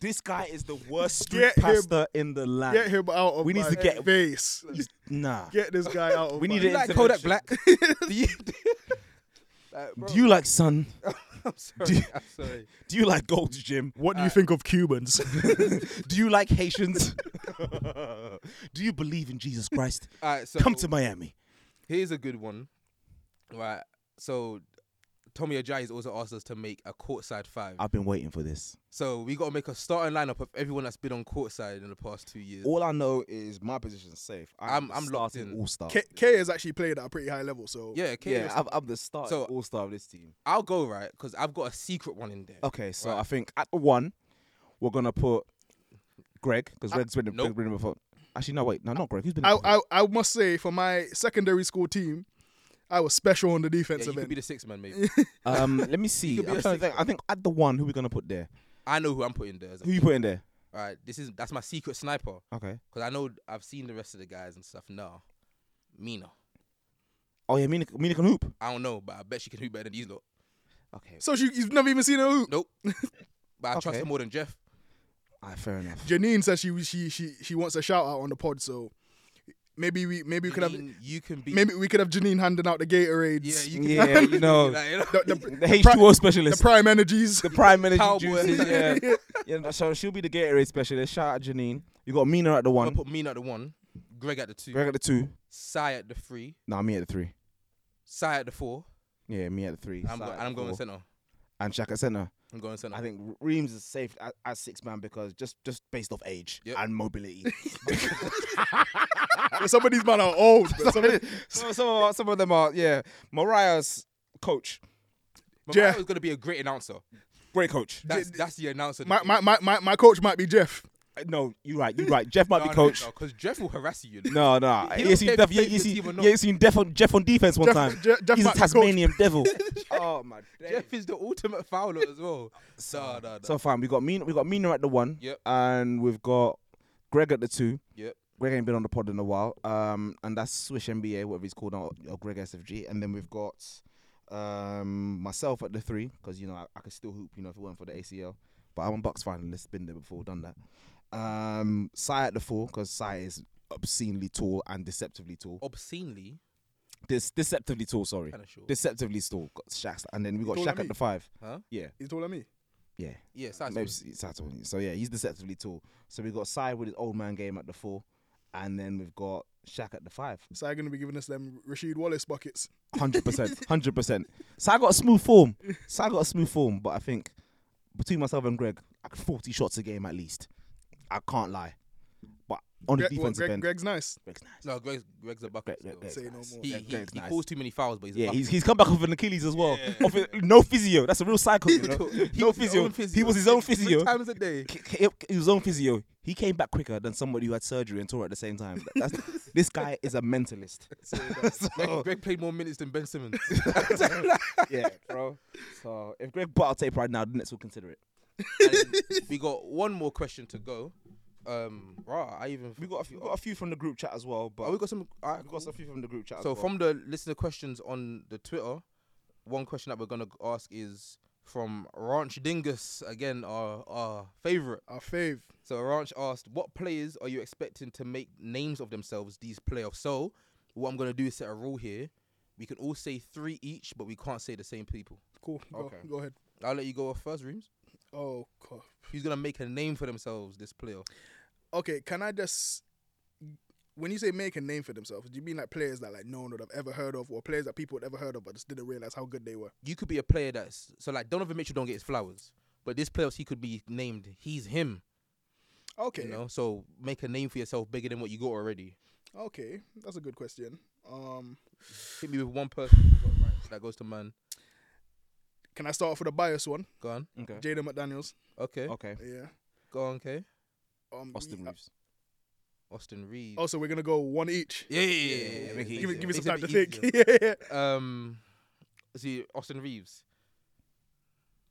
Speaker 1: This guy is the worst street
Speaker 2: Get him-
Speaker 1: pastor in the land.
Speaker 2: Get him out of
Speaker 1: We need
Speaker 2: my
Speaker 1: to get-
Speaker 2: face.
Speaker 1: He's- Nah.
Speaker 2: Get this guy out of
Speaker 1: We
Speaker 2: my-
Speaker 1: need an
Speaker 3: like Kodak
Speaker 1: intervention.
Speaker 3: Black? Do you,
Speaker 1: Do you like sun?
Speaker 3: I'm
Speaker 1: Do you-
Speaker 3: sorry. I'm sorry.
Speaker 1: Do you like Gold's Gym?
Speaker 2: What do you think of Cubans?
Speaker 1: Do you like Haitians? Do you believe in Jesus Christ?
Speaker 3: All right, so
Speaker 1: Come to Miami.
Speaker 3: Here's a good one. Right. So Tommy Ajayi has also asked us to make a courtside five.
Speaker 1: I've been waiting for this.
Speaker 3: so we got to make a starting lineup of everyone that's been on courtside in the past two years.
Speaker 1: All I know is my position's safe.
Speaker 3: I'm- I'm locked in.
Speaker 1: All star.
Speaker 2: K, K has actually played at a pretty high level, so
Speaker 3: yeah, okay.
Speaker 1: Yeah, I'm, I'm the starting
Speaker 3: So-
Speaker 1: all star of this team.
Speaker 3: I'll go right because I've got a secret one in there.
Speaker 1: Okay, so
Speaker 3: Right.
Speaker 1: I think at the one, we're gonna put Greg because Greg's been, Greg's
Speaker 3: nope.
Speaker 1: been before. Actually, no, wait, no, not Greg. Who's been?
Speaker 2: I,
Speaker 1: before?
Speaker 2: I I must say for my secondary school team, I was special on the
Speaker 3: Yeah,
Speaker 2: defensive
Speaker 3: you could be
Speaker 2: end.
Speaker 3: the sixth man, maybe.
Speaker 1: um, let me see.
Speaker 3: could be
Speaker 1: I'm
Speaker 3: a
Speaker 1: trying to
Speaker 3: six.
Speaker 1: think. I think at the one, who we gonna put there?
Speaker 3: I know who I'm putting there.
Speaker 1: Who you put in there?
Speaker 3: All right, this is that's my secret sniper
Speaker 1: Okay.
Speaker 3: because I know I've seen the rest of the guys and stuff. No, Mina.
Speaker 1: Oh yeah, Mina, Mina can hoop.
Speaker 3: I don't know, but I bet she can hoop better than these lot.
Speaker 1: Okay.
Speaker 2: So she, you've never even seen her hoop.
Speaker 3: Nope. but I trust
Speaker 1: Okay.
Speaker 3: her more than Jeff.
Speaker 1: Ah, fair enough.
Speaker 2: Janine says she she she she wants a shout out on the pod, so maybe we maybe we could have
Speaker 3: Janine, you can be.
Speaker 2: maybe we could have Janine handing out the Gatorades.
Speaker 3: Yeah, you can.
Speaker 1: Yeah, you know
Speaker 3: Like, you know.
Speaker 2: the,
Speaker 1: the
Speaker 2: the,
Speaker 1: H2O specialist,
Speaker 2: the prime energies.
Speaker 1: the prime manager.
Speaker 3: Power
Speaker 1: Juices,
Speaker 3: boy.
Speaker 1: yeah. yeah. So she'll be the Gatorade specialist. Shout out Janine. You got Mina at the
Speaker 3: I'm
Speaker 1: one,
Speaker 3: gonna put Mina at the one, Greg at the two,
Speaker 1: Greg at the two.
Speaker 3: Sai at the three,
Speaker 1: Nah, me at the three.
Speaker 3: Sai at the four.
Speaker 1: Yeah, me at the three.
Speaker 3: I'm
Speaker 1: Sai
Speaker 3: go-
Speaker 1: at
Speaker 3: and I'm
Speaker 1: the
Speaker 3: going
Speaker 1: four.
Speaker 3: center.
Speaker 1: and Shaq at centre.
Speaker 3: I'm going centre.
Speaker 1: I think Reams is safe at, at six man because just just based off age
Speaker 3: Yep.
Speaker 1: and mobility.
Speaker 2: Some of these men are old. but some of
Speaker 1: some, some, some, of, some of them are yeah. Mariah's coach,
Speaker 2: Jeff.
Speaker 3: Mariah is going to be a great announcer.
Speaker 1: great coach.
Speaker 3: That's that's the announcer.
Speaker 2: my, my, my, my, my coach might be Jeff.
Speaker 1: Uh, No, you right, you right. Jeff might be coach.
Speaker 3: because Jeff will harass you.
Speaker 1: No, no.
Speaker 3: He- he
Speaker 1: You
Speaker 3: don't
Speaker 1: seen,
Speaker 3: care
Speaker 1: Def,
Speaker 3: if
Speaker 1: you,
Speaker 3: he
Speaker 1: you
Speaker 3: plays for the
Speaker 1: seen,
Speaker 3: team or not.
Speaker 1: yeah, you seen Def on, Jeff on defense one
Speaker 2: Jeff-
Speaker 1: time.
Speaker 2: Jeff- Jeff
Speaker 1: He's a
Speaker 2: might be coach.
Speaker 1: Tasmanian devil. oh my
Speaker 3: Jeff is the ultimate fouler as well. Nah, nah, nah.
Speaker 1: So fine, we got Mina, we got Mina at the one,
Speaker 3: Yep.
Speaker 1: and we've got Greg at the two.
Speaker 3: Yep.
Speaker 1: Greg ain't been on the pod in a while, um, and that's Swish NBA, whatever he's called now, or Greg SFG. And then we've got um, myself at the three, because you know I, I could still hoop, you know, if it weren't for the ACL. But I'm a Bucks finalist, been there before, done that. Um, Sai at the four, because Sai is obscenely tall and deceptively tall.
Speaker 3: Obscenely
Speaker 1: Des- deceptively tall, sorry,
Speaker 3: kind of short.
Speaker 1: deceptively tall. Got Shaq's, and then we got
Speaker 2: Taller
Speaker 1: Shaq
Speaker 2: than
Speaker 1: at
Speaker 2: me.
Speaker 1: the five.
Speaker 3: Huh?
Speaker 1: Yeah,
Speaker 2: He's taller than me.
Speaker 1: yeah.
Speaker 3: yeah, size
Speaker 1: Maybe
Speaker 3: was-
Speaker 1: s- Sato, So yeah, he's deceptively tall. So we've got Sai with his old man game at the four, and then we've got Shaq at the five.
Speaker 2: So going to be giving us them Rashid Wallace buckets.
Speaker 1: Hundred percent, hundred percent. Sai got a smooth form. Sai got a smooth form, but I think between myself and Greg, like forty shots a game at least. I can't lie, but on the
Speaker 2: Greg, what,
Speaker 1: defensive
Speaker 2: Greg,
Speaker 1: end,
Speaker 2: Greg's nice.
Speaker 1: Greg's nice.
Speaker 3: No, Greg's, Greg's a bucket.
Speaker 1: Greg-
Speaker 3: still.
Speaker 1: Greg-
Speaker 2: Say no
Speaker 1: Greg's
Speaker 2: more.
Speaker 3: he,
Speaker 1: Greg-
Speaker 3: he,
Speaker 1: Greg's
Speaker 3: he
Speaker 1: nice.
Speaker 3: calls too many fouls, but he's
Speaker 1: Yeah,
Speaker 3: a
Speaker 1: he's,
Speaker 3: bucket.
Speaker 1: he's come back off an Achilles as well. Off a- no physio. That's a real cycle. You know? No physio. He was his own
Speaker 3: Three
Speaker 1: physio.
Speaker 3: times a day.
Speaker 1: K- K- he- his own physio. He came back quicker than somebody who had surgery and tore at the same time. That's, this guy is a mentalist.
Speaker 3: Greg,
Speaker 1: So,
Speaker 3: Greg played more minutes than Ben Simmons.
Speaker 1: yeah, bro. So if Greg bought a tape right now, the Nets will consider it.
Speaker 3: And we got one more question to go. Um, rah, I even
Speaker 1: We got a few, got a few from the group chat as well, but
Speaker 3: Oh, we got some. all right,
Speaker 1: we got a few from the group chat.
Speaker 3: So
Speaker 1: as well.
Speaker 3: from the listener questions on the Twitter, one question that we're gonna ask is from Ranch Dingus again, our our favorite.
Speaker 2: Our fave.
Speaker 3: So Ranch asked, "What players are you expecting to make names of themselves these playoffs?" So what I'm gonna do is set a rule here. We can all say three each, but we can't say the same people.
Speaker 2: Cool. Go,
Speaker 3: Okay.
Speaker 2: go ahead.
Speaker 3: I'll let you go off first, Reams.
Speaker 2: Oh, God.
Speaker 3: Who's gonna make a name for themselves this playoff?
Speaker 2: okay, can I just when you say make a name for themselves, do you mean like players that like no one would have ever heard of, or players that people would ever heard of but just didn't realize how good they were?
Speaker 3: You could be a player that's so like Donovan Mitchell don't get his flowers, but this playoffs he could be named. He's him.
Speaker 2: Okay,
Speaker 3: You know, so make a name for yourself bigger than what you got already.
Speaker 2: okay, that's a good question. Um,
Speaker 3: Hit me with one person that goes to man.
Speaker 2: can I start off with a bias one?
Speaker 3: Go on.
Speaker 1: okay,
Speaker 2: Jaden McDaniels.
Speaker 3: Okay.
Speaker 2: Oh.
Speaker 1: okay,
Speaker 2: Yeah.
Speaker 3: Go on, K.
Speaker 2: Um,
Speaker 1: Austin Reeves.
Speaker 3: Austin Reed.
Speaker 2: Also, we're gonna go one each.
Speaker 3: yeah, yeah, yeah. yeah,
Speaker 1: make it
Speaker 2: Give me,
Speaker 1: easier.
Speaker 2: give me some
Speaker 3: Makes
Speaker 2: time
Speaker 3: it
Speaker 2: to
Speaker 3: a bit
Speaker 2: think.
Speaker 3: easier.
Speaker 2: yeah, yeah.
Speaker 3: Um, see, Austin Reeves.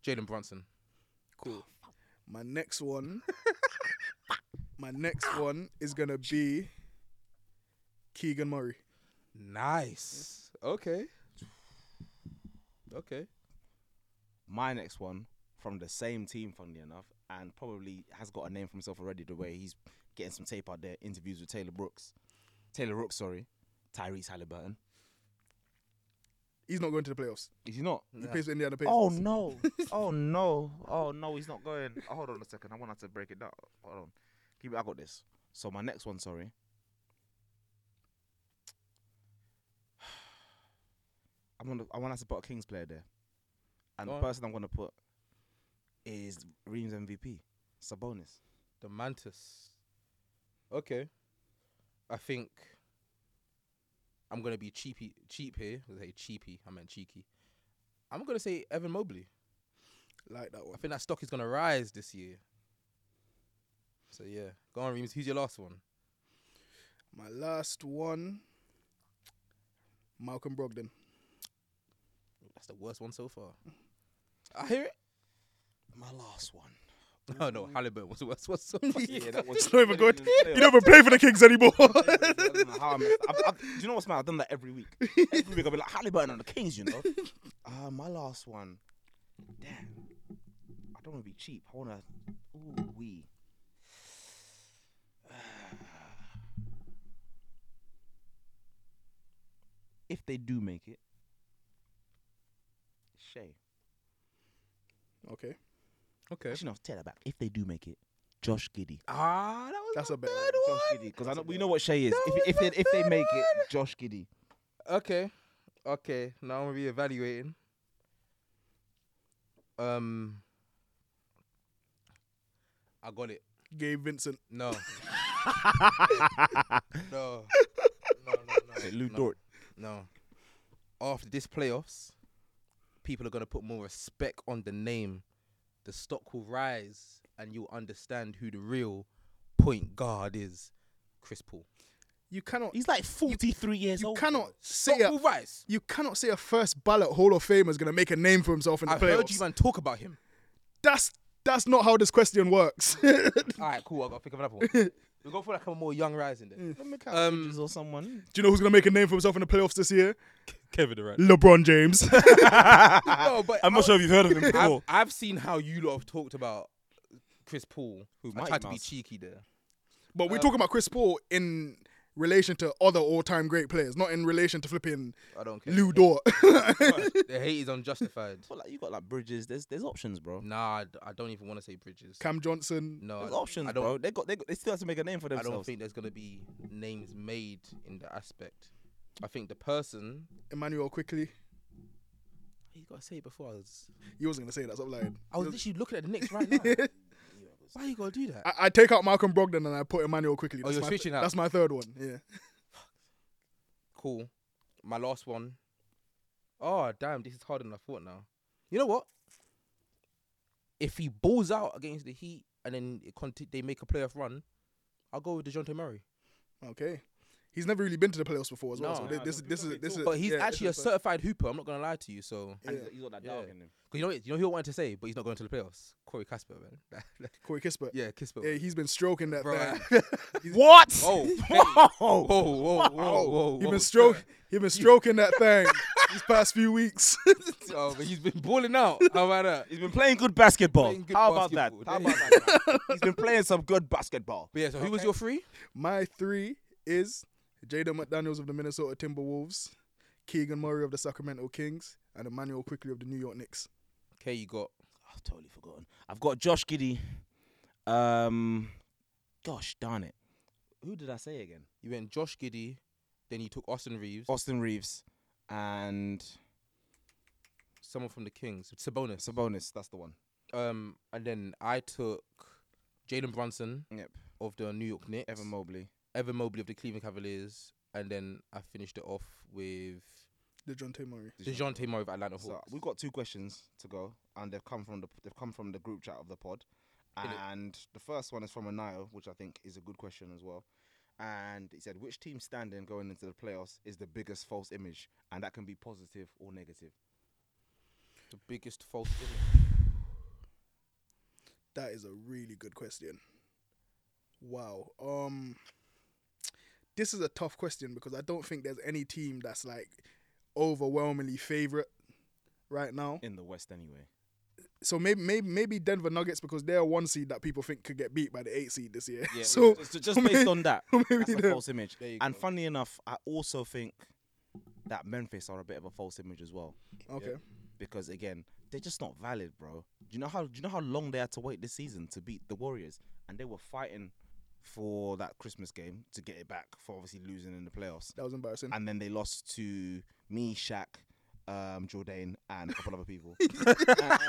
Speaker 3: Jalen Brunson. Cool.
Speaker 2: My next one. my next one is gonna be Keegan Murray.
Speaker 3: Nice. Okay. Okay.
Speaker 1: My next one from the same team, funnily enough, and probably has got a name for himself already. The way he's getting some tape out there, interviews with Taylor Brooks, Taylor Brooks, sorry, Tyrese Halliburton.
Speaker 2: He's not going to the playoffs.
Speaker 1: Is he not?
Speaker 2: He plays for Indiana Pacers.
Speaker 1: Oh no! Oh no! Oh no! He's not going. Oh, hold on a second. I want to break it down. Hold on. Keep. I got this. So my next one. Sorry. I'm gonna. I want us to put a Kings player there, and
Speaker 3: Go
Speaker 1: the
Speaker 3: on.
Speaker 1: person I'm gonna put is Reams MVP Sabonis.
Speaker 3: The Mantis. Okay. I think I'm gonna be cheapy cheap here. I say cheapy, I meant cheeky. I'm gonna say Evan Mobley.
Speaker 2: Like that
Speaker 3: I
Speaker 2: one.
Speaker 3: think that stock is gonna rise this year. So yeah. Go on, Reams, who's your last one?
Speaker 2: My last one, Malcolm Brogdon.
Speaker 3: That's the worst one so far. I hear it.
Speaker 1: My last one.
Speaker 3: No, Oh, no, Halliburton was the worst one so far. yeah, that
Speaker 2: It's not even good. You never play for the Kings anymore.
Speaker 1: I don't know how I messed- I've- I've- do you know what's mad? I've done that every week. Every week I'll be like Halliburton on the Kings, you know. Uh, my last one. Damn. I don't want to be cheap. I want to. Ooh wee. If they do make it, Shay.
Speaker 2: okay,
Speaker 3: Okay.
Speaker 1: Actually, no, take that back. If they do make it, Josh Giddy.
Speaker 3: Ah, that was
Speaker 2: that's a
Speaker 3: my
Speaker 2: bad
Speaker 3: third
Speaker 2: one.
Speaker 3: one.
Speaker 1: Josh Giddy, because I know we know what Shay is. If if they, if they make it, Josh Giddy.
Speaker 3: Okay. Okay. Now I'm reevaluating. Um, I got it.
Speaker 2: Gabe Vincent.
Speaker 3: No. no. No, no, no.
Speaker 1: Lou
Speaker 3: no.
Speaker 1: Dort.
Speaker 3: No. After this playoffs, people are gonna put more respect on the name. The stock will rise, and you'll understand who the real point guard is. Chris Paul.
Speaker 2: You cannot.
Speaker 1: He's like 43 years
Speaker 2: you
Speaker 1: old.
Speaker 2: cannot
Speaker 3: Stock
Speaker 2: say a,
Speaker 3: will rise.
Speaker 2: you cannot say a first ballot Hall of Famer is gonna make a name for himself in the
Speaker 3: I've
Speaker 2: playoffs.
Speaker 3: heard you man talk about him.
Speaker 2: That's that's not how this question works. Do
Speaker 3: All right, cool. I gotta think of another one. we go for like a more young rising then. Um,
Speaker 1: or someone.
Speaker 2: you know who's gonna make a name for himself in the playoffs this year?
Speaker 3: Kevin Durant.
Speaker 2: LeBron James.
Speaker 3: No, but
Speaker 1: I'm not sure if you've heard of him
Speaker 3: I've,
Speaker 1: before.
Speaker 3: I've seen how you lot have talked about Chris Paul. Who I
Speaker 1: Mighty
Speaker 3: tried to be
Speaker 1: Mouse.
Speaker 3: cheeky there.
Speaker 2: but we're talking about Chris Paul in relation to other all-time great players, not in relation to flipping
Speaker 3: I don't care.
Speaker 2: Lou Dort.
Speaker 3: The hate is unjustified.
Speaker 1: But like you got like Bridges. There's there's options, bro.
Speaker 3: nah, I d- I don't even want to say Bridges.
Speaker 2: Cam Johnson.
Speaker 3: no, I
Speaker 1: There's
Speaker 3: don't-
Speaker 1: options,
Speaker 3: I don't,
Speaker 1: bro. They got they got, they still have to make a name for
Speaker 3: I
Speaker 1: themselves.
Speaker 3: don't think there's gonna be names made in the aspect. I think the person.
Speaker 2: Emmanuel quickly.
Speaker 3: You gotta say it before I was.
Speaker 2: You wasn't gonna say that, so I'm lying.
Speaker 3: I was literally looking at the Knicks right now. Why you gotta do that?
Speaker 2: I, I take out Malcolm Brogdon and I put Emmanuel quickly.
Speaker 3: Oh,
Speaker 2: That's
Speaker 3: you're
Speaker 2: my
Speaker 3: switching out.
Speaker 2: That's my third one. Yeah.
Speaker 3: cool. My last one. Oh damn, this is harder than I thought now. You know what? If he balls out against the Heat and then it conti- they make a playoff run, I'll go with Dejounte Murray.
Speaker 2: Okay. He's never really been to the playoffs before as well.
Speaker 3: No.
Speaker 2: so thi- this, is this is this is.
Speaker 3: But he's
Speaker 2: yeah, this
Speaker 3: actually a
Speaker 2: is the-
Speaker 3: certified hooper. I'm not gonna lie to you. So,
Speaker 1: And he's got- he's got that dog
Speaker 3: Yeah.
Speaker 1: in him.
Speaker 3: 'Cause you know, what- you know who I wanted to say, but he's not going to the playoffs. Corey Casper, man.
Speaker 2: Corey Kispert.
Speaker 3: yeah, Kisper.
Speaker 2: Yeah, he's been stroking that
Speaker 3: Bro.
Speaker 2: thing.
Speaker 1: What?
Speaker 3: Oh, hey. whoa,
Speaker 1: Whoa.
Speaker 3: whoa, whoa, whoa,
Speaker 2: He's
Speaker 3: whoa.
Speaker 2: been stroke. He's been stroking that thing these past few weeks.
Speaker 3: Oh, but he's been balling out. How about that?
Speaker 1: He's been playing good basketball.
Speaker 3: Playing good
Speaker 1: How about
Speaker 3: basketball.
Speaker 1: that? How
Speaker 3: There
Speaker 1: about
Speaker 3: you
Speaker 1: that? He's been playing some good basketball.
Speaker 3: But yeah, so who was your three?
Speaker 2: My three is Jaden McDaniels of the Minnesota Timberwolves, Keegan Murray of the Sacramento Kings, and Emmanuel quickly of the New York Knicks.
Speaker 3: Okay, you got
Speaker 1: I've totally forgotten. I've got Josh Giddy. Um, gosh darn it. Who did I say again?
Speaker 3: you went Josh Giddy, then you took Austin Reeves,
Speaker 1: Austin Reeves and
Speaker 3: someone from the Kings, Sabonis.
Speaker 1: Sabonis. That's the one.
Speaker 3: Um, and then I took Jalen Brunson
Speaker 1: Yep.
Speaker 3: of the New York Knicks,
Speaker 1: Evan Mobley.
Speaker 3: Evan Mobley of the Cleveland Cavaliers, and then I finished it off with
Speaker 2: DeJounte Murray.
Speaker 3: Dejounte Murray of Atlanta Hawks.
Speaker 1: So we've got two questions to go, and they've come from the they've come from the group chat of the pod, and the first one is from Anaya, which I think is a good question as well. And he said, "Which team standing going into the playoffs is the biggest false image, and that can be positive or negative."
Speaker 3: the biggest false image.
Speaker 2: That is a really good question. Wow. Um this is a tough question because I don't think there's any team that's like overwhelmingly favorite right now.
Speaker 1: In the West, anyway.
Speaker 2: So maybe maybe maybe Denver Nuggets because they're a one seed that people think could get beat by the eight seed this year.
Speaker 1: Yeah,
Speaker 2: so
Speaker 1: just, just based on that,
Speaker 2: maybe
Speaker 1: that's a
Speaker 2: the-
Speaker 1: false image.
Speaker 3: There you
Speaker 1: And
Speaker 3: go.
Speaker 1: funnily enough, I also think that Memphis are a bit of a false image as well,
Speaker 2: okay.
Speaker 1: because again, they're just not valid, bro. Do you know how? Do you know how long they had to wait this season to beat the Warriors, and they were fighting for that Christmas game to get it back for obviously losing in the playoffs,
Speaker 2: That was embarrassing.
Speaker 1: and then they lost to me, Shaq, um, Jordan, and a couple other people.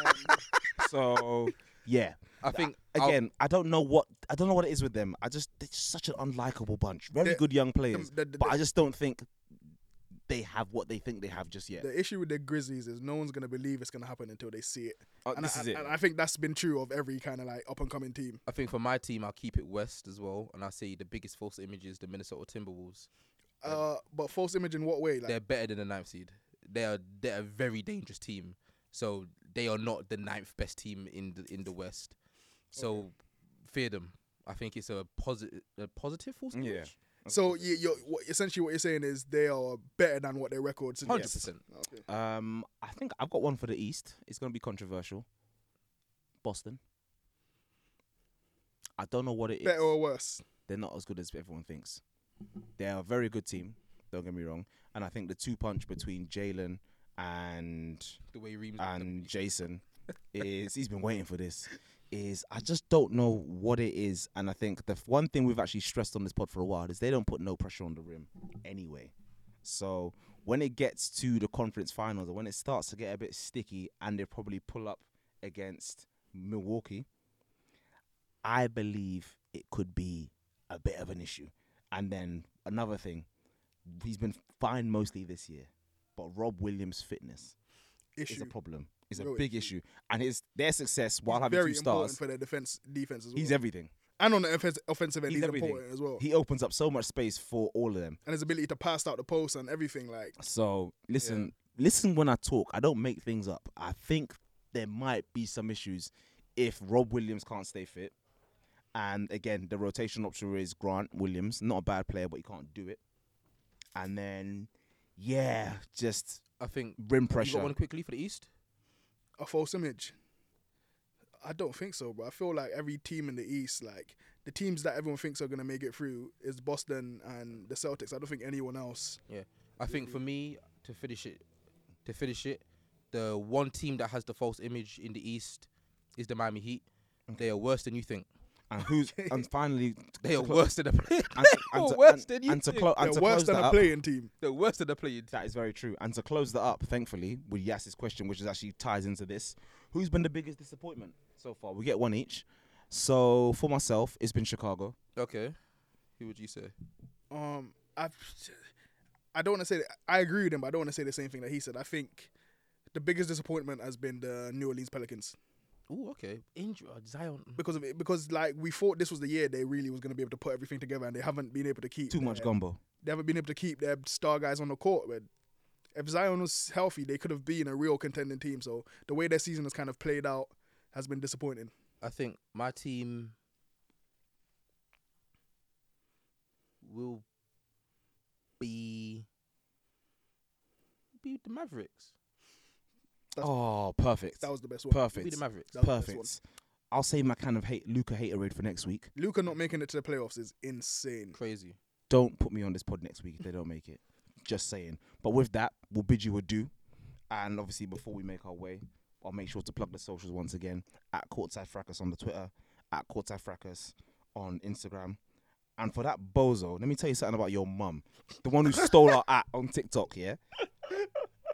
Speaker 1: so yeah,
Speaker 3: I think I'll-
Speaker 1: again, I don't know what I don't know what it is with them. I just they're just such an unlikable bunch. Very
Speaker 2: They're-
Speaker 1: good young players,
Speaker 2: the- the-
Speaker 1: but I just don't think they have what they think they have just yet.
Speaker 2: The issue with the Grizzlies is no one's gonna believe it's gonna happen until they see it.
Speaker 1: Oh,
Speaker 2: and
Speaker 1: this
Speaker 2: I,
Speaker 1: is it.
Speaker 2: And I think that's been true of every kind of like up and coming team.
Speaker 3: I think for my team, I'll keep it West as well, and I say the biggest false image is the Minnesota Timberwolves.
Speaker 2: Uh, but false image in what way? Like,
Speaker 3: they're better than the ninth seed. They are they're a very dangerous team. So they are not the ninth best team in the in the West. So fear them. I think it's a positive a positive false
Speaker 1: Yeah.
Speaker 3: image.
Speaker 2: so you, you're, what, essentially what you're saying is they are better than what their record
Speaker 3: Hundred
Speaker 2: suggests.
Speaker 3: percent.
Speaker 1: Um, I think I've got one for the East. It's going to be controversial. Boston. I don't know what it is.
Speaker 2: Better or worse?
Speaker 1: They're not as good as everyone thinks. They're a very good team. Don't get me wrong. And I think the two punch between Jalen and
Speaker 3: The way Reams
Speaker 1: and Jason is he's been waiting for this. Is I just don't know what it is, and I think the f- one thing we've actually stressed on this pod for a while is they don't put no pressure on the rim anyway. So when it gets to the conference finals, or when it starts to get a bit sticky, and they probably pull up against Milwaukee, I believe it could be a bit of an issue. And then another thing, he's been fine mostly this year, but Rob Williams' fitness is
Speaker 2: Issue.
Speaker 1: a problem. Is a
Speaker 2: Real
Speaker 1: big issue, and his their success while having
Speaker 2: Very
Speaker 1: two stars,
Speaker 2: important for their defense defense as well.
Speaker 1: he's everything.
Speaker 2: and on the offens- offensive end,
Speaker 1: He's
Speaker 2: he's,
Speaker 1: everything
Speaker 2: important as well.
Speaker 1: He opens up so much space for all of them.
Speaker 2: and his ability to pass out the post and everything like
Speaker 1: So listen, listen when I talk. I don't make things up. I think there might be some issues if Rob Williams can't stay fit, and again the rotation option is Grant Williams, not a bad player, but he can't do it. And then, yeah, just
Speaker 3: I think
Speaker 1: rim
Speaker 3: You
Speaker 1: pressure.
Speaker 3: got one quickly for the East.
Speaker 2: a false image. I don't think so, but I feel like every team in the East, like the teams that everyone thinks are gonna make it through, is Boston and the Celtics. I don't think anyone else.
Speaker 3: Yeah, I think for me to finish it, to finish it, the one team that has the false image in the East is the Miami Heat. They are worse than you think.
Speaker 1: and who's and finally
Speaker 3: They are worse than the play.
Speaker 1: And to,
Speaker 3: they
Speaker 1: and
Speaker 3: are
Speaker 1: to,
Speaker 3: worse
Speaker 1: and-
Speaker 3: than you
Speaker 1: and to
Speaker 3: think.
Speaker 1: clo- and
Speaker 2: They're
Speaker 1: to
Speaker 2: worse
Speaker 1: close
Speaker 2: than
Speaker 1: that
Speaker 2: a
Speaker 1: up-
Speaker 2: playing team.
Speaker 3: They're worse than the playing.
Speaker 1: That is very true. And to close that up, thankfully, with Yas's question, which is actually ties into this, who's been the biggest disappointment so far? We get one each. So for myself, it's been Chicago.
Speaker 3: Okay, who would you say?
Speaker 2: Um, I, I don't want to say that, I agree with him, but I don't want to say the same thing that he said. I think the biggest disappointment has been the New Orleans Pelicans
Speaker 3: Oh, okay. Injury Zion. Mm.
Speaker 2: because of it, because like we thought this was the year they really was gonna be able to put everything together, and they haven't been able to keep
Speaker 1: Too much
Speaker 2: their-
Speaker 1: gumbo.
Speaker 2: They haven't been able to keep their star guys on the court. But if Zion was healthy, they could have been a real contending team. So the way their season has kind of played out has been disappointing.
Speaker 3: I think my team will be be the Mavericks.
Speaker 1: Oh, perfect.
Speaker 2: That was the best one.
Speaker 1: perfect.
Speaker 3: Be the Mavericks.
Speaker 2: That was the best
Speaker 1: Perfect. I'll save my kind of hate Luca haterade for next week.
Speaker 2: Luca not making it to the playoffs is insane.
Speaker 3: Crazy.
Speaker 1: Don't put me on this pod next week if they don't make it. Just saying. But with that, we'll bid you adieu. And obviously, before we make our way, I'll make sure to plug the socials once again at Courtside Fracas on the Twitter, at Courtside Fracas on Instagram. And for that bozo, let me tell you something about your mum, the one who stole our at on TikTok. Yeah.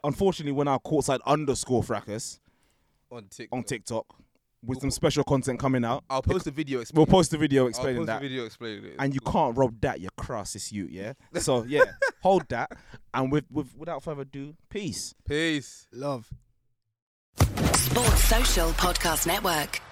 Speaker 1: Unfortunately, when our Courtside underscore Fracas
Speaker 3: On TikTok.
Speaker 1: on TikTok with some special content coming out,
Speaker 3: I'll post a video
Speaker 1: we'll
Speaker 3: explaining
Speaker 1: post a video
Speaker 3: I'll
Speaker 1: explaining
Speaker 3: post
Speaker 1: that
Speaker 3: a video explaining it.
Speaker 1: and you can't rob that. You're crass. It's you, yeah. So yeah, hold that. And with, with without further ado, peace.
Speaker 3: Peace.
Speaker 2: Love.
Speaker 9: Sports Social Podcast Network.